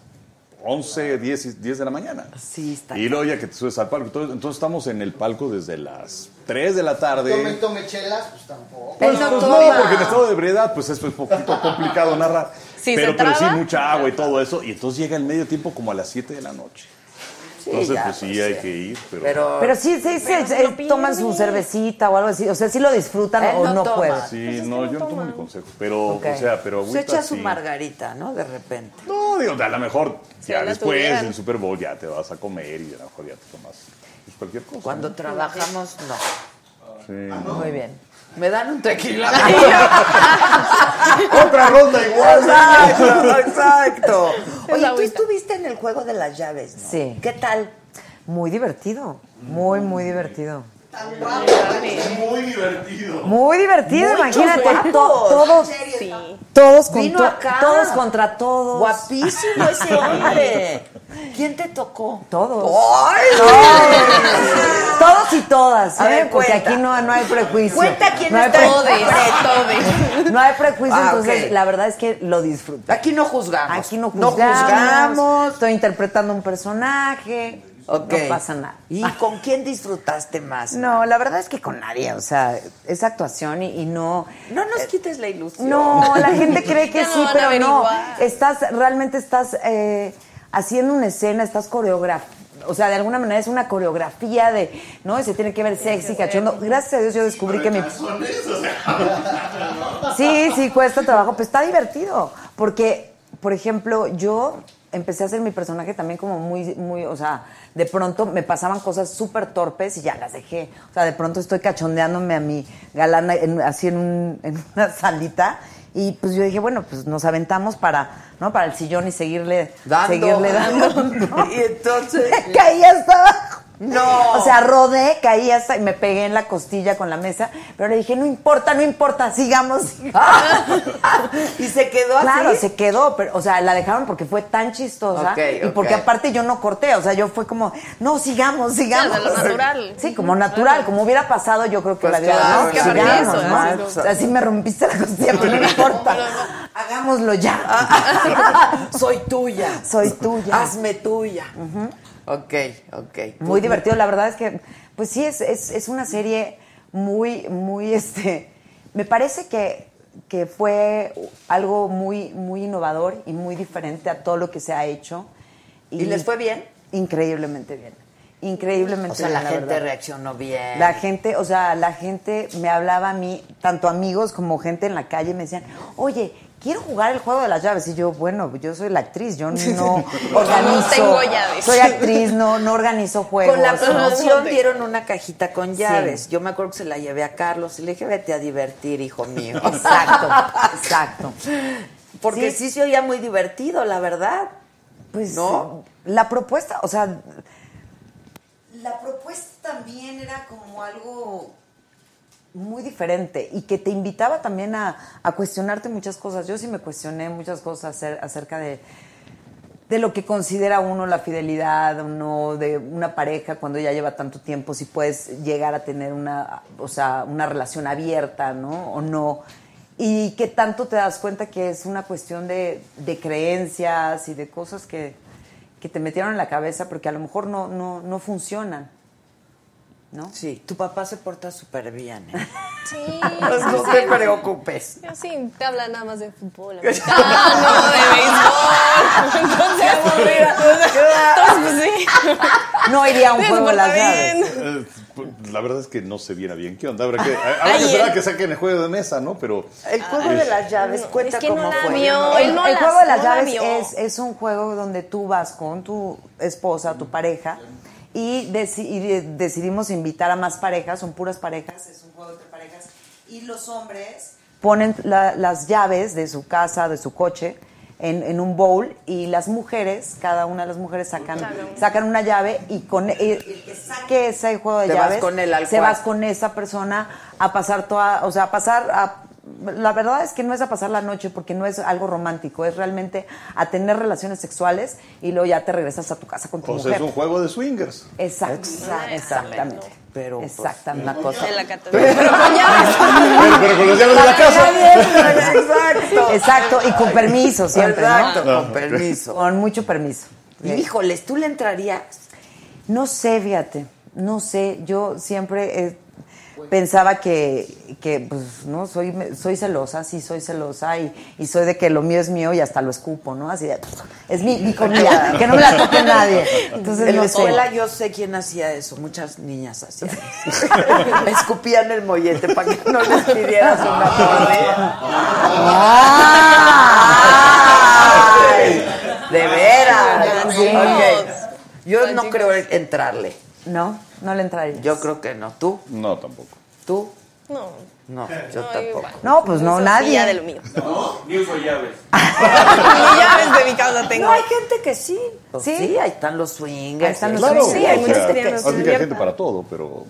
11, 10, y- 10 de la mañana.
Sí, está.
Y luego ya que te subes al palco, entonces, entonces estamos en el palco desde las 3 de la tarde.
Tome, tome chelas, pues tampoco.
Pues, pues no, porque en estado de ebriedad, pues es pues, poquito complicado narrar.
Sí,
pero,
se
pero sí,
traba.
mucha agua y todo eso. Y entonces llega el medio tiempo como a las 7 de la noche.
Sí,
entonces,
ya,
pues sí, hay que ir. Pero,
Pero sí, sí, sí, eh, toman su cervecita o algo así. O sea, sí lo disfrutan
Él
o
no
no,
toma.
pueden.
pues
Sí, no, yo no tomo ni consejo. Pero,
Ok.
o sea, pero
Se
agüita
echa su
sí.
margarita, ¿no? De repente.
No, digo, a lo mejor ya
la
después
tuvieran.
del Super Bowl ya te vas a comer y a lo mejor ya te tomas pues, cualquier cosa.
Cuando
¿no?
trabajamos, no.
Sí.
Muy bien. Me dan un tequila.
Otra ronda igual.
Exacto, exacto. Oye, tú estuviste en el juego de las llaves, ¿no?
Sí.
¿Qué tal? Mm.
Muy divertido. Muy, muy divertido.
Muy divertido.
Muy divertido,
Muchos
imagínate.
guapos.
to- todos,
Sí.
todos, con
Vino
to-
acá.
todos contra todos.
Guapísimo ese hombre. ¿Quién te tocó?
Todos.
¡Ay!
Todos. Todos y todas,
A
¿eh?
ver,
porque
cuenta.
aquí no, no hay prejuicio.
Cuenta quién
no hay
está-
prejuicio.
Todes, todes.
No hay prejuicio,
Ah,
entonces
ok.
la verdad es que lo disfruto.
Aquí no juzgamos.
Aquí no
No
juzgamos.
juzgamos.
Estoy interpretando un personaje.
Ok.
No pasa nada. Ah.
¿Y con quién disfrutaste más?
No, la verdad es que con nadie, o sea, es actuación y, y no... eh,
No nos quites la ilusión.
No, la gente cree que
Ya no
sí,
van a
pero no.
averiguar.
Estás, realmente estás eh, haciendo una escena, estás coreografando. O sea, de alguna manera es una coreografía de, ¿no? Y se tiene que ver sexy, cachondo. Gracias a Dios yo descubrí que mi... Sí, sí, cuesta trabajo, pero está divertido. Porque, por ejemplo, yo empecé a hacer mi personaje también como muy, muy, o sea, de pronto me pasaban cosas súper torpes y ya las dejé. O sea, de pronto estoy cachondeándome a mi galana en- así en, un- en una salita. Y pues yo dije, bueno, pues nos aventamos para, ¿no? Para el sillón y seguirle
Dando.
seguirle dando.
Y entonces.
Caí hasta abajo.
No.
O sea, rodé, caí hasta y me pegué en la costilla con la mesa, pero le dije, no importa, no importa, sigamos.
y se quedó
Claro,
así.
se quedó, pero, o sea, la dejaron porque fue tan chistosa
Ok,
y porque
ok.
aparte yo no corté, o sea, yo fue como, no, sigamos, sigamos.
Claro, de lo natural.
Sí, como natural, como hubiera pasado, yo creo que
Pues
la vida,
claro,
no,
es que
sigamos,
aparte eso, ¿eh?
¿no?
¿no?
O sea, sí me rompiste la costilla, pero no me importa, hagámoslo ya,
Soy tuya.
soy tuya.
Hazme tuya. Ok, ok.
Muy
Pues,
divertido, la verdad es que, pues sí, es, es, es una serie muy, muy, este, me parece que, que fue algo muy, muy innovador y muy diferente a todo lo que se ha hecho.
¿Y les fue bien?
Increíblemente bien, increíblemente
O sea,
bien,
la, gente
verdad.
reaccionó bien.
La gente, o sea, la gente me hablaba a mí, tanto amigos como gente en la calle me decían, oye, quiero jugar el juego de las llaves. Y yo, bueno, yo soy la actriz, yo no organizo.
tengo llaves.
Soy actriz, no, no organizo juegos.
Con la promoción
¿no?
dieron una cajita con llaves.
Sí.
Yo me acuerdo que se la llevé a Carlos y le dije, vete a divertir, hijo mío.
Exacto, exacto.
Porque sí.
Sí.
se oía muy divertido, la verdad.
Pues
¿No?
la propuesta, o sea, la propuesta también era como algo muy diferente y que te invitaba también a, a cuestionarte muchas cosas. Yo sí me cuestioné muchas cosas acer- acerca de, de lo que considera uno la fidelidad o no de una pareja cuando ya lleva tanto tiempo, si puedes llegar a tener una, o sea, una relación abierta, ¿no? O no. Y qué tanto te das cuenta que es una cuestión de, de creencias y de cosas que, que te metieron en la cabeza porque a lo mejor no, no, no funcionan, ¿no?
Sí, tu papá se porta súper bien. ¿eh?
Sí.
Pues no te preocupes.
Yo sí, te habla nada más de fútbol, americano, de béisbol. Entonces, Entonces, pues sí.
No iría a un
Pues
Se
juego de
porta
las llaves.
bien.
Eh, La verdad es que no se viera bien qué onda. Habrá que, habrá que
Ay,
esperar
eh.
a que saquen el juego de mesa, ¿no? Pero
El juego de las llaves
No,
cuenta
es que
cómo
no la
fue.
vio.
El,
Él no
el
las-
juego de las
no la
llaves
vio.
es, es un juego donde tú vas con tu esposa, tu pareja, y, deci- y de- decidimos invitar a más parejas, son puras parejas, es un juego entre parejas, y los hombres ponen la- las llaves de su casa, de su coche, en, en un bowl, y las mujeres, cada una de las mujeres sacan, sacan una llave, y con el, el que saque ese juego de
Te vas
llaves,
con él al
se vas
cuarto.
con esa persona a pasar toda, o sea, a pasar a la verdad es que no es a pasar la noche porque no es algo romántico, es realmente a tener relaciones sexuales y luego ya te regresas a tu casa con tu
o
mujer.
sea, pues, es un juego de swingers.
Exacto, exactamente.
Pero, pues,
exactamente.
una cosa-
De la catedral. Pero con llaves.
Pero, pero con los llaves de la casa.
Exacto.
Exacto, y con permiso siempre, ¿no?
Exacto, con permiso.
Con mucho permiso.
Híjoles, ¿tú le entrarías?
No sé, fíjate, no sé, yo siempre eh, pensaba que, que, pues, no, soy, me- soy celosa, sí, soy celosa y, y soy de que lo mío es mío y hasta lo escupo, ¿no? Así de, es mi, mi comida, que no me la toque nadie. Entonces,
en la
no sé.
escuela yo sé quién hacía eso, muchas niñas hacían eso. Escupían el mollete para que no les pidieras una torre.
Ah.
¡Ay! De veras. Ok. Yo no creo entrarle.
No, no le entraría.
Yo creo que no. ¿Tú?
No, tampoco.
¿Tú?
No.
No, yo
no,
tampoco.
igual.
No, pues no,
Eso sí,
nadie.
ya de lo mío.
No, ni uso llaves.
Ni llaves de mi casa tengo.
No, hay gente que sí. Pues
¿Sí?
¿Sí? ahí están los swingers.
Ahí están los
Claro,
Sí,
sí,
hay
hay
muchos
mucha
que-
Así que hay gente para todo, pero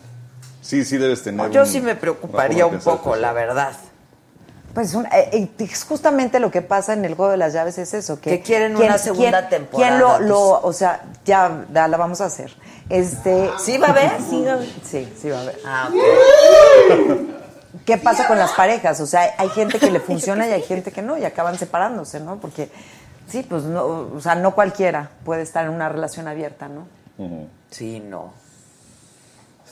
sí, sí debes tener.
Yo
un-
sí me
una
preocuparía
forma de
un
pensar
poco,
especial.
la verdad.
Pues un- eh, eh, es justamente lo que pasa en el juego de las llaves es eso, que,
Que quieren
¿quién-
una segunda
quién-
temporada, pues.
¿Quién lo,
dice.
lo- o sea, ya, ya la vamos a hacer. Este,
Ah.
¿Sí va a haber?
Sí, va a haber. Sí, sí va a haber.
Ah,
¿Qué pasa con las parejas? O sea, hay gente que le funciona y hay gente que no y acaban separándose, ¿no? Porque sí, pues no, o sea, no cualquiera puede estar en una relación abierta, ¿no?
Ujú.
Sí, no.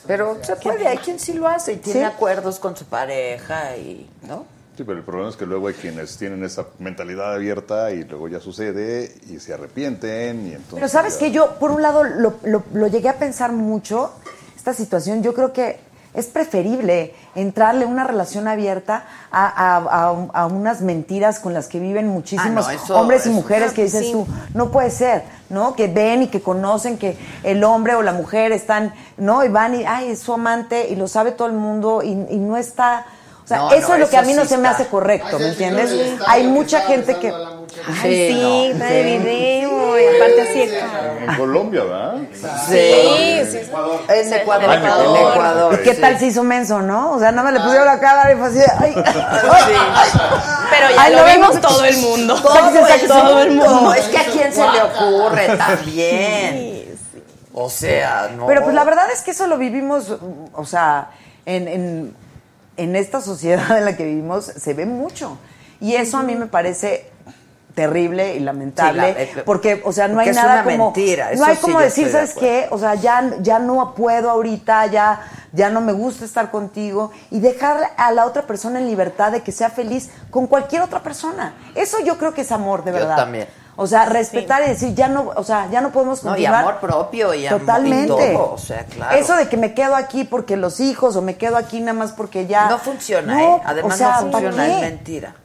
Pero se puede, hay quien sí lo hace y tiene
Sí.
acuerdos con su pareja y, ¿no?
Sí, pero el problema es que luego hay quienes tienen esa mentalidad abierta y luego ya sucede y se arrepienten y entonces.
Pero sabes
ya-
que yo, por un lado, lo, lo- lo llegué a pensar mucho, esta situación, yo creo que es preferible entrarle una relación abierta a, a- a- a unas mentiras con las que viven muchísimos
Ah, no, eso-
hombres y
eso-
mujeres
ah,
que dices
sí.
tú, no puede ser, ¿no? Que ven y que conocen que el hombre o la mujer están, ¿no? Y van y, ay, es su amante y lo sabe todo el mundo y, y no está... O sea,
No,
eso
no,
es lo que
eso
a mí no
sí
se me
está.
hace correcto,
Hay
¿me
gente que
entiendes?
está
Hay
lo que
mucha
está
gente que...
besando a la muchacha.
Ay, sí,
Sí, no,
está de
sí.
video.
No, y aparte así es como-
En Colombia, ¿verdad?
Sí, sí,
Es de Ecuador.
Ah, en Ecuador.
En Ecuador.
¿Y qué tal si hizo menso, no? O sea, nada más le pusieron la cara y fue así. de, Ay,
Pero ya
Ay,
lo,
lo
vimos
vimos.
todo el mundo.
Todo el
Todo el mundo.
Es que a quién se le ocurre también. O sea, no.
Pero pues la verdad es que eso lo vivimos, mm, o sea, en, en- en esta sociedad en la que vivimos se ve mucho. Y eso a mí me parece terrible y lamentable
Sí, la- eh,
porque o sea no
porque
hay
es
nada
una
como
mentira, eso
no hay
sí
como
yo
decir
estoy de
sabes qué o sea ya ya no puedo ahorita ya ya no me gusta estar contigo y dejar a la otra persona en libertad de que sea feliz con cualquier otra persona eso yo creo que es amor de
Yo
verdad
también.
o sea respetar y decir ya no o sea ya no podemos
No, y
continuar
amor propio y amor y
Totalmente.
todo, o sea, claro.
Eso de que me quedo aquí porque los hijos o me quedo aquí nada más porque ya.
No funciona,
No,
¿eh? Además
o sea,
no funciona,
¿para qué?
es mentira.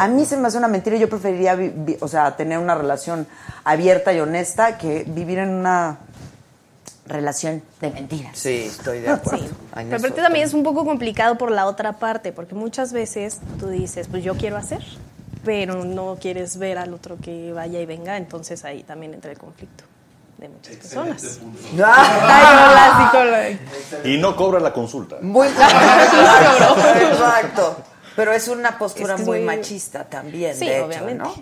A mí se me hace una mentira. Yo preferiría, vi- vi- o sea, tener una relación abierta y honesta que vivir en una relación de mentiras.
Sí, estoy de acuerdo.
Sí.
Ay, no
Pero aparte
soy-
también es un poco complicado por la otra parte, porque muchas veces tú dices, pues yo quiero hacer, pero no quieres ver al otro que vaya y venga, entonces ahí también entra el conflicto de muchas personas. Ay, no, la psicóloga.
Y no cobra la consulta.
Muy exacto, exacto. Pero es una postura
Es que es
muy
muy-
machista también,
Sí,
de hecho,
obviamente.
¿no?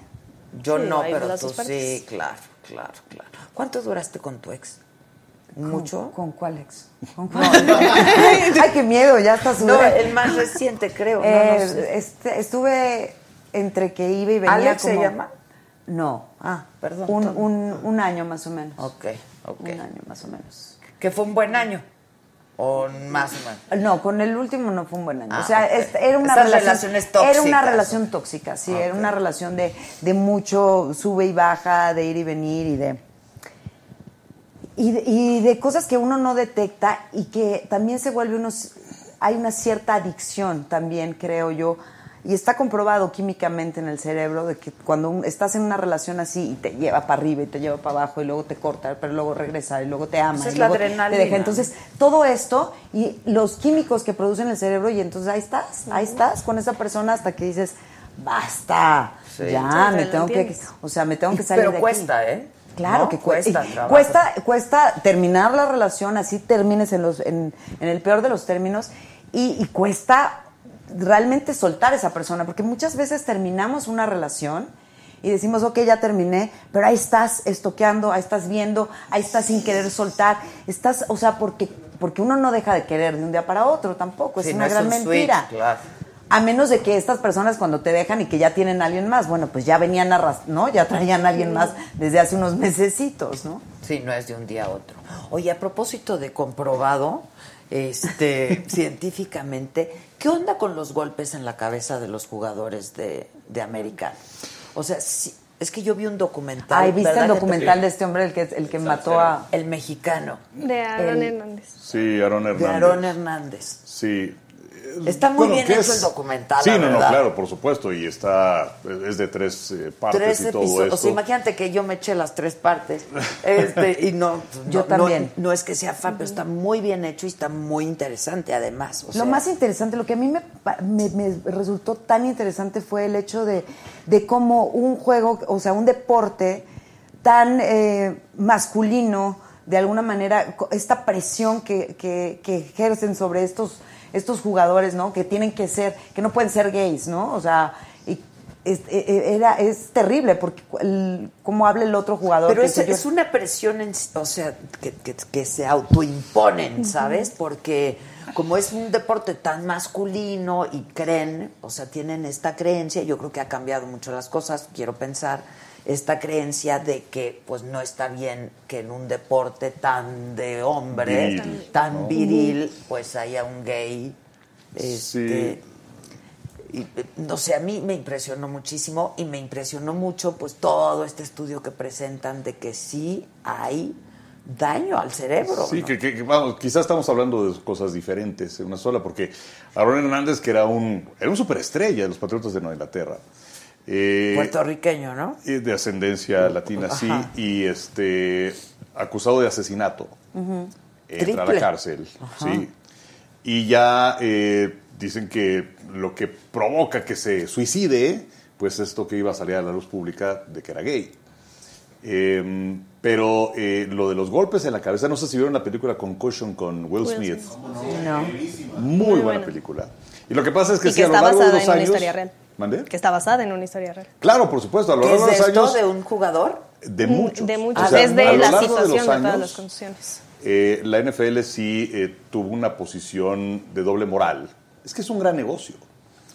Yo
Sí,
no,
hay
pero
las
tú
dos partes.
sí, claro, claro, claro. ¿Cuánto duraste con tu ex?
¿Mucho?
¿Mucho?
¿Con cuál ex? ¿Con cuál? Ay, qué miedo, ya está sudando.
No, el más reciente, creo. no,
Eh,
no, sé.
este, estuve entre que iba y venía
¿Alex se
como-
llama?
No.
Ah, perdón.
Un, un- un año más o menos.
Ok, ok.
Un año más o menos.
Que fue un buen año. O más o menos.
No, con el último no fue un buen año.
Ah,
o sea,
ok.
este, era una
Esas
relación,
relaciones tóxicas.
Era una relación tóxica, sí, era
Ok.
una relación de, de mucho sube y baja, de ir y venir y de, y de. y de cosas que uno no detecta y que también se vuelve unos. Hay una cierta adicción también, creo yo. Y está comprobado químicamente en el cerebro de que cuando un- estás en una relación así y te lleva para arriba y te lleva para abajo y luego te corta, pero luego regresa y luego te ama.
Esa es
y
la
luego te deja.
adrenalina.
Entonces, entonces, todo esto y los químicos que producen el cerebro y entonces ahí estás, ahí estás con esa persona hasta que dices, basta,
Sí.
ya,
Sí,
me
lo
tengo que,
entiendes.
o sea, me tengo que salir
Pero
de aquí".
cuesta, ¿eh?
Claro
¿No?
que
cuesta.
cuesta.
trabajo.
Cuesta, cuesta terminar la relación, así termines en, los, en, en el peor de los términos, y, y cuesta realmente soltar a esa persona, porque muchas veces terminamos una relación y decimos, ok, ya terminé, pero ahí estás estoqueando, ahí estás viendo, ahí estás sin querer soltar, estás, o sea, porque, porque uno no deja de querer de un día para otro tampoco, es
Sí, no
una gran
un switch,
mentira.
claro.
A menos de que estas personas cuando te dejan y que ya tienen a alguien más, bueno, pues ya venían arras- ¿no? Ya traían a alguien más desde hace unos mesecitos, ¿no?
Sí, no es de un día a otro. Oye, a propósito de comprobado, este, científicamente, ¿qué onda con los golpes en la cabeza de los jugadores de, de América? O sea, sí, es que yo vi un documental.
Ay, ¿viste
¿verdad
el
que te-
documental de este hombre, el que, el que mató a...
El mexicano,
De Aaron
El-
Hernández.
Sí, Aaron
de
Hernández.
Aarón Hernández.
Sí.
Está muy
Bueno,
bien
que
hecho
es-
el documental.
Sí,
la
no, no,
verdad.
claro, por supuesto. Y está, es de tres eh, partes
Tres
y todo
episodios. O sea,
esto.
imagínate que yo me eché las tres partes. Este, y no,
Yo
no-
también.
No, no es que sea fan, pero está muy bien hecho y está muy interesante además. o sea,
Lo más interesante, lo que a mí me, pa- me- me resultó tan interesante fue el hecho de, de cómo un juego, o sea, un deporte tan eh, masculino, de alguna manera, co- esta presión que, que- que ejercen sobre estos, estos jugadores, ¿no? Que tienen que ser, que no pueden ser gays, ¿no? O sea, y es, e- e- era, es terrible porque cu- el- cómo habla el otro jugador.
Pero
que
es,
se-
es una presión, en- o sea, que, que- que se autoimponen, ¿sabes? Porque como es un deporte tan masculino y creen, o sea, tienen esta creencia, yo creo que ha cambiado mucho las cosas, quiero pensar, esta creencia de que pues no está bien que en un deporte tan de hombre,
Viril,
tan viril, pues haya un gay. Este,
Sí.
y, eh, no sé, a mí me impresionó muchísimo y me impresionó mucho pues todo este estudio que presentan de que sí hay daño al cerebro.
Sí,
¿no?
que, que- que, vamos, quizás estamos hablando de cosas diferentes en una sola, porque Aaron Hernández, que era un, era un superestrella de los Patriotas de Nueva Inglaterra. eh,
Puertorriqueño, ¿no?
eh, de ascendencia latina, sí,
Ajá.
y este acusado de asesinato. Entra a
Triple.
la cárcel, sí. Y ya eh, dicen que lo que provoca que se suicide, pues esto que iba a salir a la luz pública de que era gay. Eh, pero eh, lo de los golpes en la cabeza, no sé si vieron la película Concussion con Will,
Will
Smith.
Smith.
No. Muy, buena
buena.
película. Y lo que pasa es que
Y
sí,
que
a lo
está
largo de
basada
los
en una
años.
historia real.
¿Mandé?
Que está basada en una historia real.
Claro, por supuesto, a lo
¿Qué
largo de
es
los
esto
años.
de
un jugador?
De muchos.
Mm, De
O
muchos.
sea,
es
a
de
lo
la
largo
situación de,
los
todas
años,
las condiciones.
eh, la NFL sí eh, tuvo una posición de doble moral. Es que es un gran negocio.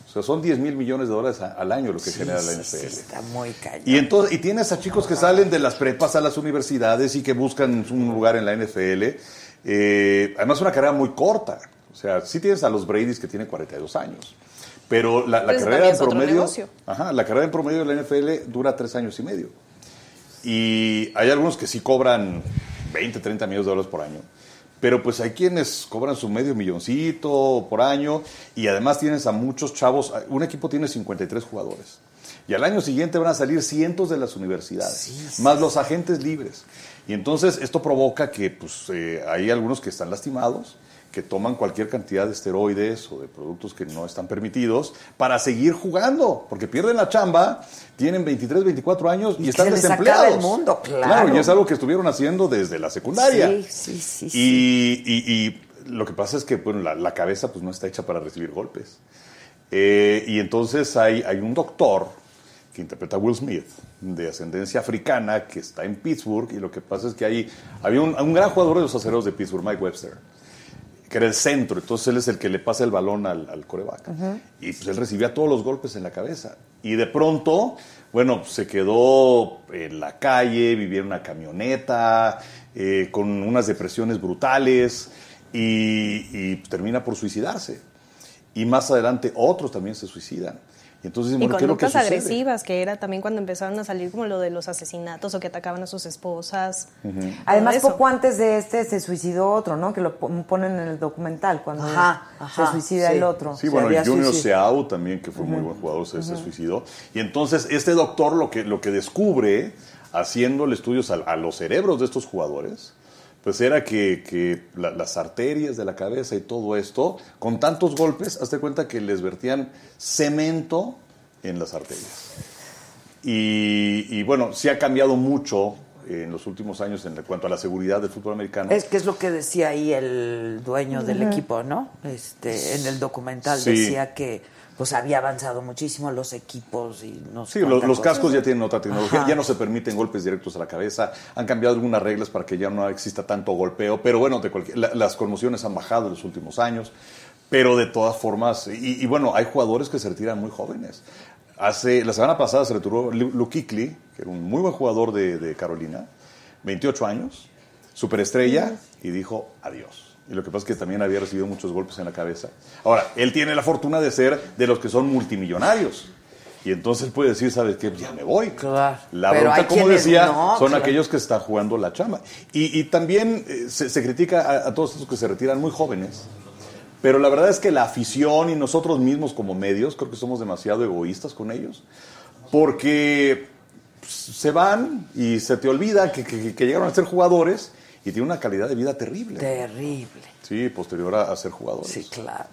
O sea, son 10 mil millones de dólares a- al año lo que
Sí,
genera la
sí,
NFL.
sí, está muy cañón.
Y entonces, y tienes a chicos que salen de las prepas a las universidades y que buscan un lugar en la NFL. Eh, además, una carrera muy corta. O sea, sí tienes a los Brady's que tienen 42 años. Pero la, la
Pero
carrera
eso Pues también
en
es otro
promedio.
negocio.
Ajá, la carrera en promedio de la NFL dura tres años y medio. Y hay algunos que sí cobran 20, 30 millones de dólares por año. Pero pues hay quienes cobran su medio milloncito por año y además tienes a muchos chavos. Un equipo tiene 53 jugadores. Y al año siguiente van a salir cientos de las universidades, más los agentes libres. Y entonces esto provoca que pues, eh, hay algunos que están lastimados, que toman cualquier cantidad de esteroides o de productos que no están permitidos para seguir jugando, porque pierden la chamba, tienen 23, 24 años y,
que
están
se les acaba
desempleados.
el mundo, claro.
y es algo que estuvieron haciendo desde la secundaria.
Sí, sí, sí,
Y,
sí.
y- y lo que pasa es que bueno, la, la cabeza pues, no está hecha para recibir golpes. Eh, y entonces hay, hay un doctor que interpreta a Will Smith, de ascendencia africana, que está en Pittsburgh, y lo que pasa es que ahí había un, un gran jugador de los aceros de Pittsburgh, Mike Webster, que era el centro, entonces él es el que le pasa el balón al, al coreback. Y pues él recibía todos los golpes en la cabeza. Y de pronto, bueno, se quedó en la calle, vivía en una camioneta, eh, con unas depresiones brutales, y, y termina por suicidarse. Y más adelante otros también se suicidan. Y entonces,
Y
bueno, ¿qué es lo que
conductas
sucede?
agresivas, que era también cuando empezaron a salir como lo de los asesinatos o que atacaban a sus esposas.
Ujú.
Además,
Eso.
poco antes de este se suicidó otro, ¿no? Que lo pon- ponen en el documental cuando
Ajá, ajá,
se suicida
sí.
el otro.
Sí,
Se
bueno,
había
el Junior
suicidado.
Seau también, que fue muy buen jugador, se, se suicidó. Y entonces este doctor lo que, lo que descubre, haciéndole estudios a, a los cerebros de estos jugadores, pues era que, que la- las arterias de la cabeza y todo esto, con tantos golpes, hazte cuenta que les vertían cemento en las arterias. Y, y bueno, sí ha cambiado mucho eh, en los últimos años en cuanto a la seguridad del fútbol americano.
Es que es lo que decía ahí el dueño del
Ujú.
equipo, ¿no? Este, en el documental
Sí.
decía que pues había avanzado muchísimo los equipos y no sé
Sí, lo-
cuánta
los
cosa.
cascos ya tienen otra tecnología,
Ajá.
ya no se permiten golpes directos a la cabeza, han cambiado algunas reglas para que ya no exista tanto golpeo, pero bueno, de cualquier- la- las conmociones han bajado en los últimos años, pero de todas formas, y, y bueno, hay jugadores que se retiran muy jóvenes. Hace, la semana pasada se retiró Lu- Luke Kuechly, que era un muy buen jugador de, de Carolina, 28 años, superestrella, y dijo adiós. Y lo que pasa es que también había recibido muchos golpes en la cabeza. Ahora, él tiene la fortuna de ser de los que son multimillonarios. Y entonces él puede decir, ¿sabes qué? Pues ya me voy. La
Pero hay
bronca, como
quienes
decía,
no,
son
claro.
aquellos que están jugando la chamba. Y, y también eh, se, se critica a, a todos estos que se retiran muy jóvenes. Pero la verdad es que la afición y nosotros mismos como medios creo que somos demasiado egoístas con ellos. Porque pues, se van y se te olvida que, que- que llegaron a ser jugadores y tienen una calidad de vida terrible.
Terrible.
Sí, posterior a, a ser jugadores.
Sí, claro.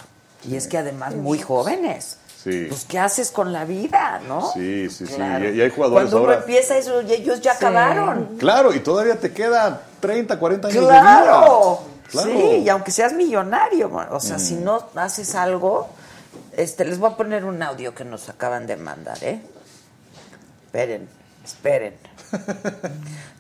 Y es que además muy jóvenes.
Sí.
Pues qué haces con la vida, ¿no?
Sí, sí, sí.
Claro.
Y- Y hay jugadores
Cuando uno
ahora.
empieza eso, y ellos ya acabaron.
Claro, y todavía te queda 30, 40 años
Claro.
de vida. Claro. Mm.
Sí, y aunque seas millonario, mo- o sea, si no haces algo, este, les voy a poner un audio que nos acaban de mandar, ¿eh? Esperen, esperen.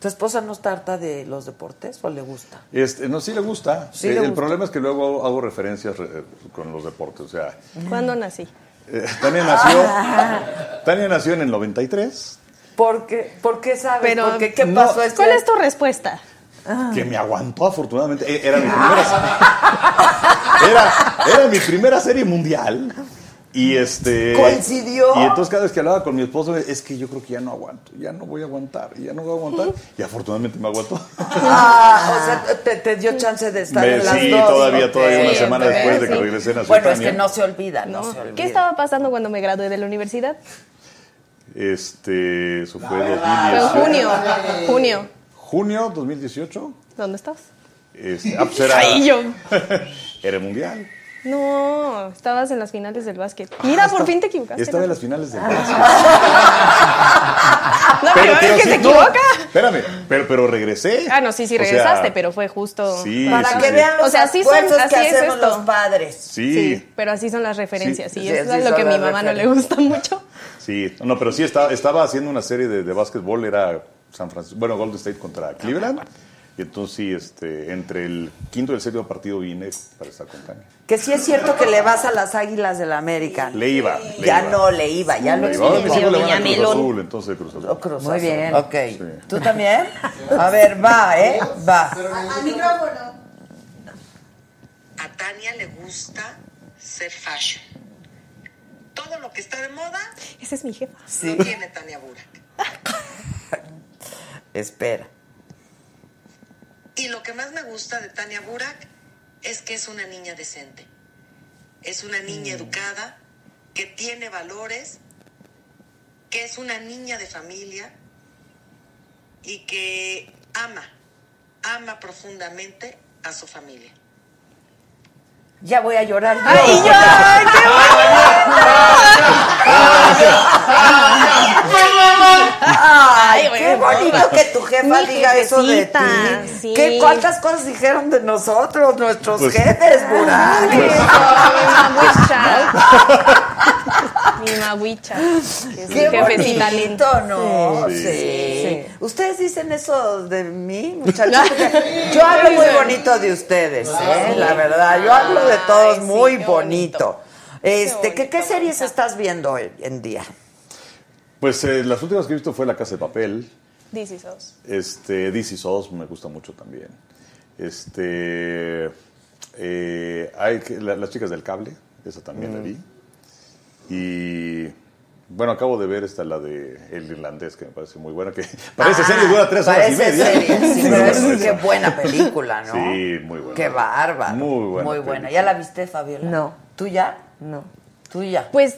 ¿Tu esposa no está harta de los deportes o le gusta?
Este, no, sí le gusta.
Sí
Eh,
le
el
gusta.
problema es que luego hago, hago referencias eh, con los deportes. O sea,
¿Cuándo nací?
Pues,
eh, Tania, nació, Tania nació en el 93,
¿Por qué, ¿Por qué sabes?
Pero,
¿Por qué? ¿Qué pasó? este
¿Cuál
año?
es tu respuesta?
que me aguantó afortunadamente. Eh, Era mi primera, era, era mi primera serie mundial. Y este.
Coincidió.
Y entonces cada vez que hablaba con mi esposo, es que yo creo que ya no aguanto, ya no voy a aguantar, ya no voy a aguantar. Y afortunadamente me aguantó.
Ah, o sea, te, te dio chance de estar
Me-
en las
sí,
dos.
todavía-
Ok,
todavía una semana
ok.
después de que regresé nació
Bueno, es
Tania.
que no se olvida, no, se olvida.
¿Qué estaba pasando cuando me gradué de la universidad?
Este. Eso fue
Fue en
2018.
junio. Junio.
Junio 2018.
¿Dónde estabas?
Este, ah, pues era,
Ahí yo.
era mundial.
No, estabas en las
Ah,
finales del básquet. Mira, por fin te equivocaste.
Estaba en
¿no?
las finales del básquet.
Ah, No, pero, es que se
no,
equivoca.
espérame, pero, pero regresé.
Ah, no, sí, sí
O sea,
regresaste, pero fue justo.
Sí,
para
sí,
que
sí.
vean los
O sea, sí son-
esfuerzos
así
que
es
hacemos
esto.
los padres.
Sí.
pero así son las referencias.
Sí, sí,
y eso
así
es lo
son
que a
las
mi mamá no le gusta mucho.
Sí, no, pero sí estaba, estaba haciendo una serie de, de básquetbol, era San Francisco, bueno, Golden State
Ah,
contra Cleveland. Y entonces sí, este, entre el quinto y el séptimo partido vine para estar con Tania.
Que sí es cierto que le vas a las Águilas del América.
Le iba. le
Ya
iba.
no le iba, ya lo
Le iba. Ahora mis hijos le van a Cruz
Villamelón.
Azul, entonces Cruz Azul.
Muy bien,
Ah,
ok.
sí.
¿Tú también? A ver, va, ¿eh? Va.
Al micrófono. A Tania le gusta ser fashion. Todo lo que está de moda
Esa es mi jefa.
Sí.
lo tiene Tania Burak.
Espera.
Y lo que más me gusta de Tania Burak es que es una niña decente. Es una niña
Mm.
educada, que tiene valores, que es una niña de familia y que ama, ama profundamente a su familia.
Ya voy a llorar. yo.
¡Ay, yo! ¡Ay, qué
Ay, qué
bueno.
bonito que tu jefa
Mi
diga eso de ti.
jefecita, sí.
¿Qué, ¿Cuántas cosas dijeron de nosotros, nuestros
Pues-
jefes, Burak?
Pues-
Ah,
Mi maguicha. que es mi
Qué
jefecita linda.
bonito, ¿no? Sí.
Sí. Sí.
Ustedes dicen eso de mí, muchachos. Porque Yo hablo muy bonito de ustedes, ¿eh? la verdad. Yo hablo de todos muy bonito. Este, ¿qué, qué series estás viendo hoy en día?
Pues eh, las últimas que he visto fue La Casa de Papel,
This is us.
este, DC Sos me gusta mucho también. Este, eh, hay que- la- Las Chicas del Cable, esa también la
Mm.
vi. Y bueno, acabo de ver esta, la de El Irlandés, que me parece muy buena, que parece
Ah,
serie, dura tres horas y
parece
media.
serie, sí,
Pero
pero
bueno,
es-
esa.
qué buena película, ¿no?
Sí, muy buena.
Qué bárbaro.
Muy buena.
Muy buena.
película.
¿Ya la viste, Fabiola? No. ¿Tú ya?
No.
¿Tú ya?
Pues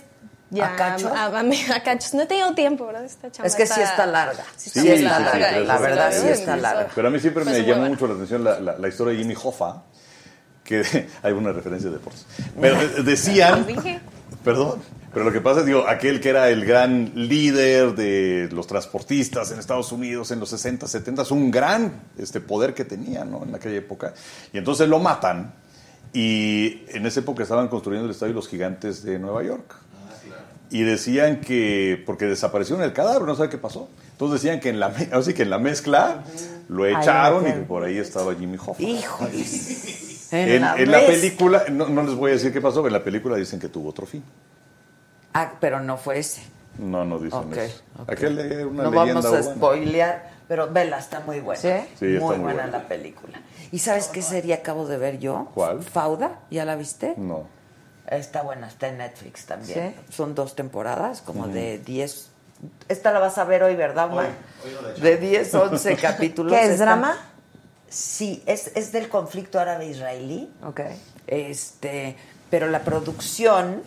ya.
¿A cachos?
A, a mí- a cachos. No he tenido tiempo, ¿verdad? Esta chamba
Es que sí está larga.
Sí,
Sí, está
sí,
larga,
tres
la
horas.
verdad, sí está larga.
Pero a mí siempre
Pues
me
muy
llamó
buena.
mucho la atención la, la- la historia de Jimmy Hoffa, que hay una referencia de deportes. Pero eh, decían,
Lo dije.
perdón, pero lo que pasa es, digo, aquel que era el gran líder de los transportistas en Estados Unidos en los 60, 70, es un gran este, poder que tenía ¿no? en aquella época. Y entonces lo matan y en esa época estaban construyendo el estadio de los gigantes de Nueva York. Y decían que, porque desaparecieron el cadáver, no sabe qué pasó. Entonces decían que en la, me- así que en la mezcla lo
Ahí lo
echaron y
metieron.
que por ahí estaba Jimmy Hoffa.
Híjoles.
En,
En la
en la
mezcla.
película, no, no les voy a decir qué pasó, pero en la película dicen que tuvo otro fin.
Ah, pero no fue ese.
No, no dicen
Ok,
eso.
ok.
Aquel era una
no
leyenda
vamos a
urbana.
spoilear, pero vela, está muy buena.
Sí,
muy
está muy
buena,
buena.
la película. ¿Y sabes qué serie acabo de ver yo?
¿Cuál? Mm.
¿Fauda? ¿Ya la viste?
No.
Está buena, está en Netflix también. Son dos temporadas, como
Mm.
Ujú.
de 10. Esta la vas a ver hoy, ¿verdad, Omar? de 10, 11 capítulos.
¿Qué es,
Está-
drama?
Sí, es, es del conflicto árabe-israelí.
Ok.
Este, pero la producción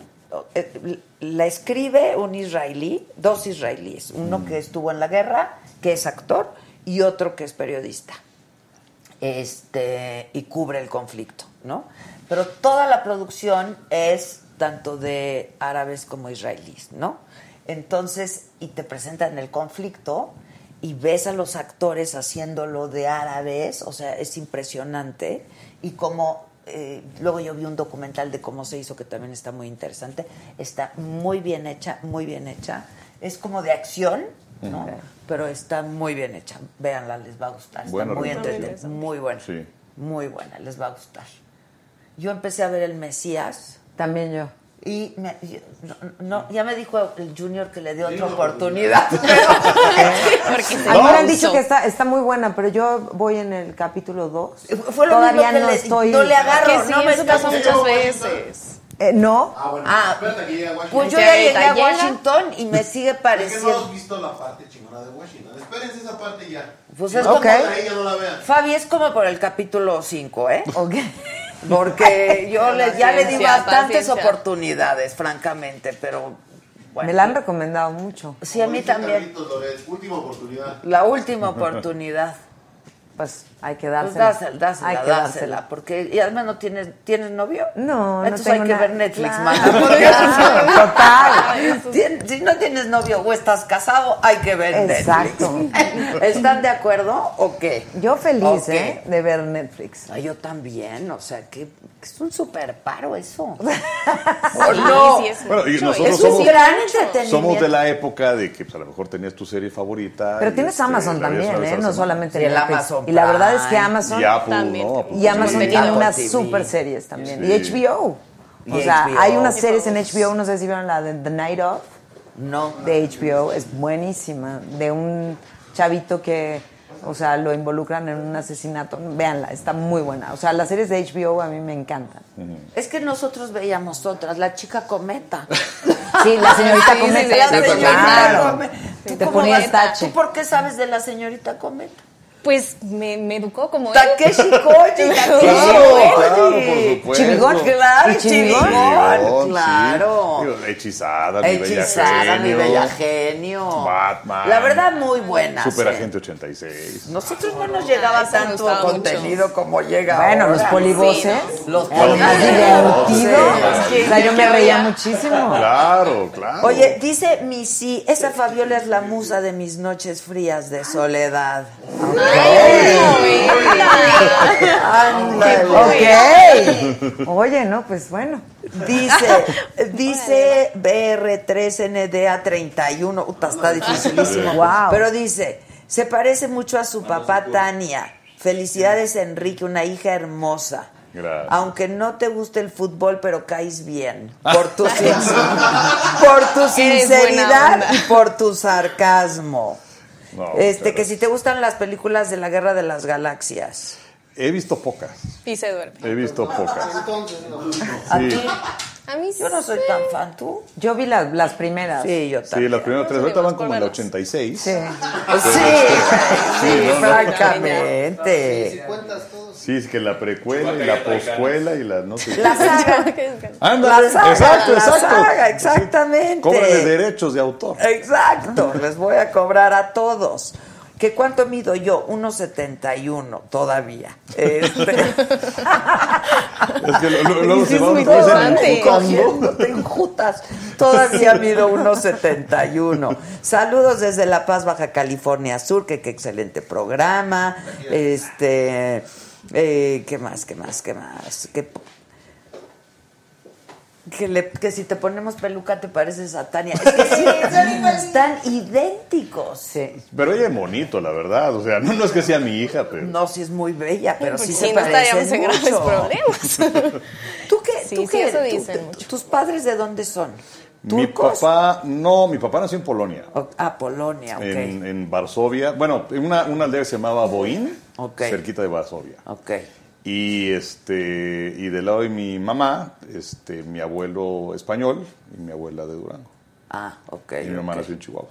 eh, la escribe un israelí, dos israelíes, uno
Mm.
que estuvo en la guerra, que es actor, y otro que es periodista. Este, y cubre el conflicto, ¿no? Pero toda la producción es tanto de árabes como israelíes, ¿no? Entonces, y te presentan el conflicto y ves a los actores haciéndolo de árabes, o sea, es impresionante. Y como, eh, luego yo vi un documental de cómo se hizo que también está muy interesante, está muy bien hecha, muy bien hecha. Es como de acción, ¿no?
Ujú.
Pero está muy bien hecha. Véanla, les va a gustar. Está
Buena
muy
recomendación.
entretenida, muy buena.
Sí.
Muy buena, les va a gustar. Yo empecé a ver El Mesías.
También yo.
Y me- yo- no, no, ya me dijo el Junior que le dio
Sí,
otra
no,
oportunidad.
A mí me han dicho que está, está muy buena, pero yo voy en el capítulo 2.
Fue lo
Todavía
mismo que
no
le-
estoy.
no le agarro,
Que sí,
no me
eso pasa
escapo.
muchas veces.
Eh, no.
Ah, bueno.
Washington.
pues yo ya llegué a
Llega.
Washington y me sigue
Es que no has
pareciendo.
visto la parte chingona de Washington. Espérense esa parte ya.
Pues
Si
es
no,
como-
ahí ya no la vean.
Fabi es como por el capítulo 5, ¿eh? Porque yo le- ya le di
Paciencia,
bastantes
paciencia.
oportunidades, francamente, pero bueno.
Me la han recomendado mucho.
Sí, a mí también.
Carlitos Loret, última oportunidad.
La última oportunidad.
pues hay que
Pues
dársela.
dásela, dásela,
Hay que
dásela,
dársela.
Porque, y además no tienes, ¿tienes novio?
No, no
Entonces
tengo
hay que
na-
ver Netflix,
Claro,
man.
claro, total.
Tien- Si no tienes novio o estás casado, hay que ver
Exacto.
Netflix. ¿Están de acuerdo o qué?
Yo feliz,
Ok.
¿eh? De ver Netflix.
No, yo también, o sea, que que es un super paro eso.
Sí,
no?
sí, es
Bueno, y
mucho,
nosotros
es un
somos,
gran entretenimiento.
somos de la época de que pues, a lo mejor tenías tu serie favorita.
Pero
y,
tienes
este,
Amazon
la veías
también,
una vez
¿eh?
a la
No
semana.
solamente Netflix. y la verdad es que Amazon
Y Apple, ¿no? Apple
y Amazon
TV.
tiene unas
Apple TV.
super series también.
Sí.
Y HBO.
Y
O sea,
HBO.
hay unas series en HBO, no sé si vieron la de The Night Of.
No.
De HBO, es buenísima. De un chavito que, o sea, lo involucran en un asesinato. Véanla, está muy buena. O sea, las series de HBO a mí me encantan.
Es que nosotros veíamos otras, la chica cometa.
Sí, la señorita
Sí,
Cometa,
sí, la
sí,
señorita
claro.
Cometa.
Sí,
¿Tú
te
cómo
ponías
ves?
tache.
¿Tú por qué sabes de la señorita cometa?
Pues me, me educó como él.
Takeshi Koji, Takeshi
Claro,
Koji.
claro, por supuesto.
Chivigón, claro, ¿Y Chivigón?
Chivigón, sí.
claro.
Digo, Hechizada, mi bella
Hechizada, mi
genio.
bella genio.
Batman.
La verdad, muy buena.
Superagente 86.
Nosotros no nos llegaba tanto contenido como llega
Bueno,
ahora.
los ¿eh? polivoces.
Los
Era muy
polivoces.
divertido.
Sí.
O sea, yo me reía
Oye,
muchísimo.
Claro, claro.
Oye, dice Missy, esa Fabiola es la musa de mis noches frías de soledad.
Ok. Oye, no, pues bueno.
Dice, dice BR3NDA31. Uta, está dificilísimo.
Sí. Wow.
Pero dice, se parece mucho a su papá Tania. Felicidades, Enrique, una hija hermosa.
Gracias.
Aunque no te guste el fútbol, pero caes bien. Por tu, sin- por tu
Eres buena
sinceridad
onda.
y por tu sarcasmo.
No,
este,
pero-
que si te gustan las películas de la Guerra de las Galaxias.
He visto pocas.
Y se duerme.
He visto pocas.
Entonces, no.
¿A
Sí.
ti?
A mí
Yo no soy
sí.
tan fan, ¿tú?
Yo vi las, las primeras.
Sí, yo
Sí,
también.
las primeras tres. Ahorita van como en la
Volvemos.
86.
Sí.
Sí,
Sí,
sí,
no, no.
francamente.
Cuentas todos.
Sí, es que la precuela y la poscuela y la no sé.
La saga.
Ándale,
la saga,
exacto,
la
exacto.
saga, exactamente.
Cóbrale derechos de autor.
Exacto, les voy a cobrar a todos. ¿Qué cuánto mido yo? 1.71 todavía. Este,
Es que lo- lo- luego
Sí,
se
es
va
muy
uno con ese
importante.
cuando-
cogiéndote en jutas. ¿eh? Todavía mido 1.71. Saludos desde La Paz, Baja California Sur, que qué excelente programa. Este, eh, ¿qué más? ¿Qué más? ¿Qué más? ¿Qué po- que, le- que si te ponemos peluca te pareces a Tania. Es que sí, están idénticos.
Pero ella es bonito, la verdad. O sea, no, no es que sea mi hija, pero.
No, sí es muy bella, pero sí,
Porque
se
si pues no estaríamos
parecen
en graves
mucho.
problemas.
¿Tú qué?
Sí,
tú
sí,
qué-
eso
tú-
dicen
tú-
mucho.
¿Tus padres de dónde son?
Mi
¿Turcos?
papá, no, mi papá nació en Polonia.
O- ah, Polonia, ok.
En, en Varsovia. Bueno, en una, una aldea que se llamaba Boín,
Ok.
cerquita de Varsovia.
Ok.
Y este, y del lado de mi mamá, este, mi abuelo español y mi abuela de Durango.
Ah, ok.
Y mi mamá
ok.
nació en Chihuahua.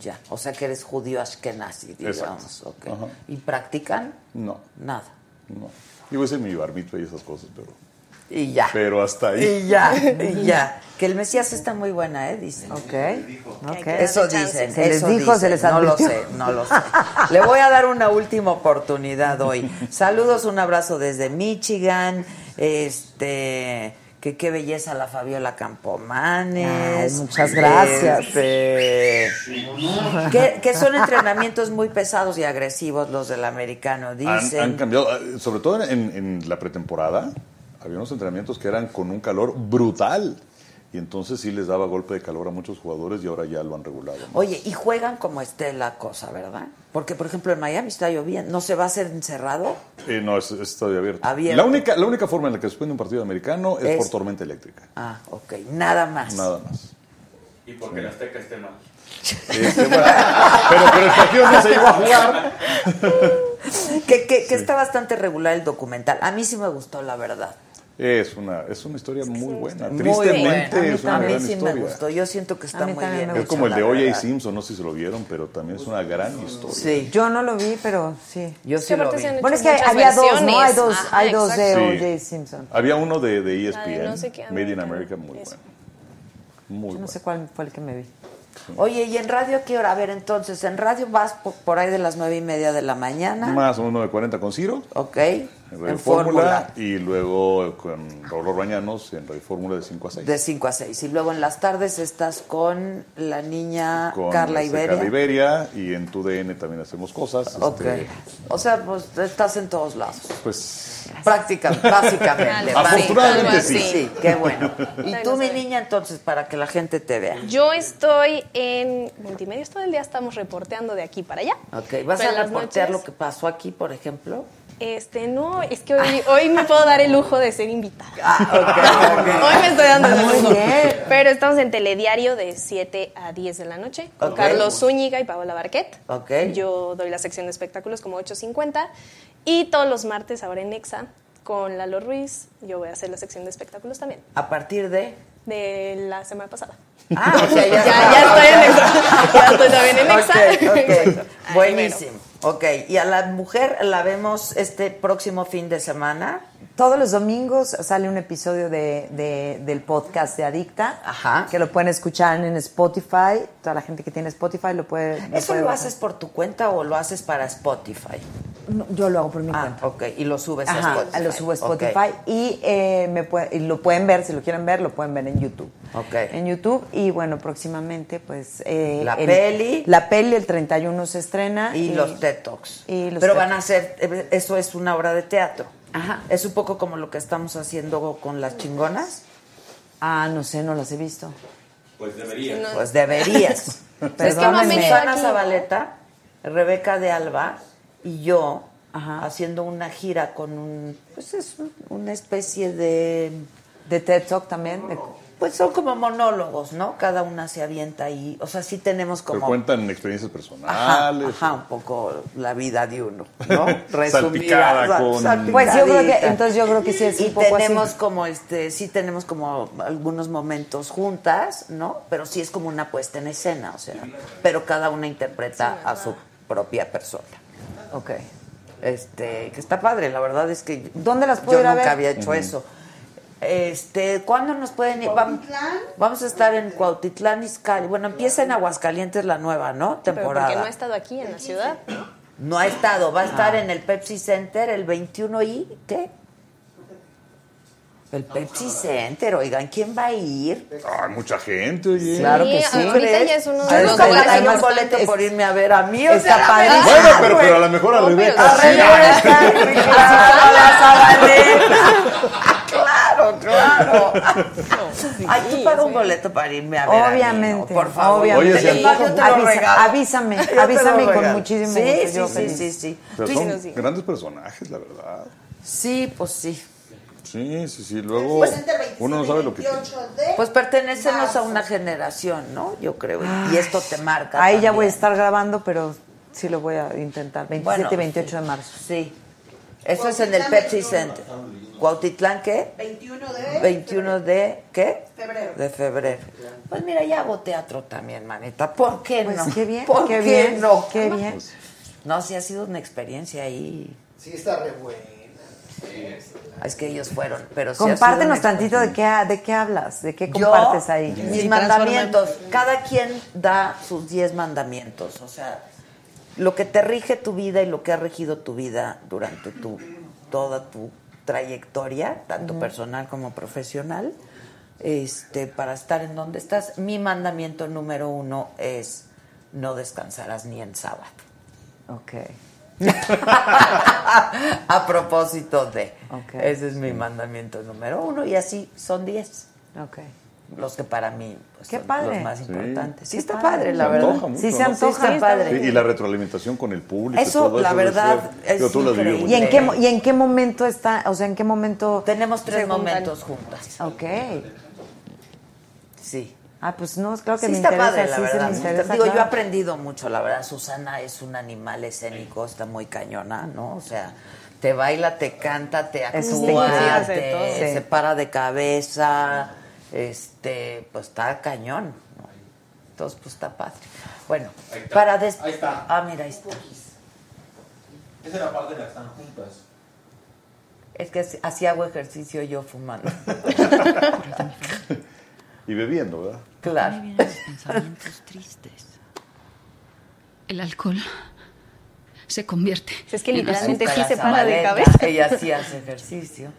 Ya, o sea que eres judío ashkenazi, digamos.
Exacto.
ok.
Ajá.
¿Y practican?
No,
Nada.
no. Yo hice mi bar mitzvah y esas cosas, pero.
Y ya.
Pero hasta ahí.
Y ya, y ya. Que el Mesías está muy buena, ¿eh? Dicen.
Ok. ok.
Eso dicen.
Se les
eso
dijo, se
dicen.
les
No lo
advirtió.
sé, no lo sé. Le voy a dar una última oportunidad hoy. Saludos, un abrazo desde Michigan. Este. Que qué belleza la Fabiola Campomanes.
Ay, muchas gracias.
Este, que, que son entrenamientos muy pesados y agresivos los del americano,
Han,
dicen.
han cambiado, eh, sobre todo en, en la pretemporada, había unos entrenamientos que eran con un calor brutal. Y entonces sí les daba golpe de calor a muchos jugadores y ahora ya lo han regulado. más.
Oye, y juegan como esté la cosa, ¿verdad? Porque, por ejemplo, en Miami está lloviendo. ¿No se va a hacer encerrado?
Eh, no, es, es todavía abierto.
Abierto.
La, única, la única forma en la que suspende un partido americano es,
Es-
por tormenta eléctrica.
Ah, ok. Nada más.
Nada más.
Y porque el Azteca esté mal.
Este, bueno, pero, pero el partido no se iba a jugar.
Que, que- que está bastante regular el documental. A mí sí me gustó, la verdad.
Es una, es una historia muy buena.
Muy
Ah, Tristemente
buena. A mí
es una
también
gran
sí me
historia.
gustó. Yo siento que está
A mí
muy
también
bien.
me
Es
hecho,
como el
la
de O.J.
verdad.
Simpson, no sé si lo vieron, pero también es una gran historia.
Sí,
Yo no lo vi, pero sí.
yo sí lo
aparte
vi.
se han
Bueno, es que
Muchas
había dos, ¿no? Hay
versiones.
dos,
Ajá,
hay dos de
exacto.
O.J.
Sí.
Simpson.
Había uno de, E de ESPN,
La de no sé qué
Made in
America,
America, muy
eso.
bueno. Muy
Yo no
bueno.
sé cuál fue el que me vi.
Oye, ¿y en radio qué hora? A ver, entonces, en radio vas po- por ahí de las nueve y media de la mañana.
Más uno de 40 con Ciro.
Ok.
En Radio
En Fórmula.
Fórmula. Y luego con Roló Bañanos en Radio Fórmula de 5 a 6.
De 5 a 6. Y luego en las tardes estás con la niña
Con
Carla
este,
Iberia.
Carla Iberia. Y en tu DN también hacemos cosas.
Ok.
este,
O sea, pues estás en todos lados.
pues.
Práctica, básicamente.
Afortunadamente sí.
Sí, qué bueno. Y
Bueno,
tú, mi
sí.
niña, entonces, para que la gente te vea.
Yo estoy en multimedios todo el día, estamos reporteando de aquí para allá.
Ok, ¿vas
Pero en
a
las
reportear
noches-
lo que pasó aquí, por ejemplo?
Este, no, es que hoy, hoy me puedo dar el lujo de ser invitada. hoy me estoy dando
Muy
el lujo.
bien.
Pero estamos en telediario de 7 a 10 de la noche con
Ok.
Carlos Zúñiga y Paola Barquet.
Ok.
Yo doy la sección de espectáculos como 8.50 y todos los martes ahora en Nexa con Lalo Ruiz yo voy a hacer la sección de espectáculos también
A partir de.
de la semana pasada.
Ah, o sea, ya,
Ya- ya estoy en Nexa. Ya estoy también en Nexa.
Ok, ok.
Ay,
Buenísimo. Ok, y a la mujer la vemos este próximo fin de semana.
Todos los domingos sale un episodio de, de- del podcast de Adicta, que lo pueden escuchar en Spotify. Toda la gente que tiene Spotify lo puede.
¿Eso
puede
lo
bajar.
haces por tu cuenta o lo haces para Spotify?
No, yo lo hago por mi
Ah,
cuenta.
ok, y lo subes
Ajá,
a Spotify.
lo subo a
Ok,
Spotify y, eh, me pue- y lo pueden ver, si lo quieren ver, lo pueden ver en YouTube.
Ok.
En YouTube y bueno, próximamente pues... eh,
La peli.
La peli el 31 se estrena.
Y los TED Talks.
y los
Pero
TED
van a hacer, eh, eso es una obra de teatro. Ajá. Es un poco como lo que estamos haciendo con las chingonas.
Ah, no sé, no las he visto.
Pues debería.
Pues deberías. es que
Perdónenme.
Susana
Aquí.
Zabaleta, Rebeca de Alba y yo haciendo una gira con un, pues es un- una especie de,
De TED Talk también. de-
pues son como monólogos, ¿no? Cada una se avienta ahí, o sea, sí tenemos
Pero
como
cuentan experiencias
ajá,
personales.
ajá, un poco la vida de uno, ¿no?
Salpicada
sal-
con-
salpicadita.
Pues yo creo que, entonces yo creo que sí es
y
un poco
tenemos
así.
como este sí tenemos como algunos momentos juntas no pero sí es como una puesta en escena o sea pero cada una interpreta a su propia persona
Ok.
este que está padre la verdad es que
¿Dónde las puedo
yo
ir a
nunca
ver?
había hecho eso este cuándo nos pueden ir vamos, vamos a estar en Cuautitlán Izcalli bueno empieza en Aguascalientes la nueva no
Pero porque no Ah.
temporada
he estado aquí en la ciudad.
no ha estado, va a estar en el Pepsi Center el 21 y ¿qué? El Pepsi Center, oigan, ¿quién va a ir?
Ay, mucha gente, oye.
Claro que
Sí,
sí.
ahorita
¿Crees?
ya es uno de
Yo
los
nunca voy a
lugares
sacar un
más-
boleto por irme a ver a mí. o
Está
sea, la
padrísimo.
verdad-
Bueno, pero, pero a lo mejor a Rebeca
A
sí.
Rebeca, claro, la sabaneta. Claro, claro. Ay, tú pagas un boleto para irme a ver. a mí, ¿no?
Obviamente,
por favor.
obviamente.
Oye, si
Sí, yo te lo
avisa-
regalo.
avísame,
Yo te lo
avísame con
regalo.
muchísimo
Sí,
gusto,
Sí,
yo
sí,
feliz.
sí, sí.
Pero
Tú-
son grandes personajes, la verdad.
Sí, pues sí.
Sí, sí, sí. Luego uno no sabe lo que tiene.
Pues pertenecemos a una generación, ¿no? Yo creo. y- Y esto te marca.
Ahí ya voy a
también.
estar grabando, pero sí lo voy a intentar. 27
Bueno,
y 28 de marzo.
Sí. Eso es en el Pepsi Center. ¿Cuautitlán qué?
21 de...
21 de ¿qué?
Febrero.
De febrero. Pues mira, ya hago teatro también, manita. ¿Por qué
Pues
no?
qué bien,
¿Por
qué
qué
bien,
no?
qué bien.
No, sí ha sido una experiencia ahí.
Sí, está re buena.
Es que ellos fueron, pero sí ha sido
Compártenos
una
tantito de qué, ha- de qué hablas, de qué
Yo,
compartes ahí.
Mis mandamientos. Cada quien da sus 10 mandamientos. O sea, lo que te rige tu vida y lo que ha regido tu vida durante tu, toda tu trayectoria, tanto personal como profesional, este, para estar en donde estás. Mi mandamiento número uno es no descansarás ni en sábado.
Ok.
a propósito de.
Ok.
Ese es mi mandamiento número uno y así son 10
Ok.
los que para mí pues,
Qué
son
padre.
los más
Sí.
importantes. Sí,
Qué
está
padre.
padre, la
Se
verdad.
antoja mucho,
Sí, se
¿no?
antoja.
Sí, está padre.
Sí, y la retroalimentación con el público.
Eso,
todo
la
debe
verdad,
ser-
es
Digo, tú lo has vivido
increíble.
¿Y
muy
en,
bien.
qué, mo- ¿Y en qué momento está? O sea, ¿en qué momento?
Tenemos tres
se juntan?
momentos juntas.
Ok.
Sí.
Ah, pues no, claro que
Sí
me
está
interesa.
padre,
sí,
la
sí me
verdad.
interesa,
Digo, yo he
claro.
aprendido mucho, la verdad. Susana es un animal escénico, está muy cañona, ¿no? O sea, te baila, te canta, te
Eso está
actúa,
increíble.
te-
Hace todo.
se
Sí.
para de cabeza, este, pues está cañón, ¿no? Entonces, pues está padre. Bueno,
Ahí está.
para después...
Ahí está.
Ah, mira, ahí está.
Esa es la parte en la que están juntas.
Es que así- así hago ejercicio yo fumando.
Y bebiendo, ¿verdad?
Claro.
pensamientos tristes. El alcohol se convierte.
Es que
en
literalmente sí
azúcar.
se para de
Zabaleta,
cabeza.
Ella sí hace ejercicio.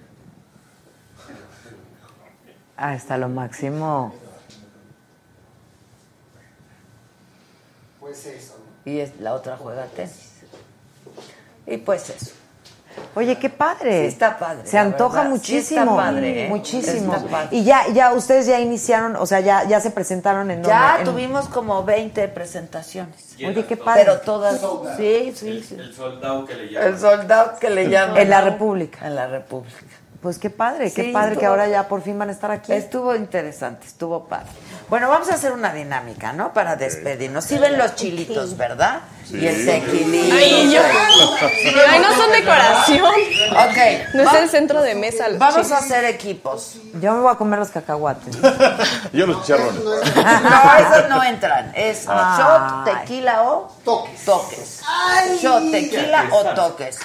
Ah, está lo máximo.
Pues eso.
Y es- la otra juega tenis. Y pues eso. Oye, qué padre.
Sí está
padre.
Se antoja muchísimo.
está padre. ¿eh?
Muchísimo.
Está padre.
Y ya, ya ustedes ya iniciaron, o sea, ya, ya se presentaron en
Ya
dónde, en-
tuvimos como 20 presentaciones.
Oye, qué padre.
Pero todas. Sí, sí, sí.
El soldado que le llaman.
El soldado que le llaman.
En la República.
En la República.
Pues qué padre, qué
Sí,
padre que
estuvo-
ahora ya por fin van a estar aquí.
Estuvo interesante, estuvo padre. Bueno, vamos a hacer una dinámica, ¿no? Para despedirnos. Sí ven los chilitos, ¿verdad? Y el sequilito.
Ay, yo- Ay, no son decoración.
Ok.
No es
va-
el centro de mesa. los
Vamos
chiles.
a hacer equipos.
Yo me voy a comer los cacahuates.
Yo los chicharrones.
No, esos no entran. Es
Ah.
shot, tequila o toques. toques. Shot, tequila o toques.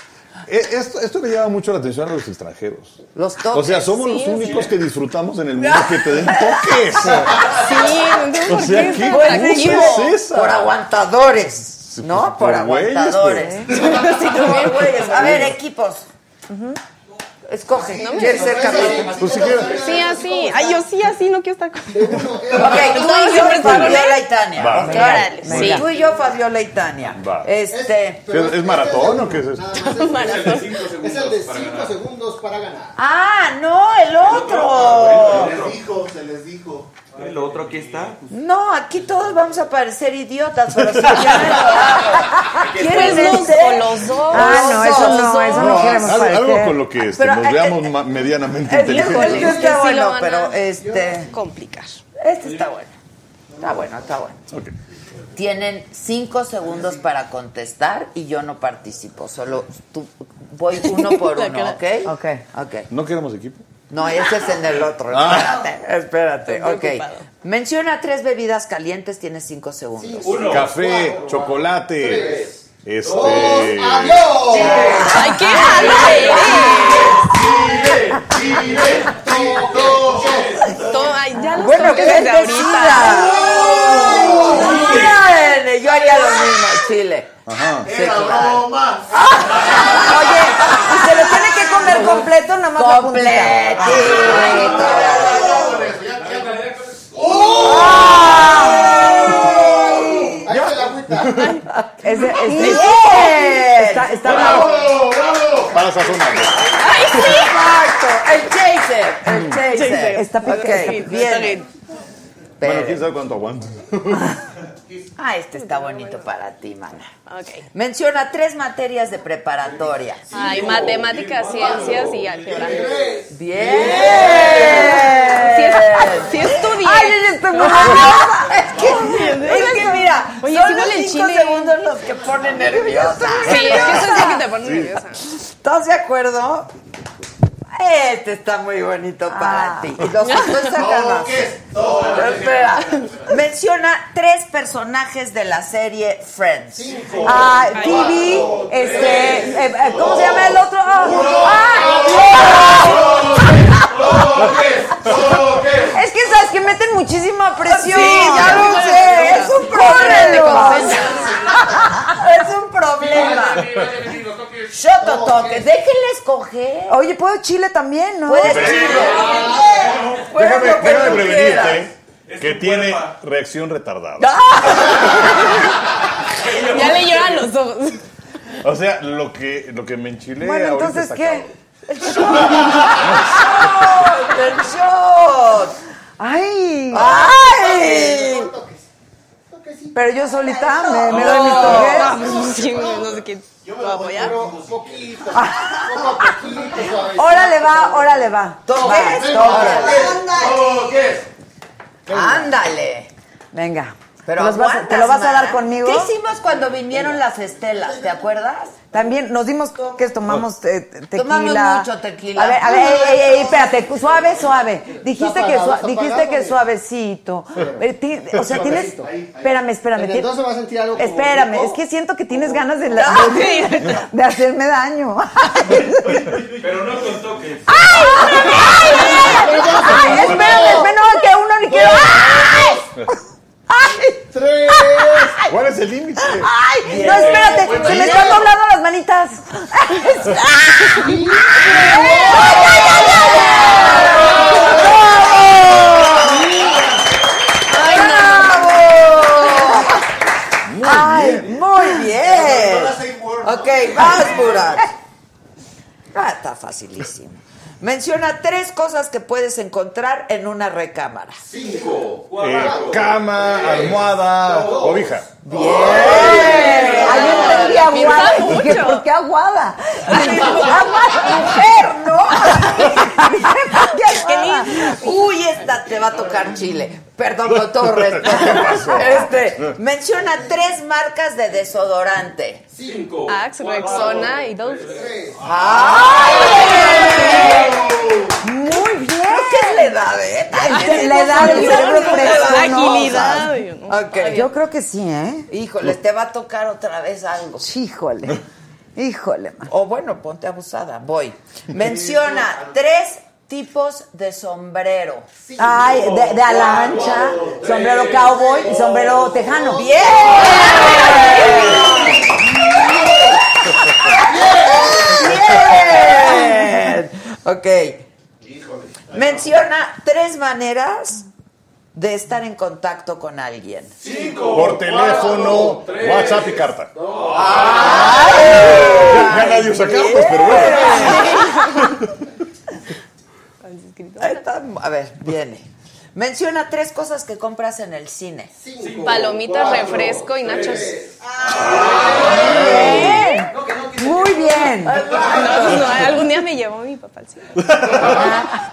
Eh, Esto, esto le llama mucho la atención a los extranjeros.
Los toques.
O sea, somos
Sí,
los
sí.
únicos que disfrutamos en el mundo que te den toques.
Sí, no sé
O
por
sea,
qué
¿qué
es
cosa
atractivo.
es esa?
Por aguantadores. ¿No? Por,
por güeyes,
aguantadores.
pues.
Sí, por güeyes. A ver, equipos. Escoge. ¿Quieres ser campeón?
Pues si quieres.
Sí, así. Ay, yo sí, así no quiero estar con.
Ok, tú y yo, Fabiola y Tania.
Va,
Ok.
venga,
Órale,
Venga.
sí.
Tú y yo, Fabiola y Tania.
Va.
Este.
¿Es, es maratón o qué es esto?
Es el de 5 segundos para ganar.
Ah, no, el
ah,
otro.
Les dijo, se les dijo.
Lo otro aquí está.
No, aquí todos vamos a parecer idiotas, pero si ya no. ¿Quieres
Pues los-
vencer?
o los dos.
Ah, no, eso no, eso no queremos
algo, algo
parecer.
con lo que este,
Pero,
nos
eh,
veamos ma- medianamente
Este
inteligentes.
este
es que sí
está
lo
bueno,
van a-
pero este.
Complicar.
Este está bueno. Está bueno, está bueno. Tienen cinco segundos para contestar y yo no participo. Solo tú- voy uno por
La
uno,
cara.
¿ok?
Ok.
Ok.
¿No queremos equipo?
No, ese es en el otro.
Ah.
Espérate,
Estoy
espérate. Ok.
preocupado.
Menciona tres bebidas calientes, tienes cinco segundos.
Uno.
Café, chocolate. Este.
ah,
¡Adiós!
Ay, qué malo. Toma, ya los
Bueno, pues, ¿qué
toques desde
decida?
ahorita.
Miren, Yo haría lo mismo, Chile.
Ajá.
Sí, claro. Oye, y se lo tiene que comer completo, nada más completito.
Ahí está la agüita.
Ese- este- está, está bravo.
¡Bravo! ¡Bravo! Para sazonarlo.
Exacto, el chaser, el Mm. chaser.
Está picante,
Ok,
está picante.
bien.
Bueno,
Pero-
quién sabe cuánto aguanta.
ah, este está bonito para ti, mana.
Ok.
Menciona tres materias de preparatoria.
Ay, matemáticas, ciencias y álgebra. Sí,
Bien.
es- sí estudié.
Ay, yo ya estoy muy nerviosa. Es que, es que mira,
Oye,
son
sí
los
huele el
cinco
chile.
segundos los que ponen nerviosa.
Sí, es que eso es lo que te pone nerviosa.
¿Estás de acuerdo? Este está muy bonito para ti. Y los otros sacan más. Espera. Menciona tres personajes de la serie Friends.
Ah, TV, este, eh, eh, ¿cómo se llama el otro? Ah, ah,
ah,
es que sabes que meten muchísima presión.
Sí, ya lo sé. Es un problema. Es un problema. Yo to toque. Déjenle escoger.
Oye, puedo chile también, ¿no?
Puedes escoger. Puedes
Déjame,
lo que
déjame
tú quieras.
prevenirte
Es
que
tu
tiene
cuerpa.
reacción retardada.
Ya le lloran los ojos.
O sea, lo que, lo que me enchilé
Bueno,
ahorita
entonces,
está
¿qué?
cabrón.
¡Shot! ¡El shot!
Ay,
¡Ay!
pero yo solita me, me doy mis
Ah,
toques.
pues, sí, no sé qué.
Yo me
¿Lo
lo
apoyar?
controlo un poquito. Poco a poquito, suavecito.
Órale va, órale va.
Toma,
Venga,
toma.
toques.
Ándale.
Venga.
Pero
Los vas a-
aguantas,
¿Te lo vas a
mana.
dar conmigo?
¿Qué hicimos cuando vinieron las estelas? ¿Te acuerdas?
También nos dimos toques,
Oh.
tomamos eh, tequila.
Tomamos mucho tequila.
A ver, a ver, ey, ey, ey, espérate, suave, suave. Dijiste
Está
que
apagado,
sua-
está
dijiste
apagado,
que
mira.
suavecito. Eh, ti- O sea, tienes
Suavecito, ahí, ahí.
Espérame, espérame.
En el
ti-
dos se va a sentir algo como
Espérame,
rico.
es que siento que tienes ganas de, la- de- de hacerme daño.
Pero no con toques.
¡Ah!
Ay, espérame, espérame, no, que uno ni que
¡Tres! ¿Cuál es el límite?
¡Ay! No, espérate,
Bueno,
se me
bien.
están doblando las manitas. ¡Ay,
¡Bravo! ¡Ay, muy bien! Ok, vas, Burak. Ah, está facilísimo. Menciona tres cosas que puedes encontrar en una recámara.
Cinco.
Eh, cama, almohada, cobija.
yo entendí aguada!
Piensa
Dije,
mucho.
¿por qué aguada? ¡Aguada, mujer, no!
Uy, esta te va a tocar Chile. Perdón, con todo respeto.
pasó?
Este, menciona tres marcas de desodorante.
Cinco.
Axe, Rexona y Dove.
Muy bien. Creo que es la edad, ¿eh?
Ay, la edad del cerebro
Agilidad.
fresco. Yo creo que sí, ¿eh?
Híjole, te va a tocar otra vez algo.
Híjole. Híjole, man.
O bueno, ponte abusada. Voy. Menciona tres tipos de sombrero.
Ay, de, de a la ancha, sombrero cowboy y sombrero tejano.
¡Bien! ¡Bien! Ok. Menciona tres maneras de estar en contacto con alguien.
Por teléfono, WhatsApp y carta. Ya nadie usa cartas, pero bueno.
Ahí está. A ver, viene. Menciona tres cosas que compras en el cine.
Palomitas, refresco y nachos.
Muy bien.
No, no, algún día me llevó mi papá al cine.
Ah,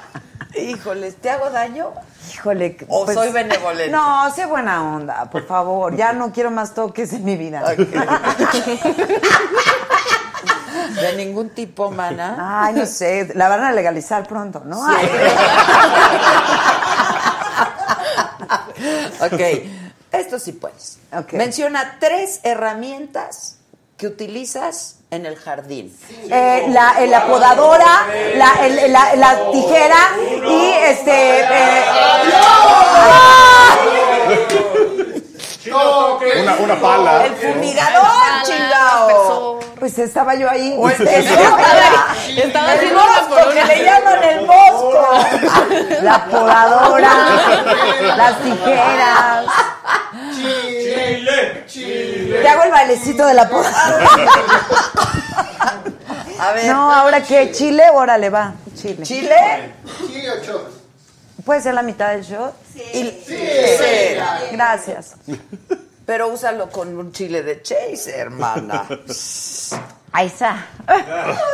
Híjole, ¿te hago daño?
Híjole. que-
O soy benevolente.
No, sé buena onda, por favor. Ya no quiero más toques en mi vida.
De ningún tipo, mana.
Ay, no sé. La van a legalizar pronto, ¿no? Ay.
Ok, esto sí puedes.
Ok.
Menciona tres herramientas que utilizas en el jardín.
Eh, la, eh, la podadora, la, el- la- la tijera y este. eh,
Una, una pala.
El fumigador, chingao.
pues estaba yo ahí. este,
O el
Ustedes-
Estaba
El
haciendo una
bosco, que
corona.
le llaman el bosco.
La podadora, las tijeras.
Chile. Chile.
Te hago el bailecito de la podadora.
A ver,
No, ahora qué, Chile, órale, va. Chile.
¿Chile?
Chile o chorro.
¿Puede ser la mitad del shot?
Y-
Gracias.
Pero úsalo con un chile de chase, hermana.
Ahí está.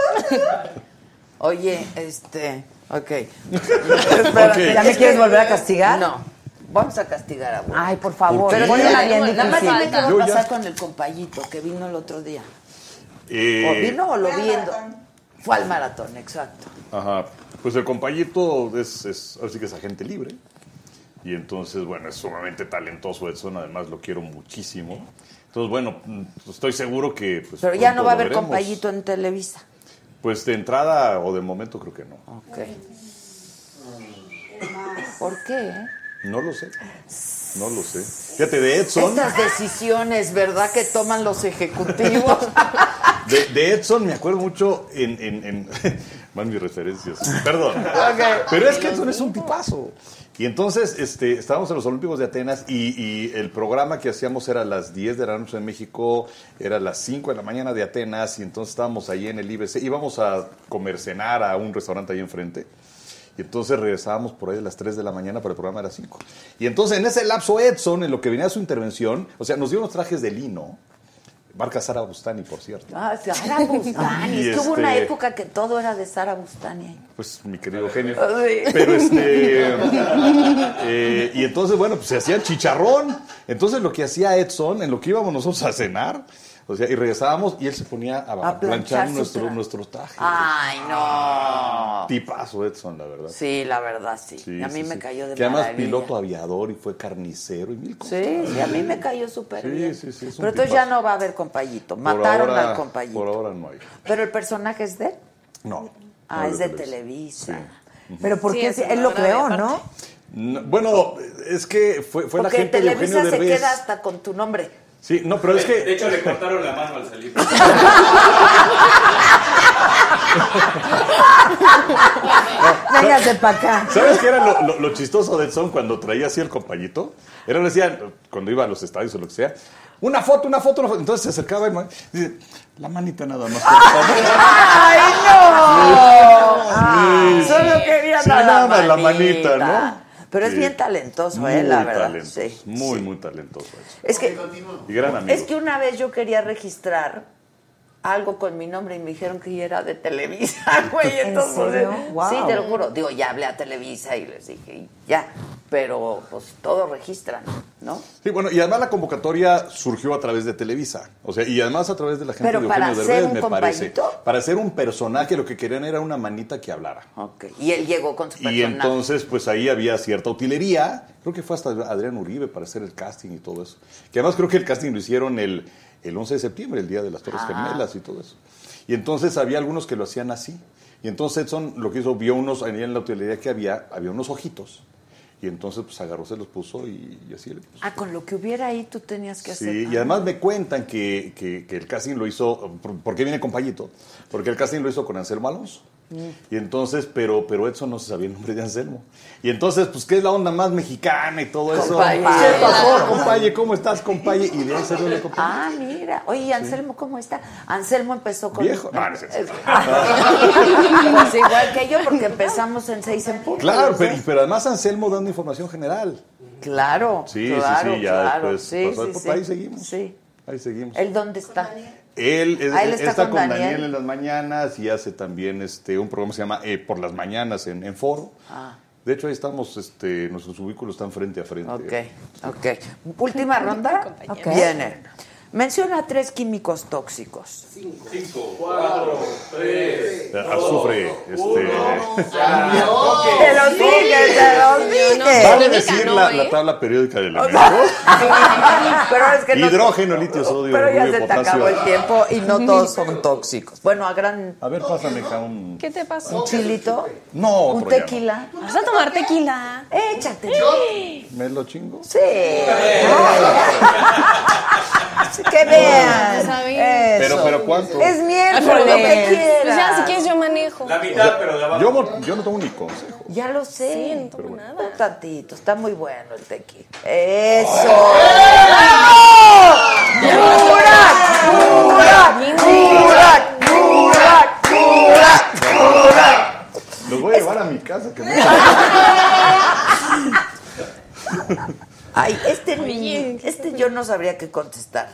Oye, este, ok.
Ok.
¿Ya me quieres volver a castigar?
No, vamos a castigar a vos.
Ay, por favor.
Pero
Ponle
yo
una
ya
bien
tengo- nada más
difícil.
dime qué va
Yo
a
ya-
pasar con el compayito que vino el otro día. ¿O
Eh,
vino o lo viendo? Fue al maratón, exacto.
Ajá. Pues el compañito es, es, ahora sí que es agente libre. Y entonces, bueno, es sumamente talentoso Edson, además lo quiero muchísimo. Entonces, bueno, mm, estoy seguro que... pues,
Pero ya no
pronto
va a
lo
haber
veremos.
compayito en Televisa.
Pues de entrada o de momento creo que no.
Ok. ¿Por qué? eh?
No lo sé. No lo sé. Fíjate, de Edson,
Estas decisiones, ¿verdad? Que toman los ejecutivos.
de, de Edson me acuerdo mucho en... en, en van mis referencias, perdón. Pero es que Edson es un tipazo. Y entonces este, estábamos en los Olímpicos de Atenas y, y el programa que hacíamos era a las 10 de la noche en México, era a las 5 de la mañana de Atenas y entonces estábamos ahí en el IBC, íbamos a comer, cenar a un restaurante ahí enfrente. Y entonces regresábamos por ahí a las 3 de la mañana, pero el programa era 5. Y entonces en ese lapso Edson, en lo que venía su intervención, o sea, nos dio unos trajes de lino, marca Sara Bustani, por cierto.
Ah, Sara Bustani.
Y
es que hubo una
este-
época que todo era de Sara Bustani.
Pues mi querido genio.
Ay.
Pero este. eh, y entonces, bueno, pues se hacía el chicharrón. Entonces lo que hacía Edson, en lo que íbamos nosotros a cenar, o sea, y regresábamos y él se ponía a,
A planchar
a planchar
su
nuestro,
traje.
nuestro traje.
Ay, no.
Tipazo Edson, la verdad.
Sí, la verdad, sí.
Sí,
Y a mí
sí,
me
sí.
cayó de
Que además
maravilla.
piloto aviador y fue carnicero y mil cosas.
Sí, sí, a mí me cayó súper
Sí,
bien.
sí, sí, es un
Pero entonces ya
tipazo.
no va a haber compayito.
Por
Mataron
ahora-
al compayito.
Por ahora no hay.
Pero el personaje es de él.
No.
Ah,
No
es de
Televisa.
Televisa.
Sí.
Pero porque
Sí, es
él lo
una hora de
creó, ¿no?
parte.
No, bueno, es que fue, fue la
Porque
gente de Eugenio
Televisa se
Derbez.
queda hasta con tu nombre.
Sí, no, pero es que.
De hecho, le cortaron la mano al salir.
Véngase para acá.
¿Sabes qué era lo, lo- lo chistoso de Edson cuando traía así el compañito? Era, le decían, cuando iba a los estadios o lo que sea, una foto, una foto, una foto. Entonces se acercaba y ma- dice, la manita nada más. por favor".
¡Ay, no! Ah,
Sí.
Solo quería
Sí,
nada
nada
más
más la manita, ¿no?
Pero es
Sí.
bien talentoso,
Muy
¿eh? La verdad.
talentoso,
Sí.
Muy, muy talentoso. Edson.
Es que,
Y gran amigo.
es que una vez yo quería registrar algo con mi nombre y me dijeron que yo era de Televisa, güey.
¿En
Entonces,
serio? Wow.
sí, te lo juro. Digo, ya hablé a Televisa y les dije, y ya. Pero pues todo registran, ¿no?
Sí, bueno, y además la convocatoria surgió a través de Televisa. O sea, y además a través de la gente
Pero
de
para
Eugenio
ser
Derbez,
un
me parece.
compañito.
Para ser un personaje, lo que querían era una manita que hablara.
Y él llegó con su
Y
personaje.
entonces, pues ahí había cierta utilería. Creo que fue hasta Adrián Uribe para hacer el casting y todo eso. Que además creo que el casting lo hicieron el, el 11 de septiembre, el día de las Torres
Ajá.
Gemelas y todo eso. Y entonces había algunos que lo hacían así. Y entonces Edson lo que hizo, vio unos, ahí en la utilería que había, había unos ojitos. Y entonces, pues agarró, se los puso y, y así le puso.
Ah, con lo que hubiera ahí tú tenías que hacer.
Sí, y además me cuentan que, que- que el casting lo hizo. ¿por- ¿Por qué viene con Payito? Porque el casting lo hizo con Anselmo Alonso.
Mm.
Y entonces, pero, pero Edson no se sabía el nombre de Anselmo. Y entonces, pues, ¿qué es la onda más mexicana y todo eso?
Compaye.
¿Qué pasó, compaye? ¿Cómo estás, compaye? Y de ahí salió la compaye.
Ah, mira. Oye, Anselmo, ¿cómo está? Anselmo empezó con.
Viejo. Ah, No, no es cierto.
pues igual que yo, porque empezamos en seis en punto.
Claro,
los
pero,
dos.
pero además Anselmo dando información general.
Claro,
Sí,
claro,
sí, sí, ya
claro.
después
Sí,
pasó-
sí,
pues,
sí.
ahí seguimos.
Sí.
Ahí seguimos.
¿Él dónde está?
Él, es-
Ah, él está
está,
con
con, Daniel.
Daniel
en las mañanas y hace también este un programa que se llama eh, Por las Mañanas en, en Foro.
Ah,
De hecho, ahí estamos, este, nuestros cubículos están frente a frente.
ok, ok. Última ronda.
Ok.
Viene. Menciona tres químicos tóxicos.
Cinco, cuatro, tres.
Eh, Azufre, este.
Te los dije, te los dije.
Vale decir la,
eh?
la tabla periódica del elementos.
pero es que no-
Hidrógeno, litio, sodio,
Pero ya
rubio,
se te
potasio.
acabó el tiempo y no todos son tóxicos. Bueno, a gran.
A ver, pásame acá un.
¿Qué te pasa?
¿Un chilito?
No,
¿Un
otro ya no.
tequila?
¿Vas a tomar tequila?
Échate.
¿Me lo chingo?
Sí. Sí, que vean.
sabía.
Pero,
Eso.
pero ¿cuánto?
Es miércoles, lo que
Pues
quieras.
ya, si quieres, yo manejo.
La mitad, pero de abajo.
Yo, no- yo no tengo ni consejo.
Ya lo sé.
Sí, no tomo nada.
Un tantito, está muy bueno el tequila. ¡Eso! ¡Burak! ¡Burak! ¡Burak! ¡Burak! ¡Burak!
Los voy a llevar a mi casa. Que me...
Ah. Ay, este niño, este yo no sabría qué contestar.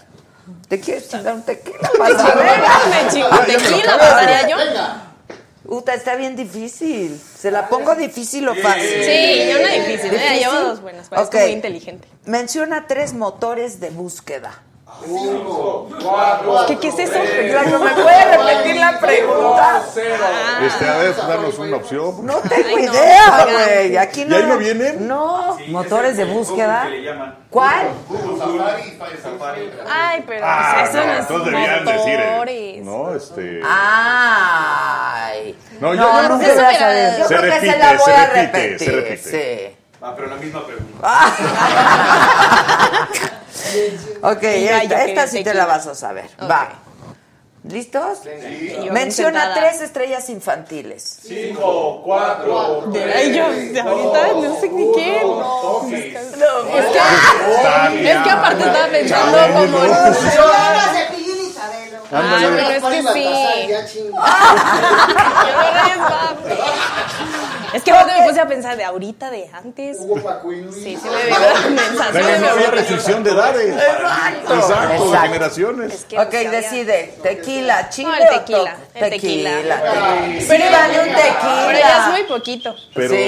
¿Te quieres chingar un tequila para saber?
Me chingo tequila, pasaría yo.
Uta, está bien difícil. ¿Se la pongo difícil o fácil?
Sí, yo una difícil. ¿eh? Llevo dos buenas, parezco
Ok.
muy inteligente.
Menciona tres motores de búsqueda.
¿Qué, qué es eso?
Claro, ¿me puede repetir la pregunta?
Este, a ver, darnos una opción.
No tengo
Ay, no,
idea,
oigan.
güey. Aquí
¿Y
no.
ahí no vienen?
No.
Motores de búsqueda.
Google, que le llaman.
¿Cuál?
Ay, pero
Ah,
pues eso no,
no,
es
entonces debían decir. eh,
motores.
No, este.
Ay.
No, yo-
Ah. no,
yo
no
nunca-
se la sabía. Yo
Se
creo que se
repite,
la voy a
se repite, se
repetir.
repite.
Sí.
Ah, pero la misma pregunta.
Ok,
ya, yo
esta, esta
quería
sí te la
tequila.
vas a saber.
Ok.
Va. ¿Listos?
Yo
Menciona
sentada.
tres estrellas infantiles.
Cinco, cuatro,
Ay, yo ahorita no sé ni qué. Es que,
Tapia.
es que aparte estaba pensando
Chabelo.
como. Ay,
Ándale.
Ah, pero es que sí. Yo no era empate. Es que aparte me puse a pensar de ahorita, de antes. Sí, sí
Ah.
me veo mensa,
Venga, no
sí me veo
había
mensa.
restricción de edades.
Exacto.
Exacto, de
Exacto.
generaciones.
Es que
Ok,
no sabía.
decide. ¿Tequila, chile
No, el
o
tequila,
toc-
el tequila.
tequila. Sí,
Pero-
vale un tequila.
Pero ya es muy poquito.
Pero
sí, ahí